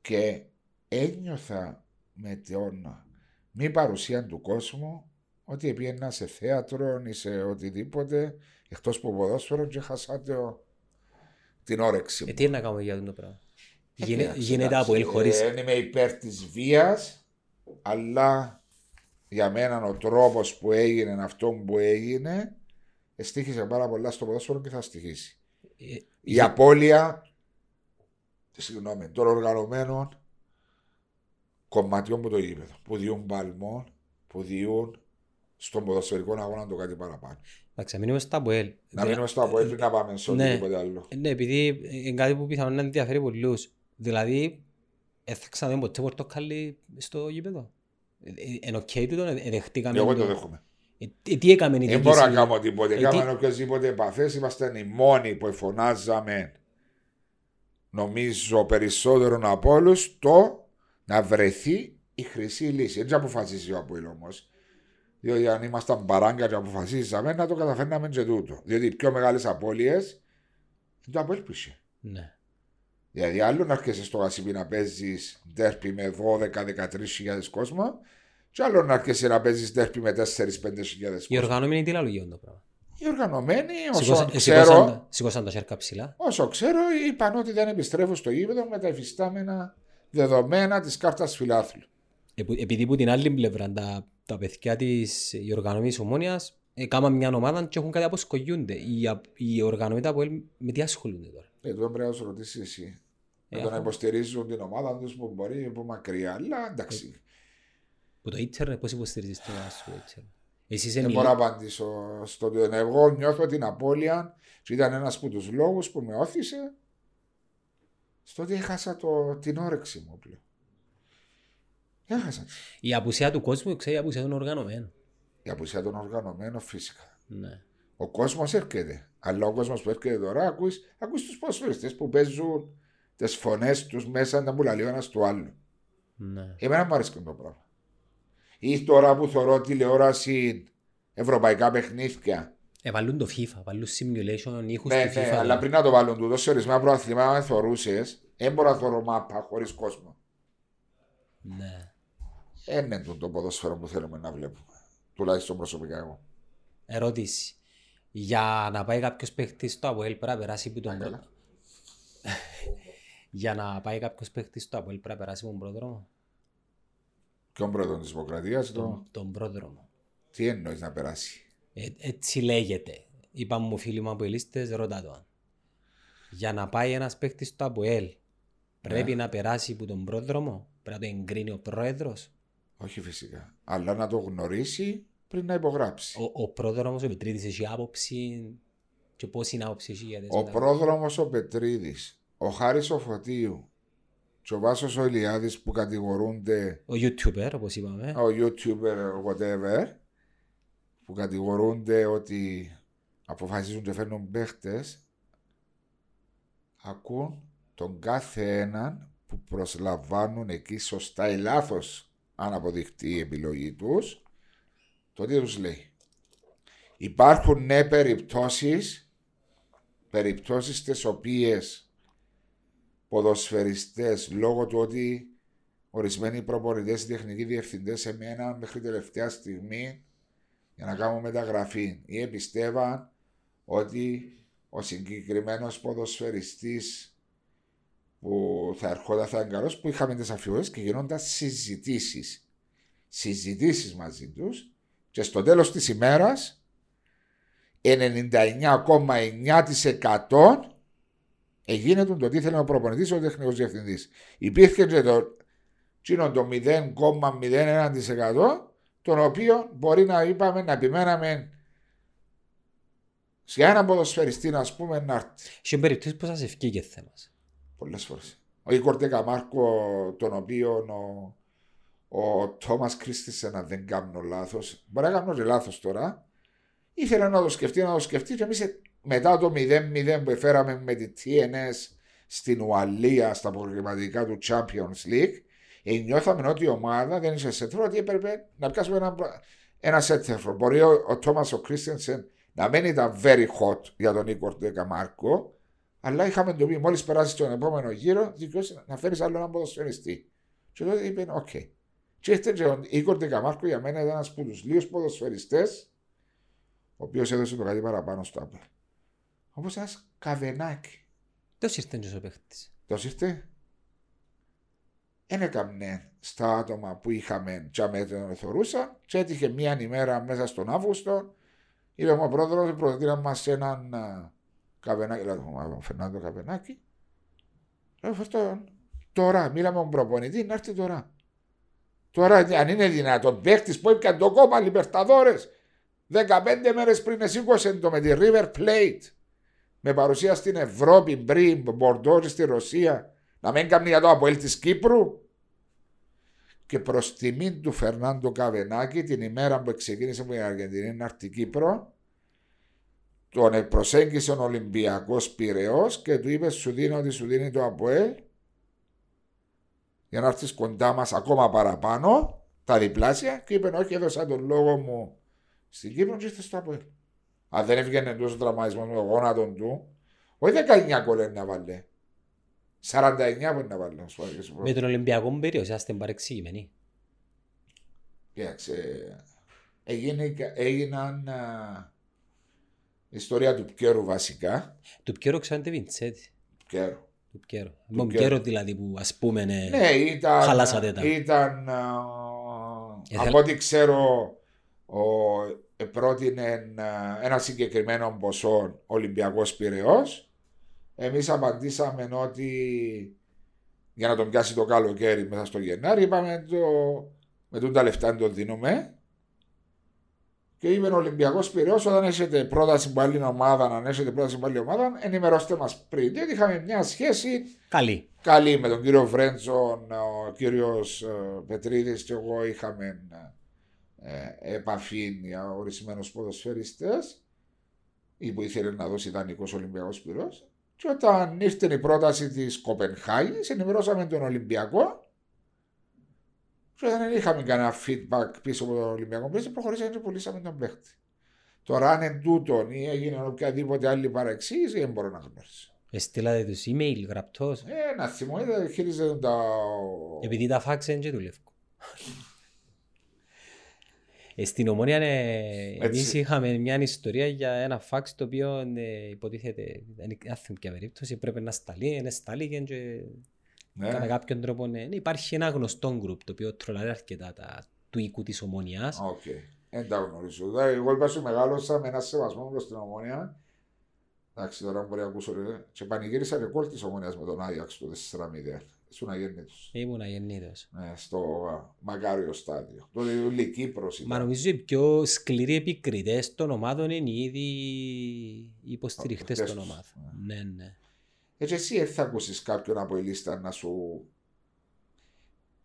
[SPEAKER 2] και ένιωθα με τον μη παρουσία του κόσμου ότι επήγαινα σε θέατρο ή σε οτιδήποτε εκτός που ποδόσφαιρο και χασά το- την όρεξη
[SPEAKER 1] Ε,
[SPEAKER 2] μου.
[SPEAKER 1] τι να κάνουμε για αυτό το πράγμα.
[SPEAKER 2] Ε,
[SPEAKER 1] Γίνε-
[SPEAKER 2] εντάξει,
[SPEAKER 1] Γίνεται
[SPEAKER 2] εντάξει.
[SPEAKER 1] από ελ χωρίς.
[SPEAKER 2] Ε, Δεν είμαι υπέρ της βίας, αλλά για μένα ο τρόπος που έγινε αυτό που έγινε στήχησε πάρα πολλά στο ποδόσφαιρο και θα στοιχήσει.
[SPEAKER 1] Ε,
[SPEAKER 2] Η απώλεια συγγνώμη, των οργανωμένων κομματιών που το γήπεδο, που διούν παλμό, που διούν στον ποδοσφαιρικό αγώνα το κάτι παραπάνω.
[SPEAKER 1] Εντάξει, να μείνουμε στα Αποέλ.
[SPEAKER 2] Να μείνουμε στο από να πάμε σε
[SPEAKER 1] ναι.
[SPEAKER 2] οτιδήποτε άλλο.
[SPEAKER 1] Ε, Ναι, επειδή είναι κάτι που πιθανόν να ενδιαφέρει πολλούς. Δηλαδή, ε, θα ξαναδούμε ποτέ πορτοκάλι στο γήπεδο. Ε, ε, Εν οκ τούτο, ε, ε, δεχτήκαμε.
[SPEAKER 2] Εγώ το δέχομαι.
[SPEAKER 1] Ε, τι- Τι έκαμε η
[SPEAKER 2] Δεν
[SPEAKER 1] διοίκηση.
[SPEAKER 2] μπορώ να κάνω τίποτε.
[SPEAKER 1] Ε,
[SPEAKER 2] Κάμαν
[SPEAKER 1] τι-
[SPEAKER 2] οποιασδήποτε επαφές. Ήμασταν οι μόνοι που εφωνάζαμε, νομίζω περισσότερο από όλους, το να βρεθεί η χρυσή λύση. Έτσι αποφασίζει ο Αποήλ όμως. Διότι αν ήμασταν παράγκα και αποφασίζαμε να το καταφέρναμε και τούτο. Διότι οι πιο μεγάλες απώλειες το Αποήλ που είχε.
[SPEAKER 1] Ναι.
[SPEAKER 2] Δηλαδή, άλλο να έρχεσαι στο Γασιμπή να παίζεις ντέρπι με 12-13 χιλιάδες κόσμο, και άλλο να έρχεσαι να παίζεις ντέρπι με 4-5 χιλιάδες
[SPEAKER 1] Οι
[SPEAKER 2] κόσμο.
[SPEAKER 1] οργανωμένοι τι λαλούν για αυτό το πράγμα.
[SPEAKER 2] Οι οργανωμένοι, όσο
[SPEAKER 1] Σηκώσαν- ε, σηκώσαν
[SPEAKER 2] ξέρω,
[SPEAKER 1] τα- Σηκώσαν τα σέρκα ψηλά.
[SPEAKER 2] όσο ξέρω, είπαν ότι δεν επιστρέφουν στο γήπεδο με τα υφιστάμενα δεδομένα της κάρτας φιλάθλου.
[SPEAKER 1] Ε, που- Επειδή που την άλλη πλευρά τα, τα παιδιά της η οργανωμένη ομόνιας ε, κάμαν μια ομάδα και έχουν κάτι αποσκογιούνται. Οι, α- οι οργανωμένοι από ελ με τι ασχολούνται τώρα.
[SPEAKER 2] Ε, δεν πρέπει να σου ρωτήσεις εσύ.
[SPEAKER 1] Ε,
[SPEAKER 2] Με το να
[SPEAKER 1] αφού-
[SPEAKER 2] υποστηρίζουν την ομάδα τους που μπορεί από μακριά. Αλλά
[SPEAKER 1] Ε,
[SPEAKER 2] εντάξει,
[SPEAKER 1] Που το ίντερνετ, πώς υποστηρίζεις την ομάδα σου, το ίντερνετ. Εσύ είσαι
[SPEAKER 2] δεν
[SPEAKER 1] μιλή.
[SPEAKER 2] Ε, μπορώ να απαντήσω στον τον εγώ. Νιώθω την απώλεια και ήταν ένας από τους λόγους που με όθησε στο ότι έχασα το, την όρεξη μου πλέον. Έχασα.
[SPEAKER 1] Η απουσία του κόσμου, ξέρει, η απουσία των οργανωμένων.
[SPEAKER 2] Η απουσία των οργανωμένων φυσικά.
[SPEAKER 1] Ναι.
[SPEAKER 2] Ο κόσμος έρχεται. Αλλά ο κόσμος που έρχεται τώρα, ακούει ακούς τους ποσφαιριστές που παίζουν τις φωνές τους μέσα να μου λέει ο ένας του άλλου.
[SPEAKER 1] ναι.
[SPEAKER 2] Εμένα μου αρέσει το πράγμα. Ή τώρα που θεωρώ τηλεόραση ευρωπαϊκά παιχνίδια.
[SPEAKER 1] Ε, βάλουν το FIFA, βάλουν simulation ήχους
[SPEAKER 2] Ναι,
[SPEAKER 1] του FIFA.
[SPEAKER 2] ναι,
[SPEAKER 1] τώρα.
[SPEAKER 2] αλλά πριν να το βάλουν τούτο, σε ορισμένα προαθλήματα, αν θεωρούσε, δεν μπορώ να θεωρώ μάπα χωρίς κόσμο.
[SPEAKER 1] Ναι.
[SPEAKER 2] Δεν είναι τούτο το ποδόσφαιρο που θέλουμε να βλέπουμε. Τουλάχιστον προσωπικά εγώ.
[SPEAKER 1] Ερώτηση. Για να πάει κάποιος παίχτης στο Αποέλ πρέπει να περάσει από τον
[SPEAKER 2] Α, Ναι, καλά.
[SPEAKER 1] πρώτο. Για να πάει κάποιος παίχτης στο Αποέλ πρέπει να περάσει από τον πρόδρομο.
[SPEAKER 2] Ποιον πρόεδρο της Δημοκρατίας, το...
[SPEAKER 1] Τον, τον πρόδρομο.
[SPEAKER 2] τι εννοείς να περάσει.
[SPEAKER 1] Ε, έτσι λέγεται. Είπα μου φίλοι μου Αποελίστες, ρώτα το αν. Για να πάει ένας παίχτης στο Αποέλ Πρέπει
[SPEAKER 2] Ναι.
[SPEAKER 1] να περάσει από τον πρόδρομο, πρέπει να το εγκρίνει ο πρόεδρος.
[SPEAKER 2] Όχι φυσικά. Αλλά να το γνωρίσει πριν να υπογράψει.
[SPEAKER 1] Ο, ο πρόδρομος, ο Πετρίδης, έχει άποψη. Και πώ είναι άποψη έχει για τις
[SPEAKER 2] Ο,
[SPEAKER 1] μεταγραφές.
[SPEAKER 2] πρόδρομος ο Πετρίδης, ο Χάρης ο Φωτίου και ο Βάσος ο Ηλιάδης που κατηγορούνται
[SPEAKER 1] Ο YouTuber, όπως είπαμε.
[SPEAKER 2] ο YouTuber whatever που κατηγορούνται ότι αποφασίζουν και φέρνουν παίχτες ακούν τον κάθε έναν που προσλαμβάνουν εκεί σωστά ή λάθος αν αποδειχτεί η επιλογή τους το τι τους λέει υπάρχουν ναι περιπτώσεις περιπτώσεις τις οποίες ποδοσφαιριστές λόγω του ότι ορισμένοι προπονητές, οι τεχνικοί διευθυντές εμένα μέχρι τελευταία στιγμή για να κάνουν μεταγραφή ή επιστεύαν ότι ο συγκεκριμένος ποδοσφαιριστής που θα ερχόταν θα ήταν καλός που είχαμε τις αφιβολίες και γινόνταν συζητήσεις συζητήσεις μαζί τους και στο τέλος της ημέρας 99,9% εγίνεται το τι θέλει ο προπονητής ή ο τεχνικός διευθυντής. Υπήρχε και το, τσίνο το 0,01% τον οποίο μπορεί να είπαμε να επιμέναμε σε έναν ποδοσφαιριστή να πούμε να έρθει
[SPEAKER 1] Σε περιπτώσεις που σας ευκήγε θέμα.
[SPEAKER 2] πολλές φορές. Ο Ικορτέκα Μάρκο τον οποίο ο, ο Τόμας Κρίστησεν αν δεν κάνω λάθος, μπορεί να κάνω και λάθος τώρα, ήθελε να το σκεφτεί, να το σκεφτεί και εμείς ε, μετά το 0-0 που εφέραμε με τη TNS στην Ουαλία στα προγραμματικά του Champions League, ε, νιώθαμε ότι η ομάδα δεν είχε σετρό, ότι έπρεπε να πιάσουμε ένα, προ- ένα σετρό. Μπορεί ο, ο Τόμας ο Κρίστενσεν να μην ήταν very hot για τον Νίκο Ορτέκα Μάρκο, αλλά είχαμε το πει μόλις περάσει στον επόμενο γύρο, δικαιώσει να φέρεις άλλο έναν ποδοσφαιριστή. Και τότε είπε, οκ. Και ήρθε και ο Νίκο Ντεκαμάρκο για μένα ήταν ένας από τους λίγους ποδοσφαιριστές, ο οποίος έδωσε το κάτι παραπάνω στο Apple. Όπως ένας καβενάκι.
[SPEAKER 1] Ποιο ήρθε και ο παίχτη.
[SPEAKER 2] Το ήρθε. Εν έκαμνε στα άτομα που είχαμε τζαμέ τον θεωρούσα και έτυχε μία ημέρα μέσα στον Αύγουστο. Είπε μου ο πρόεδρος, προτείναμε μας έναν α, καβενάκι. Λέω, «Μα, ο Φερνάντο Καβενάκι. Λέω, «Φέρ' τον τώρα. Μίλαμε με τον προπονητή, να έρθει τώρα. Τώρα, αν είναι δυνατόν, παίχτης που έπιανε το κόμμα Λιμπερταδόρες 15 μέρες πριν εσήκωσε το με τη River Plate με παρουσία στην Ευρώπη, πριν, Μπορντό και στη Ρωσία, να μην κάνει για το Αποέλ της Κύπρου. Και προς τιμή του Φερνάντο Καβενάκη, την ημέρα που ξεκίνησε με την Αργεντινή να έρθει Κύπρο, τον προσέγγισε ο Ολυμπιακός Πυραιό και του είπε: Σου δίνω ότι σου δίνει το Αποέλ για να έρθεις κοντά μας ακόμα παραπάνω, τα διπλάσια. Και είπε: Όχι, έδωσα τον λόγο μου στην Κύπρο και ήρθες στο Αποέλ. Αν δεν έβγαινε εντός ο τραυματισμό με το γόνατο του, όχι 19 κολλέ να βάλει. 49 μπορεί να βάλει. να σου πω, και σου πω.
[SPEAKER 1] Με τον Ολυμπιακό περίοδο, είσαστε παρεξηγημένοι.
[SPEAKER 2] Κοίταξε. Έγινε, έγιναν α, ιστορία του Πκέρου βασικά.
[SPEAKER 1] Του Πιέρο ξέρετε Βιντσέτη.
[SPEAKER 2] Πκέρου.
[SPEAKER 1] Του Πιέρο. Τον
[SPEAKER 2] Πιέρο.
[SPEAKER 1] Πιέρο δηλαδή που ας πούμε. ε,
[SPEAKER 2] Ναι, ήταν. Ε,
[SPEAKER 1] χαλάσατε τα.
[SPEAKER 2] Ήταν. α,
[SPEAKER 1] Ήθελα-
[SPEAKER 2] Από ό,τι ξέρω, ο, ε, πρότεινε α, ένα συγκεκριμένο ποσό Ολυμπιακός Πυραιός. Εμείς απαντήσαμε ότι για να τον πιάσει το καλοκαίρι μέσα στο Γενάρη, είπαμε το, με τούτα λεφτά το δίνουμε. Και είπε ο Ολυμπιακός Πυραιός, όταν έχετε πρόταση πάλι ομάδα, αν έχετε πρόταση πάλι ομάδα, ενημερώστε μας πριν. Διότι είχαμε μια σχέση
[SPEAKER 1] Καλή.
[SPEAKER 2] καλή με τον κύριο Βρέντζον, ο κύριος ε, Πετρίδης και εγώ είχαμε ε, επαφή για ορισμένους ποδοσφαιριστές ή που ήθελε να δώσει ιδανικός Ολυμπιακός Πυρός και όταν ήρθε η πρόταση της Κοπενχάγης ενημερώσαμε τον Ολυμπιακό και όταν δεν είχαμε κανένα feedback πίσω από τον Ολυμπιακό Πυρό προχωρήσαμε και πουλήσαμε τον παίχτη. Τώρα αν εν τούτον ή έγινε οποιαδήποτε άλλη παρεξήγηση δεν μπορώ να γνωρίσω.
[SPEAKER 1] Εστήλατε τους email γραπτός.
[SPEAKER 2] Ε, να θυμόνται, χειρίζεται τα...
[SPEAKER 1] Επειδή τα φάξεν και του Λευκού. Ε, στην Ομόνια ε, εμείς
[SPEAKER 2] Έτσι.
[SPEAKER 1] είχαμε μια ιστορία για ένα φάξ το οποίο ε, υποτίθεται δεν άθιμη και περίπτωση πρέπει να σταλεί, να σταλεί και και
[SPEAKER 2] Ναι.
[SPEAKER 1] κατά κάποιον τρόπο ναι. Ναι, υπάρχει ένα γνωστό γκρουπ το οποίο τρολάρει αρκετά τα, του οίκου της Ομόνιας
[SPEAKER 2] Οκ. Ε, Δεν τα γνωρίζω. Δηλαδή, Εγώ είπα μεγάλωσα με ένα σεβασμό προς την ομόνια. Εντάξει, τώρα μπορεί να ακούσω. Ρε. Και πανηγύρισα ρεκόρ της ομονία με τον Άγιαξ το 4-0. Ήσουν αγέννητο.
[SPEAKER 1] Ε, Ήμουν αγεννήτος.
[SPEAKER 2] Ναι, στο α, Μακάριο στάδιο. Το Ιουλή Κύπρο
[SPEAKER 1] Μα
[SPEAKER 2] ήταν.
[SPEAKER 1] νομίζω οι πιο σκληροί επικριτές των ομάδων είναι ήδη οι υποστηριχτέ
[SPEAKER 2] Αυτές
[SPEAKER 1] των
[SPEAKER 2] τους,
[SPEAKER 1] ομάδων. Ναι, ναι.
[SPEAKER 2] Έτσι, Ε, εσύ δεν θα ακούσεις κάποιον από η λίστα να σου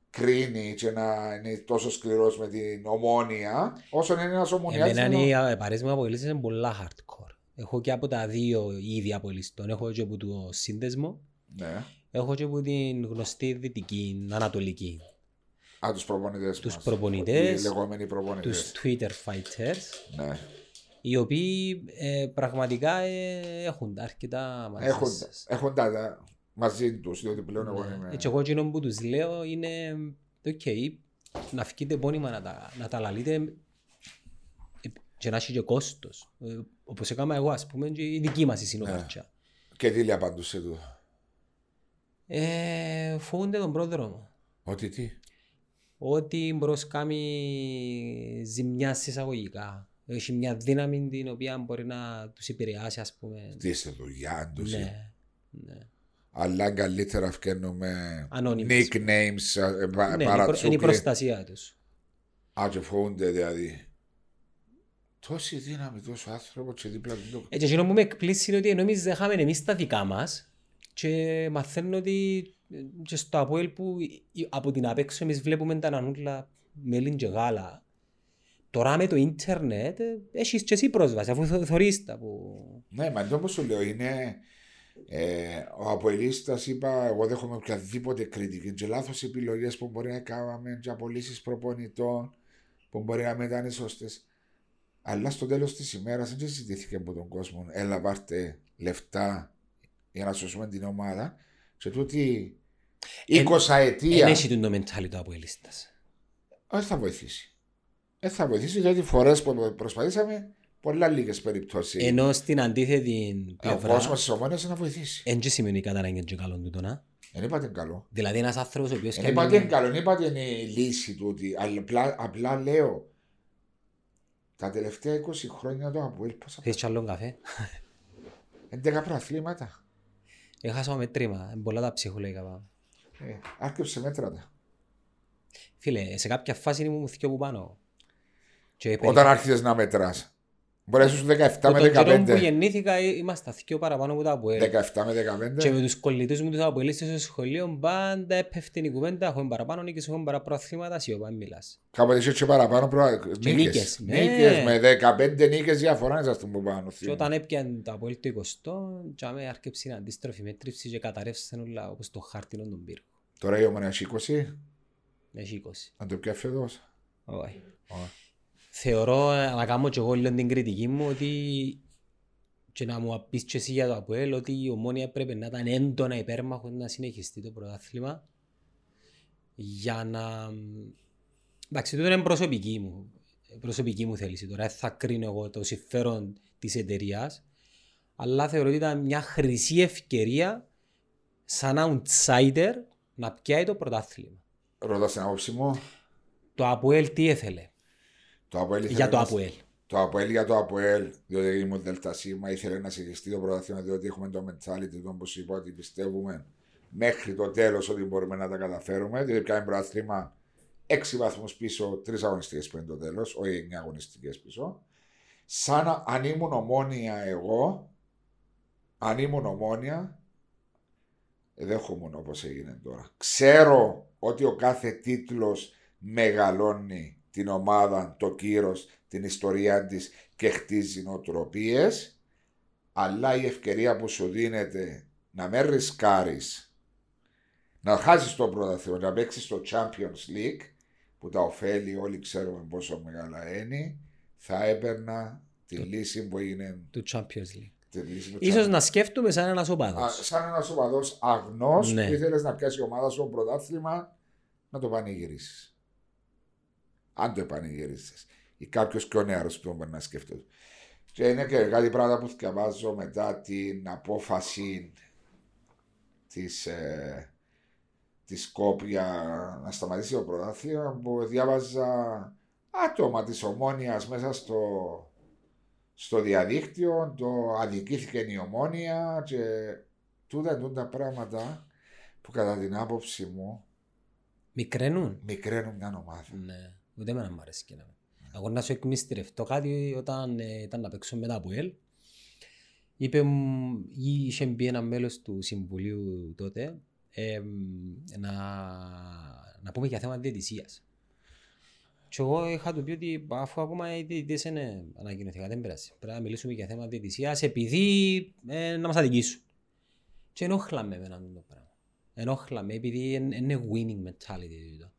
[SPEAKER 2] κρίνει και να είναι τόσο σκληρός με την ομόνια, όσο είναι ένας ομονιάς
[SPEAKER 1] Εμένα
[SPEAKER 2] με
[SPEAKER 1] είναι οι παρέσμοι απολύσεις είναι πολλά hardcore. Έχω και από τα δύο είδη απολύστων. Έχω και από το σύνδεσμο.
[SPEAKER 2] το- Ναι.
[SPEAKER 1] Έχω και από την γνωστή δυτική, ανατολική.
[SPEAKER 2] Α, τους προπονητές.
[SPEAKER 1] Τους προπονητές,
[SPEAKER 2] Οι λεγόμενοι προπονητές.
[SPEAKER 1] Τους Twitter fighters.
[SPEAKER 2] Ναι.
[SPEAKER 1] οι οποίοι ε, πραγματικά ε, έχουν τα αρκετά μαζί
[SPEAKER 2] Έχουν,
[SPEAKER 1] σας.
[SPEAKER 2] έχουν τα, τα μαζί τους, διότι πλέον εγώ
[SPEAKER 1] Ναι.
[SPEAKER 2] είμαι.
[SPEAKER 1] Έτσι εγώ εκείνο που τους λέω είναι «Οκ, να φκείτε πόνιμα να τα, να τα λαλείτε ε, και να έχει και κόστος. Ε, όπως έκανα εγώ ας πούμε και η δική
[SPEAKER 2] Ναι.
[SPEAKER 1] μας η συνομιλία.
[SPEAKER 2] Και τι λέει απαντούσε του.
[SPEAKER 1] Ε, φοβούνται τον πρόεδρο μου.
[SPEAKER 2] Ότι τι.
[SPEAKER 1] Ότι μπρος κάνει ζημιά εισαγωγικά. Έχει μια δύναμη την οποία μπορεί να τους επηρεάσει ας πούμε.
[SPEAKER 2] Τι στη δουλειά του.
[SPEAKER 1] Ναι, ναι.
[SPEAKER 2] Αλλά καλύτερα φκαίνουμε
[SPEAKER 1] Ανώνυμες.
[SPEAKER 2] nicknames ε, ε,
[SPEAKER 1] Ναι, είναι η προ-
[SPEAKER 2] πα-
[SPEAKER 1] είναι η
[SPEAKER 2] παρατσούκλι.
[SPEAKER 1] προστασία τους.
[SPEAKER 2] Α, και φοβούνται δηλαδή. Τόση δύναμη, τόσο άνθρωπο και δίπλα του. το-
[SPEAKER 1] Έτσι, Ε, εκείνο που με εκπλήσει είναι ότι νόμιζα είχαμε εμείς τα δικά μας και μαθαίνω ότι ε, και στο Αποέλ που ε, ε, από την απέξω εμείς βλέπουμε τα νανούλα μελίν και γάλα. Τώρα με το ίντερνετ ε, έχεις και εσύ πρόσβαση, αφού θω- θωρείς τα που...
[SPEAKER 2] Ναι, μα το σου λέω είναι. Ε, ο Αποελίστας είπα: Εγώ δέχομαι οποιαδήποτε κριτική. Και λάθος επιλογές που μπορεί να κάναμε, και απολύσεις προπονητών που μπορεί να μην ήταν σωστές. Αλλά στο τέλος της ημέρας δεν συζητήθηκε από τον κόσμο. Έλα, βάρτε λεφτά για να σώσουμε την ομάδα. Και τούτη 20
[SPEAKER 1] Εν
[SPEAKER 2] ετία
[SPEAKER 1] έχει τον το μεντάλι του Αποελίστας.
[SPEAKER 2] δεν θα βοηθήσει. Δεν θα βοηθήσει γιατί φορές που προσπαθήσαμε, πολλά λίγες περιπτώσεις.
[SPEAKER 1] Ενώ στην αντίθετη
[SPEAKER 2] Ο
[SPEAKER 1] πλευρά,
[SPEAKER 2] κόσμος της ομόνια να βοηθήσει.
[SPEAKER 1] εν και σημαίνει κατά ανάγκη και καλόν τούτο, να.
[SPEAKER 2] Δεν είπατε καλό.
[SPEAKER 1] Δηλαδή ένας άνθρωπος ο οποίος...
[SPEAKER 2] Δεν
[SPEAKER 1] κάνει
[SPEAKER 2] είπατε
[SPEAKER 1] μια-
[SPEAKER 2] καλό, δεν είπατε είναι η λύση τούτη. Αλλά Απλά, απλά λέω. Τα τελευταία 20 χρόνια το Αποέλ πόσα
[SPEAKER 1] Θες κι άλλον καφέ.
[SPEAKER 2] 11 πρωταθλήματα.
[SPEAKER 1] Έχασα με τρίμα, πολλά τα ψυχολογικά πάμε.
[SPEAKER 2] Ε, άρκεψε μέτρα τα.
[SPEAKER 1] Φίλε, σε κάποια φάση ήμουν θυκιο που πάνω. Και
[SPEAKER 2] Όταν άρχισες να μετράς. Μπορεί να είσαι στους 17
[SPEAKER 1] με
[SPEAKER 2] με
[SPEAKER 1] Ε, που
[SPEAKER 2] 15.
[SPEAKER 1] γεννήθηκα ή- ήμασταν θυκιο παραπάνω από τα Αποέλ.
[SPEAKER 2] 17 με
[SPEAKER 1] Και
[SPEAKER 2] 15.
[SPEAKER 1] με τους κολλητούς μου τους Αποέλιστες στο σχολείο πάντα έπεφτε η κουβέντα, έχουμε παραπάνω νίκες, έχουμε παραπάνω θύματα, σιωπά, μην μιλάς.
[SPEAKER 2] Κάποτε είσαι και παραπάνω προ...
[SPEAKER 1] Και νίκες,
[SPEAKER 2] νίκες.
[SPEAKER 1] ναι.
[SPEAKER 2] Νίκες με 15 νίκες διαφορά είναι αυτό που πάνω.
[SPEAKER 1] Και όταν έπιαν το Αποέλ το 20, τζάμε άρκεψε την αντίστροφη μέτρηση και καταρρεύσαν όλα όπως το χάρτινο τον πύργο.
[SPEAKER 2] Τώρα η ομονία έχει 20,
[SPEAKER 1] Έχει 20.
[SPEAKER 2] να το πιάσεις εδώ.
[SPEAKER 1] Όχι.
[SPEAKER 2] Ωραία.
[SPEAKER 1] Θεωρώ ε, να κάνω και εγώ λίγο την κριτική μου ότι και να μου πεις και εσύ για το Αποέλ ότι η Ομόνια πρέπει να ήταν έντονα υπέρμαχο να συνεχιστεί το πρωτάθλημα για να... Εντάξει, τούτο είναι προσωπική μου, προσωπική μου θέληση. Τώρα δεν θα κρίνω εγώ το συμφέρον της εταιρείας, αλλά θεωρώ ότι ήταν μια χρυσή ευκαιρία σαν outsider να πιάει το πρωτάθλημα.
[SPEAKER 2] Ρωτάς την άποψη μου.
[SPEAKER 1] Το Αποέλ τι έθελε
[SPEAKER 2] Το Αποέλ
[SPEAKER 1] για
[SPEAKER 2] ήθελε
[SPEAKER 1] το
[SPEAKER 2] να-
[SPEAKER 1] Αποέλ.
[SPEAKER 2] Το Αποέλ για το Αποέλ, διότι ήμουν Δελτα Σίγμα, ήθελε να συνεχιστεί το πρωτάθλημα, διότι έχουμε το mentality το όπως είπα, ότι πιστεύουμε μέχρι το τέλος ότι μπορούμε να τα καταφέρουμε. Διότι πιάνει πρωτάθλημα 6 βαθμούς πίσω, 3 αγωνιστικές πριν το τέλος, όχι 9 αγωνιστικές πίσω. Σαν να- αν ήμουν ομόνια εγώ, αν ήμουν ομόνια, δέχομαι όπως έγινε τώρα. Ξέρω ότι ο κάθε τίτλος μεγαλώνει την ομάδα, το κύρος, την ιστορία της και χτίζει νοοτροπίες αλλά η ευκαιρία που σου δίνεται να με ρισκάρεις να χάσεις το πρωταθλήμα, να παίξεις το Champions League που τα ωφέλη όλοι ξέρουμε πόσο μεγάλα είναι θα έπαιρνα τη λύση που έγινε
[SPEAKER 1] του Champions League.
[SPEAKER 2] τη λύση του
[SPEAKER 1] Ίσως
[SPEAKER 2] Champions
[SPEAKER 1] να σκέφτομαι σαν ένας
[SPEAKER 2] League. Α,
[SPEAKER 1] οπαδός.
[SPEAKER 2] σαν ένας οπαδός αγνός
[SPEAKER 1] Ναι.
[SPEAKER 2] που ήθελες να πιάσει η ομάδα σου το πρωτάθλημα να το πανηγυρίσεις. Αν το πανηγυρίσει. Ή κάποιος και ο νεαρός που τον μπορεί να σκεφτεί. Και είναι και κάτι πράγματα που διαβάζω μετά την απόφαση της, ε, της Σκόπια να σταματήσει το πρωτάθλημα που διάβαζα άτομα της Ομόνιας μέσα στο στο διαδίκτυο, το αδικήθηκε η ομόνια και τούτα τούτα πράγματα που κατά την άποψη μου
[SPEAKER 1] Μικραίνουν.
[SPEAKER 2] μικραίνουν μια ομάδα.
[SPEAKER 1] Ναι, ούτε εμένα μου αρέσει και να Εγώ να σου εκμυστηρευτώ κάτι όταν ε, ήταν να παίξω μετά από ελ. Είπε μου, ή είχε μπει ένα μέλος του συμβουλίου τότε ε, μ, να, να πούμε για θέμα διαιτησίας. Και εγώ είχα του πει ότι αφού ακόμα οι διαιτητές είναι ανακοινωθήκα, δεν πειράζει. Πρέπει να μιλήσουμε για θέμα διαιτησίας επειδή ε, να μας αδικήσουν. Και ενόχλα με εμένα αυτό το πράγμα. Ενόχλα με επειδή είναι- είναι winning mentality τούτο.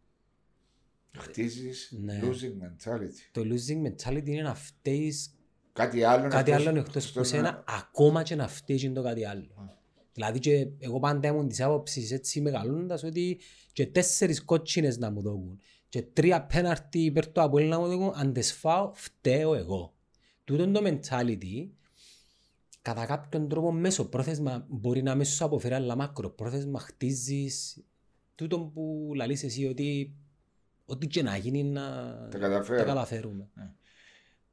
[SPEAKER 2] Χτίζεις
[SPEAKER 1] Ναι.
[SPEAKER 2] losing mentality.
[SPEAKER 1] το losing mentality είναι να φταίεις
[SPEAKER 2] Κάτι άλλο
[SPEAKER 1] κάτι άλλο εκτός από σένα, ακόμα και να φταίεις είναι το κάτι άλλο. Δηλαδή και εγώ πάντα ήμουν της άποψης έτσι μεγαλώνοντας ότι και τέσσερις κότσινες να μου δώσουν και τρία πέναρτι υπέρ του Αποέλ να μου δώσουν, αν τις φάω φταίω εγώ. Τούτο το mentality κατά κάποιον τρόπο μέσω πρόθεσμα μπορεί να μέσω αποφέρει αλλά μακροπρόθεσμα χτίζεις τούτο που λαλείς εσύ ότι ό,τι και να γίνει να
[SPEAKER 2] Τα
[SPEAKER 1] τα
[SPEAKER 2] καταφέρω.
[SPEAKER 1] καταφέρουμε.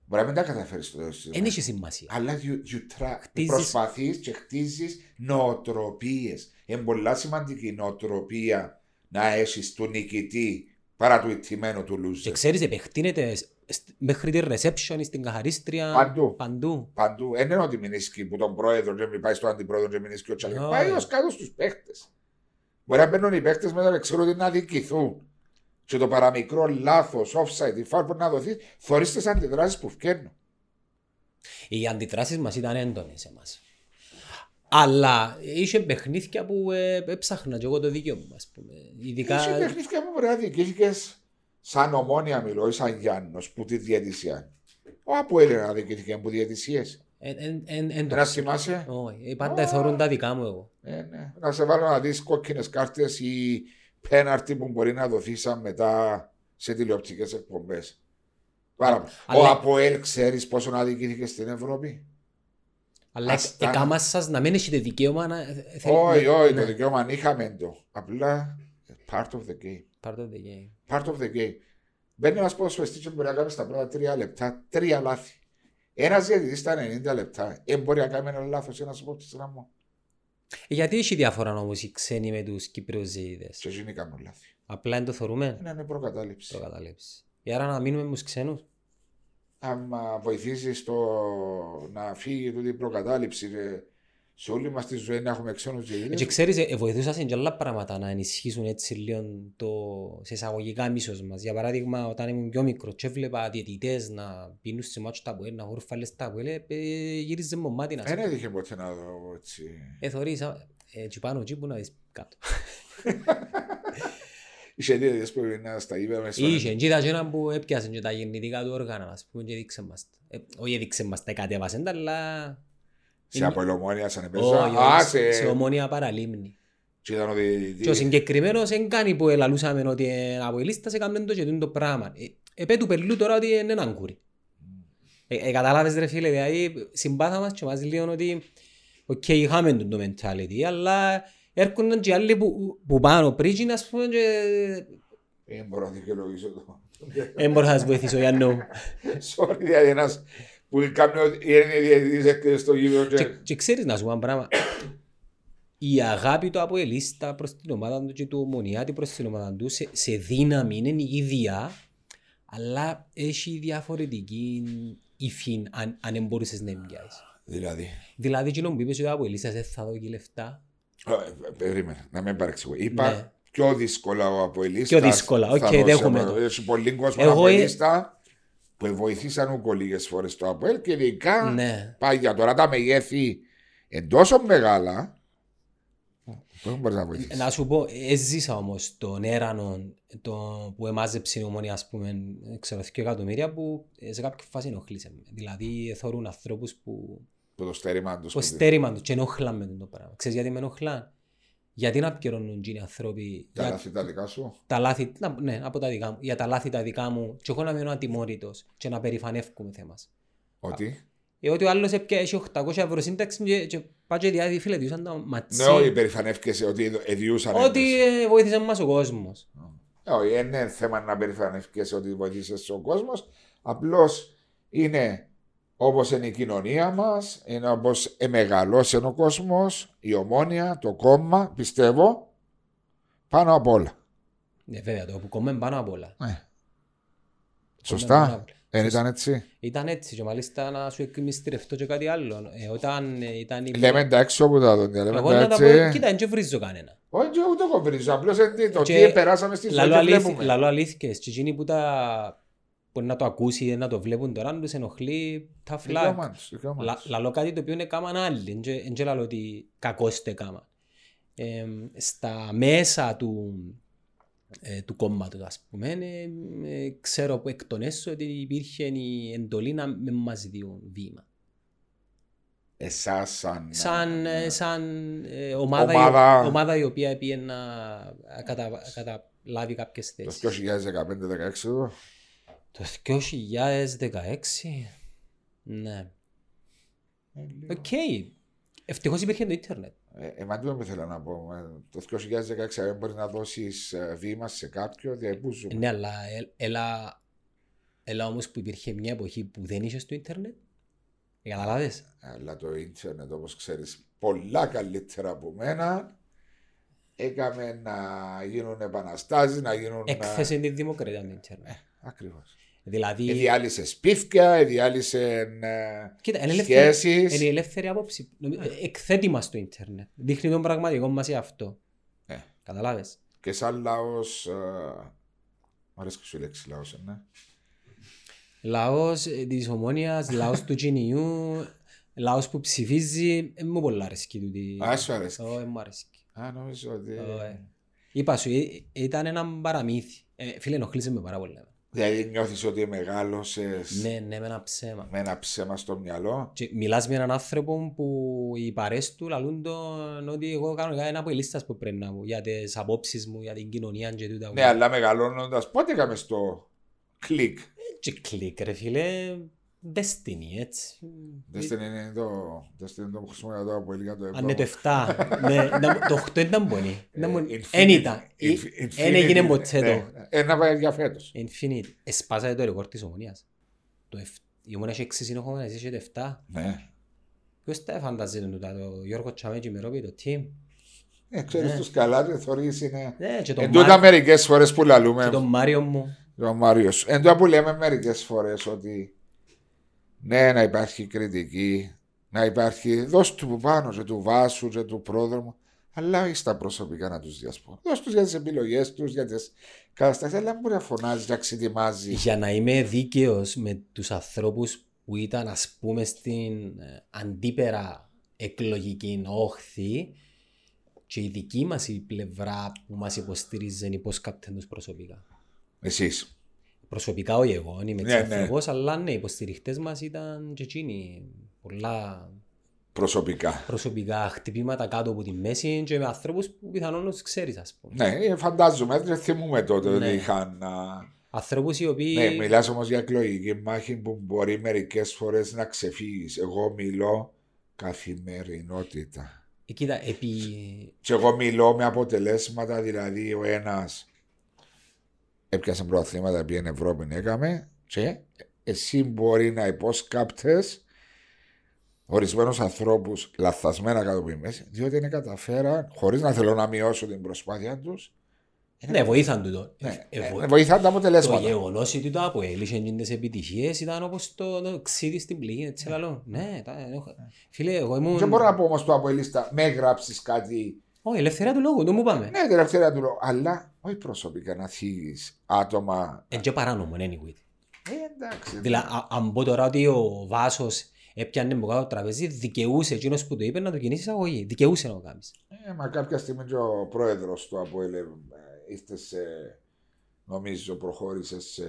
[SPEAKER 2] Μπορεί να μην τα καταφέρεις στο
[SPEAKER 1] Δεν έχει σημασία.
[SPEAKER 2] Αλλά you, you try.
[SPEAKER 1] Χτίζεις-
[SPEAKER 2] Προσπαθείς και χτίζεις νοοτροπίες. Είναι πολλά σημαντική νοοτροπία να έχεις του νικητή παρά του ηττημένου του
[SPEAKER 1] Και
[SPEAKER 2] loser.
[SPEAKER 1] ξέρεις, επεκτείνεται σ- σ- μέχρι τη reception, στην καθαρίστρια.
[SPEAKER 2] Παντού.
[SPEAKER 1] Παντού.
[SPEAKER 2] Παντού. Ε, Δεν εννοώ ότι μηνίσκει που τον πρόεδρο και μην πάει στον αντιπρόεδρο και μηνίσκει ο Τσαλή.
[SPEAKER 1] Ναι.
[SPEAKER 2] Πάει ως κάτω στους παίχτες. Μπορεί να μπαίνουν οι παίχτες μετά να ξέρουν ότι να δικηθούν. Και το παραμικρό λάθος, offside, η φάρ που να δοθεί, θωρείς τις αντιδράσεις που φκαίνουν.
[SPEAKER 1] Οι αντιδράσεις μας ήταν έντονες σε εμάς. Αλλά είχε παιχνίδια που ε, έψαχνα και εγώ το δίκαιο μου, ας πούμε. Ειδικά...
[SPEAKER 2] Είσαι παιχνίδια που μπορεί να διοικήθηκες σαν ομόνια μιλώ ή σαν Γιάννος που τη διαιτησία. Ο Αποέλ είναι να διοικήθηκε που διαιτησίες.
[SPEAKER 1] εν- εν- εν- εν το
[SPEAKER 2] Να θυμάσαι.
[SPEAKER 1] Όχι, ε, πάντα εθωρούν τα δικά μου εγώ.
[SPEAKER 2] Ε, ναι. Να σε βάλω να δεις κόκκινες κάρτες ή πέναρτι που μπορεί να δοθεί σαν μετά σε τηλεοπτικές εκπομπές. Πάρα πολύ. Ο
[SPEAKER 1] Αλλά-
[SPEAKER 2] Αποέλ ξέρεις πόσο να διοικήθηκε στην Ευρώπη.
[SPEAKER 1] Αλλά
[SPEAKER 2] Ας
[SPEAKER 1] εκ-
[SPEAKER 2] τα-
[SPEAKER 1] εκάμα σας να μην έχετε δικαίωμα να... ε, θέλ-
[SPEAKER 2] Όχι,
[SPEAKER 1] ναι,
[SPEAKER 2] όχι,
[SPEAKER 1] ναι.
[SPEAKER 2] το δικαίωμα είχαμε το. Απλά ε, part of the game.
[SPEAKER 1] Part of the game.
[SPEAKER 2] part of the game. Μπαίνει ένας ποδοσφαιριστής και μπορεί να κάνει στα πρώτα τρία λεπτά τρία λάθη. Ένας διαιτητής στα 90 λεπτά. Ε, μπορεί να κάνει ένα λάθος, ένας υπόψη ένα μόνο.
[SPEAKER 1] Γιατί έχει διαφορά όμως οι ξένοι με τους Κύπριους ζεϊδές.
[SPEAKER 2] Σε ζωή κάνουν λάθη.
[SPEAKER 1] Απλά είναι το θωρούμε,
[SPEAKER 2] Είναι είναι
[SPEAKER 1] το
[SPEAKER 2] προκατάληψη.
[SPEAKER 1] καταλήψει. Άρα να μείνουμε με τους ξένους.
[SPEAKER 2] Άμα βοηθήσεις το να φύγει τούτη η προκατάληψη, ρε, σε όλη μας τη ζωή να έχουμε ξένους
[SPEAKER 1] Και
[SPEAKER 2] διαιτητέ.
[SPEAKER 1] ξέρεις, ε, ε, βοηθούσαν και άλλα πράγματα να ενισχύσουν έτσι λίγο το σε εισαγωγικά μίσος μας. Για παράδειγμα, όταν ήμουν πιο μικρός και έβλεπα διαιτητές να πίνουν σε μάτσο τα πουέλ, να γορφάλες τα πουέλ, ε, γύριζε μου μάτι να
[SPEAKER 2] Δεν
[SPEAKER 1] σκέφτομαι.
[SPEAKER 2] έτυχε ποτέ να δω έτσι.
[SPEAKER 1] Ε, θωρείς, α, ε, έτσι πάνω, έτσι που να δεις κάτω.
[SPEAKER 2] Είχε διαιτητέ που είναι στα ύπερα με στον-
[SPEAKER 1] Είχε, και ήταν και έναν που έπιασαν και τα γεννητικά του όργανα, ας πούμε, και δείξε μας. τα. Ε, όχι δείξε μας τα κατέβασαν, τα, αλλά...
[SPEAKER 2] Σε απολομόνια, σαν επέζα.
[SPEAKER 1] Όχι,
[SPEAKER 2] Α,
[SPEAKER 1] όχι, σε-
[SPEAKER 2] σε.
[SPEAKER 1] σε ομόνια παραλίμνη.
[SPEAKER 2] Και ήταν ο
[SPEAKER 1] Και ο
[SPEAKER 2] διαιτητής.
[SPEAKER 1] συγκεκριμένος δεν κάνει που ελαλούσαμε ότι είναι από η λίστα, σε κάμνε το και τούτο το πράγμα. Ε, Επέ του πελού τώρα ότι είναι έναν κούρι. Ε, ε, καταλάβες ρε φίλε, δηλαδή συμπάθα μας και μας λένε ότι οκ, είχαμε το, το mentality, αλλά έρχονταν και άλλοι που, που πάνω πριν, ας πούμε, και
[SPEAKER 2] Δεν μπορώ να δικαιολογήσω το.
[SPEAKER 1] δεν μπορώ να σας βοηθήσω, Γιάννο. μου.
[SPEAKER 2] Sorry, δηλαδή ένας που κάποιος είναι διαιτητής έκτης στο γήπεδο
[SPEAKER 1] και,
[SPEAKER 2] και...
[SPEAKER 1] και ξέρεις να σου πω ένα πράγμα. Η αγάπη του από ελίστα προς την ομάδα του και του Μονιάτη προς την ομάδα του σε, σε δύναμη είναι η ίδια, αλλά έχει διαφορετική υφή αν, αν δεν μπορούσες να εμπιάσεις.
[SPEAKER 2] Δηλαδή...
[SPEAKER 1] Δηλαδή, εκείνο που είπες ότι από ελίστα δεν θα δω και λεφτά.
[SPEAKER 2] Ε, Περίμενε, να μην παρεξηγώ. Είπα
[SPEAKER 1] Ναι.
[SPEAKER 2] πιο δύσκολα ο Αποελίστας.
[SPEAKER 1] Πιο δύσκολα,
[SPEAKER 2] θα
[SPEAKER 1] οκ,
[SPEAKER 2] δώσει
[SPEAKER 1] δέχομαι
[SPEAKER 2] απο-
[SPEAKER 1] το.
[SPEAKER 2] Έχει πολύ κόσμο
[SPEAKER 1] Εγώ ε-
[SPEAKER 2] Αποελίστα που βοηθήσαν ούκο λίγες φορές το Αποέλ και ειδικά
[SPEAKER 1] Ναι.
[SPEAKER 2] πάει για τώρα τα μεγέθη εν τόσο μεγάλα δεν μπορείς να βοηθήσεις.
[SPEAKER 1] Να σου πω, έζησα όμως τον έρανο το που εμάζεψε η ομόνια, ας πούμε, ξέρω, δυο εκατομμύρια που ε, σε κάποια φάση ενοχλήσε με. Δηλαδή, θωρούν ανθρώπους που
[SPEAKER 2] Που το στέρημα τους.
[SPEAKER 1] το στέρημα τους και ενοχλάν με το πράγμα. Ξέρεις γιατί με ενοχλάν. Γιατί να πληρώνουν οι άνθρωποι
[SPEAKER 2] Τα
[SPEAKER 1] για
[SPEAKER 2] λάθη τα δικά σου.
[SPEAKER 1] τα λάθη, να- ναι, από τα δικά μου, για τα λάθη τα δικά μου και εγώ να μείνω ατιμόρυτος και να περηφανεύκομαι θέμας.
[SPEAKER 2] Ότι.
[SPEAKER 1] Ε, ότι ο άλλος έπια έχει 800 ευρώ σύνταξη και, και πάει και διάδει φίλε του, σαν τα ματσί.
[SPEAKER 2] Ναι, όχι, περηφανεύκεσαι ότι εδ- εδιούσαν. εμείς.
[SPEAKER 1] ότι ε, βοήθησε μας ο κόσμος.
[SPEAKER 2] Ε, Όχι, δεν είναι θέμα να περιφανεύκεσαι ότι βοηθήσει τον κόσμος. Απλώς είναι Όπως είναι η κοινωνία μας, είναι όπως εμεγαλώσε ο κόσμος, η ομόνια, το κόμμα, πιστεύω, πάνω απ' όλα.
[SPEAKER 1] Ναι, βέβαια, το κόμμα είναι πάνω απ' όλα.
[SPEAKER 2] Ναι.
[SPEAKER 1] πάνω απ'
[SPEAKER 2] Σωστά,
[SPEAKER 1] όλα.
[SPEAKER 2] δεν ήταν έτσι.
[SPEAKER 1] Ήταν έτσι και μάλιστα να σου εκμυστηρευτώ και κάτι άλλο. Ε, όταν ε, ήταν η...
[SPEAKER 2] Λέμε τα έξω από τα δόντια,
[SPEAKER 1] Εγώ
[SPEAKER 2] λέμε
[SPEAKER 1] να
[SPEAKER 2] τα
[SPEAKER 1] τα πω,
[SPEAKER 2] έτσι.
[SPEAKER 1] κοίτα, δεν και βρίζω κανένα.
[SPEAKER 2] Όχι, και ούτε εγώ βρίζω, απλώς είναι το
[SPEAKER 1] Και
[SPEAKER 2] τι περάσαμε στη ζωή
[SPEAKER 1] Λαλό
[SPEAKER 2] και
[SPEAKER 1] αλήθ-
[SPEAKER 2] βλέπουμε.
[SPEAKER 1] Λαλό αλήθικες και εκείνοι που τα... που να το ακούσει ή να το βλέπουν τώρα, τους ενοχλεί τα φλάκ.
[SPEAKER 2] Δικαίωμα τους, δικαίωμα
[SPEAKER 1] Λα-
[SPEAKER 2] τους.
[SPEAKER 1] Λαλό κάτι το οποίο είναι κάμαν άλλοι, δεν και λαλό ότι κακώς το έκαναν. Ε, στα μέσα του, ε, του κόμματος ας πούμε, ε, ε, ξέρω που εκ των έσω ότι υπήρχε η εντολή να με μας διούν βήμα.
[SPEAKER 2] Εσάς σαν...
[SPEAKER 1] Σαν, ε, σαν ε, ομάδα, η-
[SPEAKER 2] Ναι, Ομάδα.
[SPEAKER 1] ομάδα η οποία πήγε να κατα, καταλάβει κάποιες
[SPEAKER 2] Το
[SPEAKER 1] θέσεις.
[SPEAKER 2] 2015-16 εδώ.
[SPEAKER 1] Το 2016. Ναι.
[SPEAKER 2] Ναι.
[SPEAKER 1] Οκ. Ευτυχώς υπήρχε το ίντερνετ.
[SPEAKER 2] Ε, ε, μα τι με θέλω να πω. ε, Το 2016 δεν μπορείς να δώσεις βήμα σε κάποιον διαεπούζουμε.
[SPEAKER 1] Ναι, αλλά ε- έλα, έλα όμως που υπήρχε μια εποχή που δεν είσαι στο ίντερνετ. Ε, Καταλάβες.
[SPEAKER 2] Αλλά το ίντερνετ όπως ξέρεις πολλά καλύτερα από μένα. Έκαμε να γίνουν επαναστάσεις, να γίνουν... ε,
[SPEAKER 1] Έκθεσε τη δημοκρατία με ίντερνετ.
[SPEAKER 2] Ακριβώς.
[SPEAKER 1] Δηλαδή,
[SPEAKER 2] Εδιάλυσες σπίφια, εδιάλυσες ε,
[SPEAKER 1] κοίτα, είναι ελεύθερη, είναι η
[SPEAKER 2] σχέσεις. Ναι.
[SPEAKER 1] ελεύθερη άποψη. Νομι- ε, Εκθέτει μας το ίντερνετ. Δείχνει τον πραγματικό μας σε αυτό.
[SPEAKER 2] Ε.
[SPEAKER 1] Καταλάβες.
[SPEAKER 2] Και σαν λαός... ε, Μ' αρέσει και σου η λέξη λαός, ε, ναι.
[SPEAKER 1] Λαός ε, της ομόνιας, λαός του κοινιού, λαός που ψηφίζει. Ε, μου πολλά αρέσκει τούτη.
[SPEAKER 2] Α, σου αρέσει.
[SPEAKER 1] Ω, ε, μου αρέσκει.
[SPEAKER 2] Α, νομίζω ότι...
[SPEAKER 1] Ω, ε. Είπα σου, ε, ε, ήταν ένα παραμύθι. Ε, Φίλε, ενοχλήσε με πάρα πολύ.
[SPEAKER 2] Δηλαδή νιώθεις ότι μεγάλωσες
[SPEAKER 1] Ναι, ναι, με ένα ψέμα.
[SPEAKER 2] με ένα ψέμα στο μυαλό.
[SPEAKER 1] Και μιλάς με έναν άνθρωπο που οι παρές του λαλούν τον ότι εγώ κάνω ένα από οι λίστας που πρέπει να μου για τις απόψεις μου, για την κοινωνία και τούτα.
[SPEAKER 2] Ναι, αλλά μεγαλώνοντας, πότε έκαμες στο κλικ.
[SPEAKER 1] Και κλικ ρε φίλε, destiny έτσι. Ε,
[SPEAKER 2] Δεν στην είναι το. Δεν στην είναι το που χρησιμοποιώ τώρα που έλεγα το
[SPEAKER 1] Αν είναι ναι, το 7,
[SPEAKER 2] επόμενο.
[SPEAKER 1] ναι, να- το 8 ήταν πολύ. Να μου-
[SPEAKER 2] Ε,
[SPEAKER 1] Εν
[SPEAKER 2] Infinity.
[SPEAKER 1] ήταν,
[SPEAKER 2] Inf-
[SPEAKER 1] Ή-
[SPEAKER 2] Infinity.
[SPEAKER 1] εν έγινε ποτέ
[SPEAKER 2] Ναι,
[SPEAKER 1] το.
[SPEAKER 2] Ένα πάει για φέτος.
[SPEAKER 1] Infinite, εσπάσατε το ρεκόρ της ομονίας. Το εφ- Η ομονία έχει 6 συνεχόμενα, εσείς έχετε 7.
[SPEAKER 2] Ναι.
[SPEAKER 1] Ποιος τα φανταζόταν τούτα, το Γιώργο Τσαμέτζη με Ρόπι, το team.
[SPEAKER 2] Ε, ξέρεις
[SPEAKER 1] Ναι.
[SPEAKER 2] τους καλά, δεν θωρείς είναι.
[SPEAKER 1] Ναι, και τον
[SPEAKER 2] Εν Ε, τούτα
[SPEAKER 1] Μάρ-
[SPEAKER 2] μερικές φορές που
[SPEAKER 1] και
[SPEAKER 2] λαλούμε,
[SPEAKER 1] τον Μάριο μου.
[SPEAKER 2] ο Μάριος, εν τούτα που λέμε μερικές φορές ότι ναι, να υπάρχει κριτική, να υπάρχει, δώσ' του που πάνω και του βάσου και του πρόδρομου, αλλά όχι στα προσωπικά να τους διασπώ. Δώσ' τους για τις επιλογές τους, για τις καταστάσεις, αλλά μην μπορεί να φωνάζεις, να ξετοιμάζεις.
[SPEAKER 1] Για να είμαι δίκαιος με τους ανθρώπους που ήταν ας πούμε στην ε, αντίπερα εκλογική όχθη και η δική μας η πλευρά που μας υποστήριζε υπόσκαπτε τους προσωπικά.
[SPEAKER 2] Εσείς.
[SPEAKER 1] Προσωπικά όχι εγώ, δεν είμαι
[SPEAKER 2] Ναι,
[SPEAKER 1] ναι, ναι. αλλά ναι, οι υποστηριχτές μας ήταν και εκείνοι πολλά
[SPEAKER 2] προσωπικά.
[SPEAKER 1] προσωπικά χτυπήματα κάτω από τη μέση και με ανθρώπους που πιθανόν να τους ξέρεις ας πούμε.
[SPEAKER 2] Ναι, ε, φαντάζομαι, δεν θυμούμε τότε
[SPEAKER 1] Ναι.
[SPEAKER 2] ότι είχαν. α,
[SPEAKER 1] Ανθρώπους οι οποίοι...
[SPEAKER 2] Ναι, μιλάς όμως για εκλογική μάχη που μπορεί μερικές φορές να ξεφύγεις. Εγώ μιλώ καθημερινότητα.
[SPEAKER 1] Ε, Κοίτα, επί...
[SPEAKER 2] Και εγώ μιλώ με αποτελέσματα, δηλαδή ο ένας έπιασε προαθλήματα, πήγαινε Ευρώπη, έκαμε. Και εσύ μπορεί να υπόσκαπτε ορισμένους ανθρώπους λαθασμένα κάτω από τη μέση, διότι είναι καταφέραν, χωρίς να θέλω να μειώσω την προσπάθεια τους,
[SPEAKER 1] Ναι, βοήθαν τούτο.
[SPEAKER 2] Ναι,
[SPEAKER 1] Ε, βο-
[SPEAKER 2] ε, βοηθά τα
[SPEAKER 1] Το
[SPEAKER 2] αποτελέσματα.
[SPEAKER 1] γεγονό ότι το αποέλυσε και τις επιτυχίες ήταν όπως το, το ξύδι στην πληγή. Έτσι λαλό. Ναι, τα, έχω- φίλε, εγώ ήμουν.
[SPEAKER 2] Δεν μπορώ να πω όμως το από η λίστα, με γράψεις κάτι.
[SPEAKER 1] Όχι, ελευθερία του λόγου, το μου πάμε.
[SPEAKER 2] Ναι, τελευταία του λέω, αλλά όχι προσωπικά να θίγει άτομα.
[SPEAKER 1] Εν και παράνομο, anyway.
[SPEAKER 2] Ε, εντάξει.
[SPEAKER 1] Δηλαδή, α- αν πω τώρα ότι ο Βάσος έπιανε από κάτω το τραπέζι, δικαιούσε εκείνος που το είπε να του κινήσει αγωγή. Δικαιούσε να το κάνεις.
[SPEAKER 2] Ε, μα κάποια στιγμή και ο πρόεδρος του από ΕΛΕ ε, ήρθε σε. Νομίζω προχώρησε σε.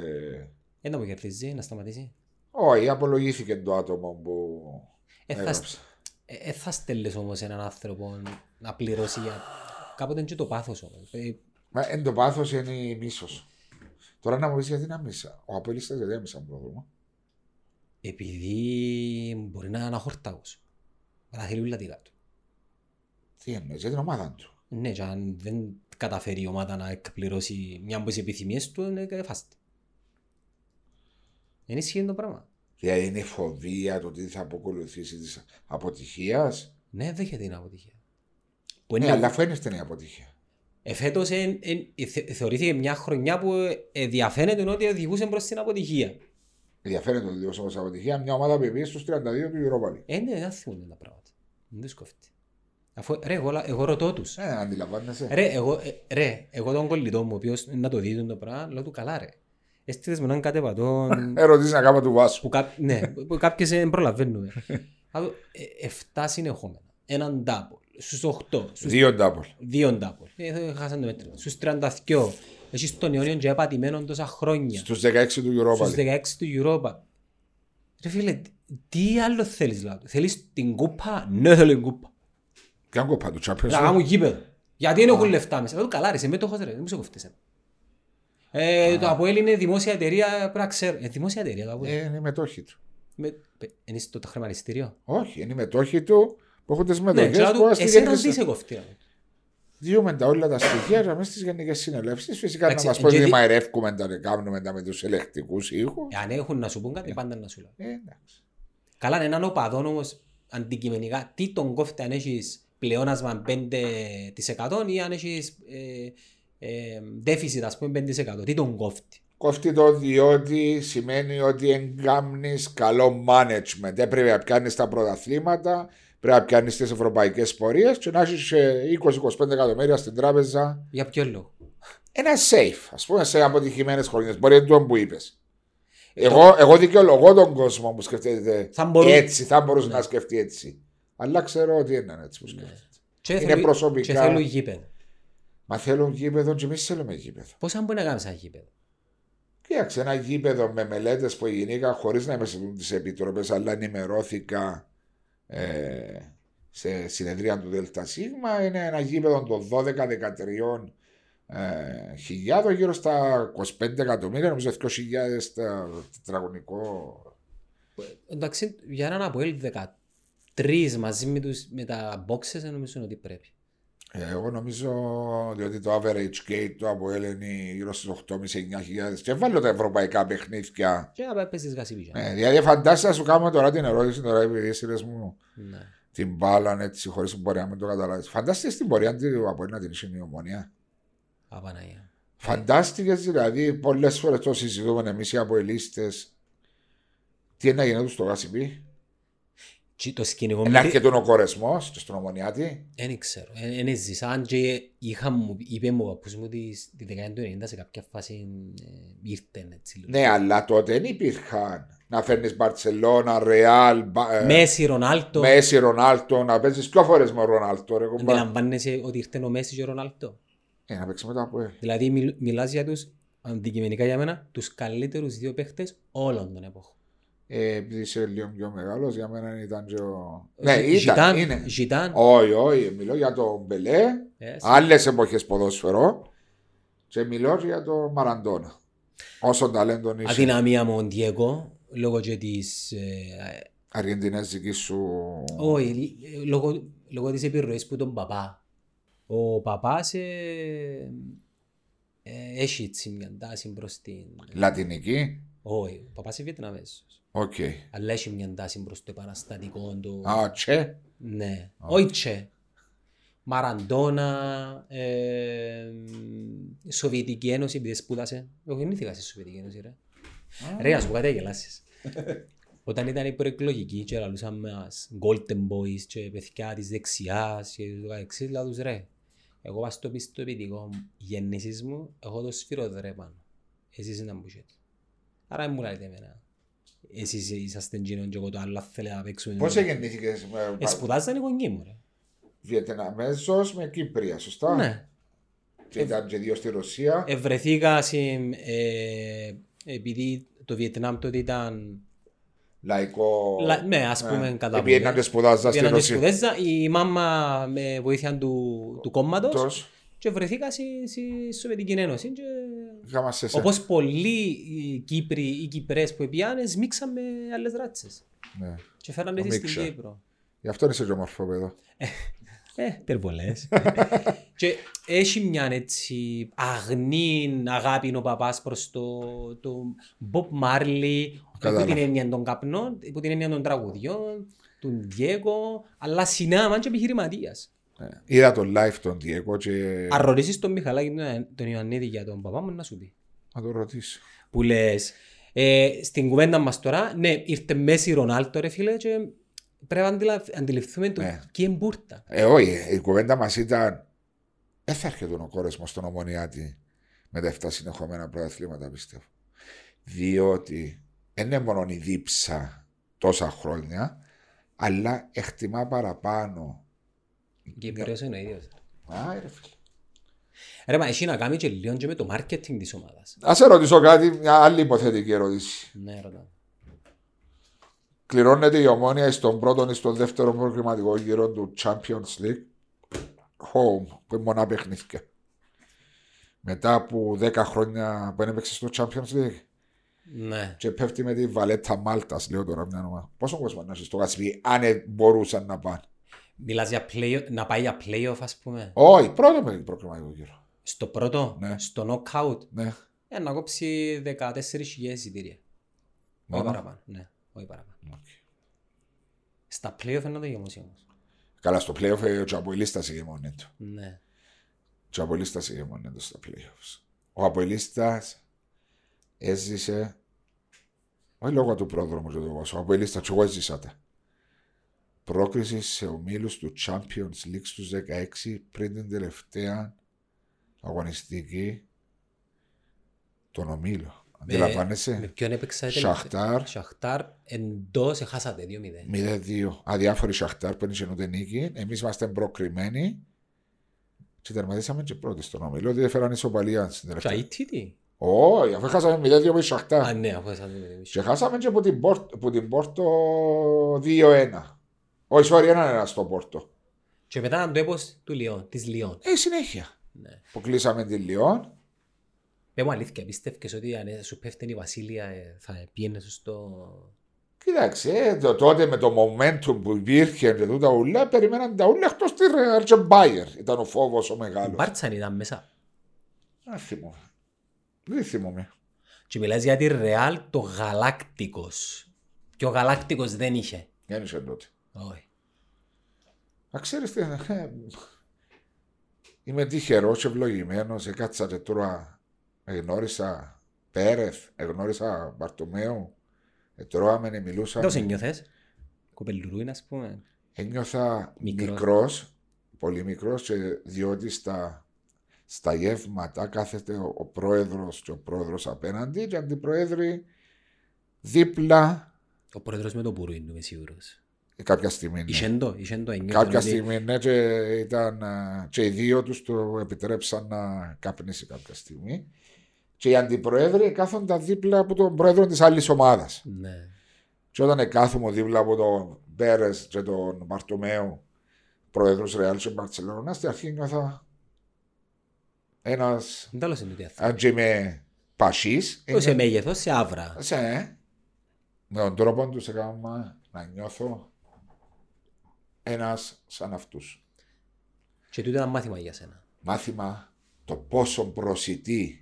[SPEAKER 1] Δεν το αποκερδίζει, Ε, να σταματήσει.
[SPEAKER 2] Όχι, απολογήθηκε το άτομο που.
[SPEAKER 1] Ε, θα,
[SPEAKER 2] έγραψε.
[SPEAKER 1] ε, ε, θα στέλνεις όμως έναν άνθρωπο να πληρώσει για. Κάποτε είναι και το Ε, πάθος όμως.
[SPEAKER 2] Μα εν το πάθος είναι η μίσος. Τώρα να μου πεις γιατί να μίσα. Ο Απολίστα γιατί έμεισα τον πρόδρομο.
[SPEAKER 1] Επειδή μπορεί να είναι αναχορτάγο. Αλλά θέλει όλα τη κάτω.
[SPEAKER 2] Τι εννοείς, για την ομάδα του.
[SPEAKER 1] Ναι, και αν δεν καταφέρει η ομάδα να εκπληρώσει μια από τις επιθυμίες του, είναι καφάστε. Δεν ισχύει το πράγμα.
[SPEAKER 2] Δηλαδή είναι η φοβία το τι θα αποκολουθήσει της αποτυχίας.
[SPEAKER 1] Ναι, δέχεται την αποτυχία. Που
[SPEAKER 2] Ναι,
[SPEAKER 1] είναι Ε,
[SPEAKER 2] αλλά φαίνεται είναι η αποτυχία.
[SPEAKER 1] Εφέτος θεωρήθηκε μια χρονιά που ε, διαφαίνεται ότι οδηγούσε προς την αποτυχία.
[SPEAKER 2] Ενδιαφέρεται το δήλωσε ω αποτυχία μια ομάδα που πήγε στου 32 του Europa League.
[SPEAKER 1] Ε, ναι, δεν θυμούνται τα πράγματα. Δεν τους κόφτει. Αφού, ρε, εγώ, εγώ ρωτώ τους.
[SPEAKER 2] Ε, αντιλαμβάνεσαι.
[SPEAKER 1] Ρε, εγώ, ε, ρε, εγώ τον κολλητό μου, ο οποίος να το δει το πράγμα, λέω του καλά, ρε. Έστειλες με έναν κατεβατόν.
[SPEAKER 2] Ερωτήσει να κάνω Ε, του Βάσου.
[SPEAKER 1] που κά, ναι, που κάποιες δεν προλαβαίνουμε. Άλλο, ε, 7 συνεχόμενα. Έναν ντάπολ. Στους 8. Στους
[SPEAKER 2] Δύο ντάπολ.
[SPEAKER 1] δύο ντάπολ. Ε, θα χάσαν το μέτρο. Στους 32. Έχεις τον αιώνιο και επατημένο τόσα χρόνια.
[SPEAKER 2] Στους 16 του Europa
[SPEAKER 1] Στους 16
[SPEAKER 2] League.
[SPEAKER 1] του Europa. Ρε φίλε, τι άλλο θέλεις λάθος. Θέλεις την κούπα. Ναι θέλω την κούπα.
[SPEAKER 2] Ποια κόπα του Champions
[SPEAKER 1] Να
[SPEAKER 2] League.
[SPEAKER 1] κάνω γήπεδο. Γιατί δεν έχουν λεφτά μέσα. Λέω, καλά ρε, είσαι μέτοχος ρε, δεν μου σε κοφτείς. ε. Ε, το Αποέλ είναι δημόσια εταιρεία, πρέπει να ξέρω. Ε, δημόσια εταιρεία το Αποέλ.
[SPEAKER 2] Ε, Είναι η μετόχη του.
[SPEAKER 1] Με- παι- Είναι στο το χρηματιστήριο.
[SPEAKER 2] Όχι, είναι η μετόχη του που έχουν τις
[SPEAKER 1] Ναι,
[SPEAKER 2] μετοχές
[SPEAKER 1] ξέρω
[SPEAKER 2] που
[SPEAKER 1] του,
[SPEAKER 2] ας τη
[SPEAKER 1] εσένα
[SPEAKER 2] γεννήσουν.
[SPEAKER 1] δεις εγώ αυτή.
[SPEAKER 2] Δύο με τα όλα τα στοιχεία για μέσα στις γενικές συνελεύσεις. Φυσικά να
[SPEAKER 1] Εντάξει,
[SPEAKER 2] μας πω ότι
[SPEAKER 1] γιατί-
[SPEAKER 2] μαϊρεύκουμε τα ρε, κάνουμε τα με τους ελεκτικούς ήχους.
[SPEAKER 1] Εάν έχουν να σου πούν κάτι, πάντα να σου λένε.
[SPEAKER 2] Ε, εντάξει.
[SPEAKER 1] Καλά, έναν οπαδόν όμως αντικειμενικά, τι τον κόφτει αν έχεις πλεόνασμα 5% ή αν έχεις ε, ε, deficit, ας πούμε 5%. Τι τον κόφτει.
[SPEAKER 2] Κόφτει το διότι σημαίνει ότι εγκάμνεις καλό management. Δεν πρέπει να πιάνεις τα πρωταθλήματα, πρέπει να πιάνεις τις ευρωπαϊκές πορείες και να ε, έχει 20-25 εκατομμύρια στην τράπεζα.
[SPEAKER 1] Για ποιο λόγο.
[SPEAKER 2] Ένα safe, ας πούμε, σε αποτυχημένες χρονιέ. Μπορεί να είναι το που είπες. Εγώ, εγώ δικαιολογώ τον κόσμο που σκεφτείτε
[SPEAKER 1] Θα μπορούσε.
[SPEAKER 2] έτσι, θα μπορούσε να σκεφτεί έτσι. Αλλά ξέρω ότι είναι έτσι που σκέφτεται.
[SPEAKER 1] Και
[SPEAKER 2] Είναι
[SPEAKER 1] θέλουν-
[SPEAKER 2] προσωπικά.
[SPEAKER 1] Και θέλουν γήπεδο.
[SPEAKER 2] Μα θέλουν γήπεδο και εμείς θέλουμε γήπεδο.
[SPEAKER 1] Πώς αν μπορεί να κάνεις ένα γήπεδο.
[SPEAKER 2] Κοίταξε ένα γήπεδο με μελέτες που γίνηκα χωρίς να είμαι σε τις επιτροπές, αλλά ενημερώθηκα ε, σε συνεδρία του ΔΣ. Είναι ένα γήπεδο των 12-13 ε, χιλιάδων, γύρω στα 25 εκατομμύρια, νομίζω 2.000 τα- τετραγωνικό.
[SPEAKER 1] Εντάξει, για έναν Αποέλ 13 μαζί με, τους, με τα boxes νομίζω ότι πρέπει.
[SPEAKER 2] Ε, εγώ νομίζω διότι το average gate του από Έλληνη γύρω στου 8.500-9.000 και βάλω τα ευρωπαϊκά παιχνίδια.
[SPEAKER 1] Και να πάει πες στις γασιπίγια.
[SPEAKER 2] Ε, δηλαδή, φαντάζεσαι να σου κάνω τώρα την ερώτηση, τώρα επειδή εσύ λες μου.
[SPEAKER 1] Ναι.
[SPEAKER 2] την μπάλα έτσι χωρίς την πορεία, μην το καταλάβεις. Φαντάστηκες την πορεία του Αποέλ να την είσαι η
[SPEAKER 1] Ε.
[SPEAKER 2] ομονία.
[SPEAKER 1] Απαναγία.
[SPEAKER 2] Φαντάστηκες δηλαδή πολλές φορές το συζητούμε εμείς οι Αποελίστε. Τι είναι να γίνεται στο Γασιμπή.
[SPEAKER 1] Και το σκηνικό
[SPEAKER 2] Να
[SPEAKER 1] με τη-
[SPEAKER 2] έρχεται ο κορεσμός και στον ομονιάτη.
[SPEAKER 1] Δεν ξέρω. Δεν έζησα. Αν και είχα μου, είπε μου ο παππούς μου ότι στη δεκαετία του 90 σε κάποια φάση ε, ήρθε έτσι λίγο.
[SPEAKER 2] Ναι, αλλά τότε δεν υπήρχαν να φέρνεις Μπαρσελόνα, Ρεάλ, Μπα- ε,
[SPEAKER 1] Μέση, Ρονάλτο.
[SPEAKER 2] Μέση, Ρονάλτο, να παίζεις πιο φορές με Ρονάλτο. Ρε,
[SPEAKER 1] Ε,
[SPEAKER 2] κομπά.
[SPEAKER 1] Αντιλαμβάνεσαι ότι ήρθε ο Μέση και ο Ρονάλτο.
[SPEAKER 2] Ε, να παίξει μετά από
[SPEAKER 1] Δηλαδή μιλ, μιλάς για τους, αντικειμενικά για μένα, τους καλύτερους δύο παίχτες όλων των εποχών.
[SPEAKER 2] ε, επειδή είσαι λίγο πιο μεγάλος, για μένα ήταν και ο.
[SPEAKER 1] Ο
[SPEAKER 2] Ναι,
[SPEAKER 1] Ε, Ζι-
[SPEAKER 2] ήταν.
[SPEAKER 1] Ζιτάν-
[SPEAKER 2] είναι.
[SPEAKER 1] Ζιτάν.
[SPEAKER 2] Όχι, όχι, μιλώ για τον Μπελέ.
[SPEAKER 1] Yes.
[SPEAKER 2] άλλες εποχές ποδόσφαιρο και μιλώ για το Μαραντόνα. Όσο ταλέντο είσαι
[SPEAKER 1] Αδυναμία μου ο Ντιέγκο, λόγω και της... ε,
[SPEAKER 2] αργεντινέζικη σου.
[SPEAKER 1] Όχι, ε, λόγω, λόγω της επιρροής που τον παπά. Ο παπάς ε, ε, έχει έτσι μια τάση προς την...
[SPEAKER 2] Λατινική.
[SPEAKER 1] Όχι, ο παπάς είναι Βιετναμέζος.
[SPEAKER 2] Οκ.
[SPEAKER 1] Αλλά έχει μια τάση προς το επαναστατικό του.
[SPEAKER 2] Α, τσε.
[SPEAKER 1] Ναι. Όχι τσε. Μαραντόνα, ε, Σοβιετική Ένωση, επειδή σπούδασε. Εγώ γεννήθηκα στη Σοβιετική Ένωση, ρε. Ρε, να σου πω κάτι, αγελάσεις. Όταν ήταν η προεκλογική και λαλούσαν μας golden boys και παιδιά της δεξιάς και το καθεξής, λαλούς ρε, εγώ πας στο πιστοποιητικό γεννήσης μου, εγώ το σφύρο ρε πάνω. Εσείς να μπουσέτε. Άρα μου λέτε εμένα. Εσείς είσαστε γίνον και εγώ το άλλο θέλω να παίξουμε.
[SPEAKER 2] Πώς γεννήθηκε με
[SPEAKER 1] Ε, σπουδάζαν οι γονείς μου ρε.
[SPEAKER 2] Βιετναμέζο ε, με Κύπρια, σωστά.
[SPEAKER 1] Ναι.
[SPEAKER 2] Και ήταν και δύο στη Ρωσία.
[SPEAKER 1] Ευρεθήκα σε, ε, επειδή το Βιετνάμ τότε ήταν
[SPEAKER 2] Λαϊκό. Ε,
[SPEAKER 1] Λα- ναι, ας πούμε, κατά
[SPEAKER 2] Επειδή ήταν
[SPEAKER 1] πολύ.
[SPEAKER 2] και σπουδάζα στη
[SPEAKER 1] Πήγαινα και
[SPEAKER 2] Ρωσία.
[SPEAKER 1] σπουδέζα, η μάμα με βοήθεια του, του κόμματος
[SPEAKER 2] Τόσο.
[SPEAKER 1] και βρεθήκα στη στη Σοβιετική Ένωση. Και...
[SPEAKER 2] Είχαμε σε εσένα.
[SPEAKER 1] Όπως πολλοί οι Κύπροι ή Κυπρές που πιάνε, σμίξαν με άλλες ράτσες.
[SPEAKER 2] Ναι.
[SPEAKER 1] Και φέρανε
[SPEAKER 2] Το
[SPEAKER 1] τις στην
[SPEAKER 2] μίξα.
[SPEAKER 1] Κύπρο.
[SPEAKER 2] Γι' αυτό είσαι και όμορφο εδώ.
[SPEAKER 1] Ε, υπερβολές. και έχει μια έτσι αγνή αγάπη ο παπάς προς το, το Bob Marley, υπό
[SPEAKER 2] Κατάλαβα.
[SPEAKER 1] την έννοια των καπνών, υπό την έννοια των τραγουδιών, του Diego, αλλά συνάμαν και επιχειρηματίας.
[SPEAKER 2] Ε, Είδα το live τον Diego και
[SPEAKER 1] Αν ρωτήσεις τον Μιχαλάκη τον- τον Ιωαννίδη για τον παπά μου να σου πει.
[SPEAKER 2] να το ρωτήσω.
[SPEAKER 1] που λες. Ε, στην κουβέντα μας τώρα, ναι, ήρθε μέση Ρονάλτο, ρε φίλε, και πρέπει να αντιλα- αντιληφθούμε το
[SPEAKER 2] Ναι.
[SPEAKER 1] και μπούρτα.
[SPEAKER 2] Ε, όχι, ε, η κουβέντα μας ήταν. Ε, θα έρχεται ο κόρεσμος στον Ομονιάτη με τα 7 συνεχόμενα πρωταθλήματα, πιστεύω. Διότι δεν είναι μόνο η δίψα τόσα χρόνια, αλλά εκτιμά παραπάνω.
[SPEAKER 1] Και Κύπριος είναι ο ίδιος.
[SPEAKER 2] Α, ρε φίλε.
[SPEAKER 1] Ρε, μα έχει να κάνεις και λίγο και με το marketing της ομάδας.
[SPEAKER 2] Να σε ρωτήσω κάτι, μια άλλη υποθετική ερώτηση.
[SPEAKER 1] Ναι, ρωτάω.
[SPEAKER 2] Κληρώνεται η ομόνια στον πρώτο ή στον δεύτερο προκριματικό γύρο του Champions League Home, που είναι μονά παιχνίδια. Μετά από 10 χρόνια που δεν έπαιξε στο Champions League
[SPEAKER 1] Ναι.
[SPEAKER 2] και πέφτει με τη Βαλέτα Μάλτας, λέω τώρα μια ομάδα. Πόσο κόσμο να είσαι στο Κασπί, αν ε, μπορούσαν να πάνε.
[SPEAKER 1] Μιλάς για play, να πάει για playoff, ας πούμε.
[SPEAKER 2] Όχι, πρώτο με προκριματικό γύρο.
[SPEAKER 1] Στο πρώτο,
[SPEAKER 2] Ναι.
[SPEAKER 1] στο knockout,
[SPEAKER 2] Ναι,
[SPEAKER 1] ε, να κόψει 14.000 εισιτήρια. Όχι
[SPEAKER 2] μόνο.
[SPEAKER 1] παραπάνω. Ναι, όχι παραπάνω.
[SPEAKER 2] Οκ.
[SPEAKER 1] Στα playoff είναι το γεμός όμως.
[SPEAKER 2] Καλά, στο playoff ε, ο Τζαμπολίστα ηγεμονεί του.
[SPEAKER 1] Ναι.
[SPEAKER 2] Ο Τζαμπολίστα ηγεμονεί του στα playoffs. Ο Αποελίστας έζησε. Όχι λόγω του πρόδρομου του δικό σου. Ο Αποελίστας, εγώ έζησα τα. Πρόκριση σε ομίλους του Champions League στους 16 πριν την τελευταία αγωνιστική τον ομίλο.
[SPEAKER 1] Με
[SPEAKER 2] Αντιλαμβάνεσαι.
[SPEAKER 1] ποιον έπαιξα ε,
[SPEAKER 2] Σαχτάρ
[SPEAKER 1] Σαχτάρ εντός εχάσατε 2-0.
[SPEAKER 2] 0-2. Αδιάφοροι Σαχτάρ που είναι ούτε νίκη. Εμείς είμαστε προκριμένοι. Και τερματίσαμε και πρώτοι στον ομίλο. Διότι έφεραν ισοπαλία στην τελευταία.
[SPEAKER 1] Τσαϊτί τι.
[SPEAKER 2] Όχι, αφού χάσαμε 0-2 με τη
[SPEAKER 1] Α,
[SPEAKER 2] Σαχτάρ.
[SPEAKER 1] ναι, αφού εσάς δεν μιλήσεις.
[SPEAKER 2] Και χάσαμε και από την, Πόρτο, από την Πόρτο 2-1. Όχι, sorry, 1-1 στο Πόρτο.
[SPEAKER 1] Και μετά ήταν το έπος του Λιόν, της Λιόν.
[SPEAKER 2] Ε, συνέχεια.
[SPEAKER 1] Ναι.
[SPEAKER 2] Που κλείσαμε τη Λιόν.
[SPEAKER 1] Πες μου αλήθεια, πίστευκες ότι αν σου πέφτει η Βασίλεια ε, θα πιένες στο...
[SPEAKER 2] Κοιτάξτε, ε, το, τότε με το momentum που υπήρχε και τούτα ουλά, περιμέναν τα ουλά εκτός της Real και Μπάιερ. Ήταν ο φόβος ο
[SPEAKER 1] Η
[SPEAKER 2] μεγάλο.
[SPEAKER 1] Μπάρτσαν ήταν μέσα.
[SPEAKER 2] Δεν θυμούμαι. Δεν θυμούμαι.
[SPEAKER 1] Και μιλάς για τη Ρεάλ το γαλάκτικος. Και ο γαλάκτικος δεν είχε.
[SPEAKER 2] Δεν είσαι τότε.
[SPEAKER 1] Όχι.
[SPEAKER 2] Α, ξέρεις τι, ε, είμαι τυχερός, ευλογημένος, έκατσα και τώρα, εγνώρισα Πέρεθ, εγνώρισα Μπαρτομέου, ε, τρώαμε, ε, μιλούσαμε.
[SPEAKER 1] Δεν σε νιώθες. Κοπελουρούιν ας πούμε.
[SPEAKER 2] Ένιωθα
[SPEAKER 1] Μικρός.
[SPEAKER 2] μικρός. πολύ μικρός, και διότι στα, στα γεύματα κάθεται ο, ο πρόεδρος και ο πρόεδρος απέναντι και αντιπροέδροι δίπλα
[SPEAKER 1] Ο πρόεδρος με το πουρούιν είμαι σίγουρος.
[SPEAKER 2] ε, κάποια στιγμή. ναι.
[SPEAKER 1] Είχε το, είχε το ένιωθεν
[SPEAKER 2] Κάποια
[SPEAKER 1] ότι-
[SPEAKER 2] στιγμή, ναι, και, ήταν, α, και οι δύο τους το επιτρέψαν να καπνίσει κάποια στιγμή. Και οι αντιπροέδροι κάθονταν δίπλα από τον πρόεδρο της άλλης ομάδας.
[SPEAKER 1] Ναι.
[SPEAKER 2] Και όταν κάθομαι δίπλα από τον Πέρες και τον Μαρτομέου, πρόεδρος Ρεάλ και Μπαρσελόνα, στην αρχή νιώθα ένας.
[SPEAKER 1] Δεν τα λέω σε νιώθει.
[SPEAKER 2] Αν και είμαι πασί,
[SPEAKER 1] Σε μέγεθος, σε άβρα.
[SPEAKER 2] σε, ε, με τον τρόπο τους έκανα να νιώθω ένας σαν αυτούς.
[SPEAKER 1] Και τούτο ήταν μάθημα για σένα.
[SPEAKER 2] μάθημα το πόσο προσιτή,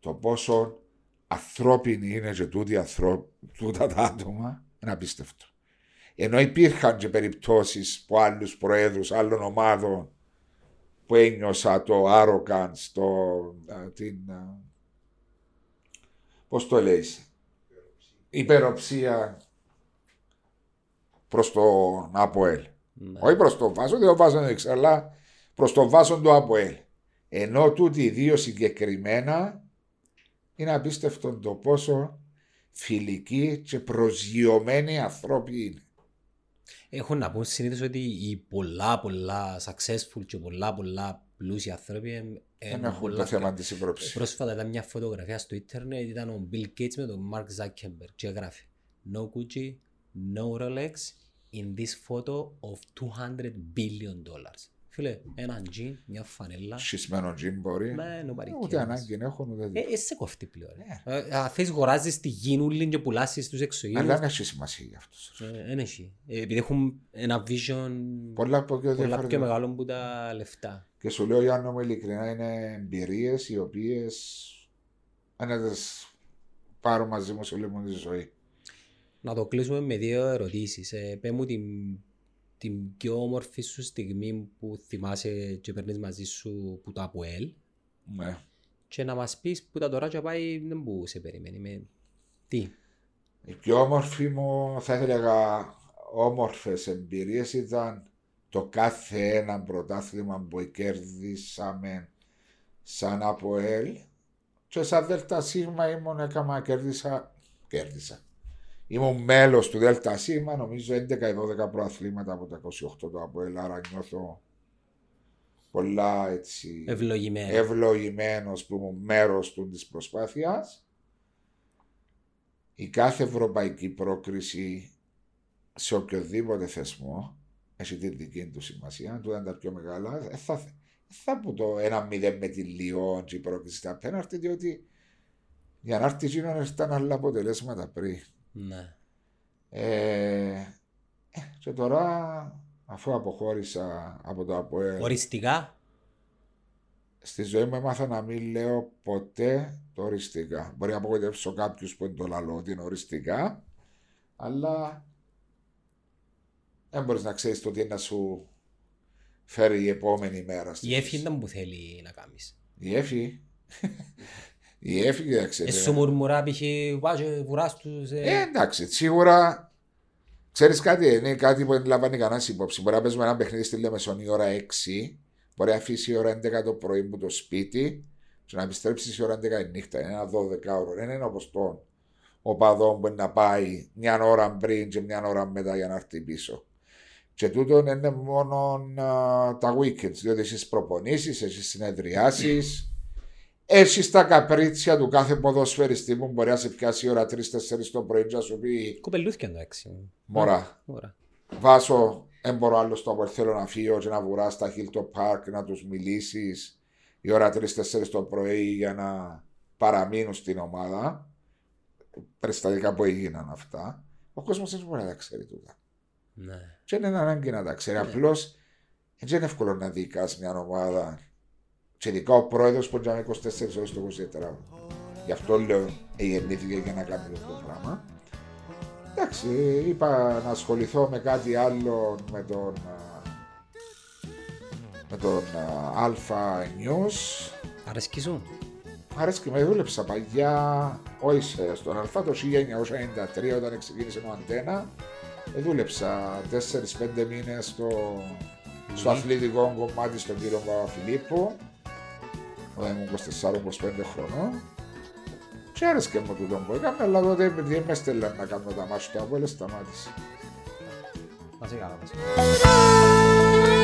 [SPEAKER 2] το πόσο ανθρώπινη είναι και τούτη ανθρω... τούτα τα άτομα, είναι απίστευτο. Ενώ υπήρχαν και περιπτώσεις που άλλους προέδρους άλλων ομάδων που ένιωσα το arrogance, το, α, την, α, πώς το λέεις, υπεροψία προς τον ΑΠΟΕΛ.
[SPEAKER 1] Ναι.
[SPEAKER 2] Όχι προς τον Βάσο, δεν ο Βάσο δεν ήξερε, αλλά προς τον Βάσο του ΑΠΟΕΛ. Ενώ τούτοι οι δύο συγκεκριμένα είναι απίστευτο το πόσο φιλικοί και προσγειωμένοι άνθρωποι είναι.
[SPEAKER 1] Έχω να πω συνήθως ότι οι πολλά πολλά successful και πολλά πολλά πλούσιοι άνθρωποι εμ-
[SPEAKER 2] Δεν
[SPEAKER 1] έχουν
[SPEAKER 2] έχουν το
[SPEAKER 1] πολλά
[SPEAKER 2] θέμα
[SPEAKER 1] κα-
[SPEAKER 2] τη υπόψη.
[SPEAKER 1] Πρόσφατα ήταν μια φωτογραφία στο ίντερνετ, ήταν ο Bill Gates με τον Mark Zuckerberg και γράφει No Gucci, no Rolex in this photo of 200 billion dollars. Φίλε, έναν τζιν, μια φανελά.
[SPEAKER 2] Σχισμένο τζιν μπορεί.
[SPEAKER 1] Ναι, nobody
[SPEAKER 2] Ε, Ούτε
[SPEAKER 1] cares.
[SPEAKER 2] ανάγκη να έχουν ούτε
[SPEAKER 1] Ε,
[SPEAKER 2] δι-
[SPEAKER 1] ε, σε κοφτεί πλέον.
[SPEAKER 2] Ναι.
[SPEAKER 1] Ε, Αν θες γοράζεις τη γίνουλη και πουλάσεις τους
[SPEAKER 2] Αλλά ναι.
[SPEAKER 1] εξωγήινους.
[SPEAKER 2] δεν έχει σημασία για αυτούς.
[SPEAKER 1] Δεν έχει. Ε, Επειδή έχουν ένα vision
[SPEAKER 2] Πολλά από πιο
[SPEAKER 1] πολλά πιο
[SPEAKER 2] διαφορετικά.
[SPEAKER 1] μεγάλο που τα λεφτά.
[SPEAKER 2] Και σου λέω, Γιάννο μου, ειλικρινά είναι εμπειρίες οι οποίες αν δεν τις πάρω μαζί μου σε όλη μου τη ζωή.
[SPEAKER 1] Να το κλείσουμε με δύο ερωτήσεις. Ε, πέ μου την, την πιο όμορφη σου στιγμή που θυμάσαι και παίρνεις μαζί σου που το Αποέλ
[SPEAKER 2] Ναι.
[SPEAKER 1] και να μας πεις που τα τώρα και πάει δεν που σε περιμένει. Με... Τι.
[SPEAKER 2] Η πιο όμορφη μου, θα έλεγα, όμορφες εμπειρίες ήταν το κάθε ένα πρωτάθλημα που κέρδισαμε σαν από ελ και σαν Δέλτα Σίγμα ήμουν έκανα κέρδισα, κέρδισα. Ήμουν μέλος του Δέλτα Σίγμα, νομίζω 11 ή 12 προαθλήματα από τα 28 το από ελ, άρα νιώθω πολλά έτσι
[SPEAKER 1] Ε, Ευλογημένο.
[SPEAKER 2] Ε, ευλογημένος που ήμουν μέρος του της προσπάθειας. Η κάθε ευρωπαϊκή πρόκριση σε οποιοδήποτε θεσμό έχει τη δική του σημασία, του ήταν τα πιο μεγάλα. Ε, θα, θα πω το ένα μηδέν με τη Λιόν και η πρόκριση στα πέναρτη, διότι για να έρθει γίνον ήρθαν άλλα αποτελέσματα πριν.
[SPEAKER 1] Ναι.
[SPEAKER 2] Ε, και τώρα αφού αποχώρησα από το ΑΠΟΕΛ
[SPEAKER 1] Οριστικά.
[SPEAKER 2] Στη ζωή μου έμαθα να μην λέω ποτέ το οριστικά. Μπορεί να απογοητεύσω κάποιους που είναι το λαλό ότι είναι οριστικά, αλλά δεν μπορείς να ξέρεις το τι είναι να σου φέρει η επόμενη μέρα. στη
[SPEAKER 1] Η
[SPEAKER 2] ζωή
[SPEAKER 1] Εύχη
[SPEAKER 2] σου.
[SPEAKER 1] ήταν που θέλει να κάνεις.
[SPEAKER 2] Η έφη. η έφη, κοίταξε.
[SPEAKER 1] Ε, Σου μουρμουρά π.χ. βάζε βουράς τους. ε.
[SPEAKER 2] Ε, εντάξει, σίγουρα ξέρεις κάτι, είναι κάτι που δεν λαμβάνει κανένας υπόψη. Μπορεί να παίζουμε ένα παιχνίδι στη Λεμεσόνη η ώρα 6, μπορεί να αφήσει η ώρα 11 το πρωί μου το σπίτι και να επιστρέψεις η ώρα 11 η νύχτα. Είναι ένα 12 ώρο. Δεν είναι όπως τον οπαδόν που είναι να πάει μια ώρα πριν και μια ώρα μετά για να έρθει πίσω. Και τούτο είναι μόνο α, τα weekends, διότι εσύ προπονήσει, εσύ συνεδριάσει. Έχει τα καπρίτσια του κάθε ποδοσφαιριστή που μπορεί να σε πιάσει η ώρα 3-4 το πρωί και να σου πει
[SPEAKER 1] Κοπελούθηκαν το έξι.
[SPEAKER 2] Ε, Μωρά,
[SPEAKER 1] Ωραία.
[SPEAKER 2] βάσω, δεν μπορώ άλλο στο Αποέλ, θέλω να φύγω και να βουράς στα Χίλτο Πάρκ να τους μιλήσεις η ώρα 3-4 το πρωί για να παραμείνουν στην ομάδα. Περιστατικά που έγιναν αυτά. Ο κόσμος δεν μπορεί να τα ξέρει τούτα.
[SPEAKER 1] Ναι.
[SPEAKER 2] Δεν είναι ανάγκη να τα ξέρει.
[SPEAKER 1] Ναι.
[SPEAKER 2] Απλώς δεν είναι εύκολο να διοικάς μια ομάδα. Και ειδικά ο πρόεδρος που είναι 24 ώρε το 24ωρο. Γι' αυτό λέω γεννήθηκε για να κάνει αυτό το πράγμα. Εντάξει, είπα να ασχοληθώ με κάτι άλλο με τον α, με τον α, Αλφα News.
[SPEAKER 1] Αρέσκει σου.
[SPEAKER 2] Μ' αρέσει και με δούλεψα παγιά, όχι σε- στον Αλφα το 1993 όταν ξεκίνησε ο Αντένα. ε, Δούλεψα 4-5 μήνες στο, στο αθλητικό κομμάτι στον κύριο Παπαφιλίππο όταν ήμουν 24-25 χρονών. Και άρεσε και μου το τον που έκανα, αλλά τότε επειδή δεν με στέλναν να κάνω τα μάτια του Αποέλ, σταμάτησε.
[SPEAKER 1] Να σε καλά. να σε καλά.
[SPEAKER 3] Thank you.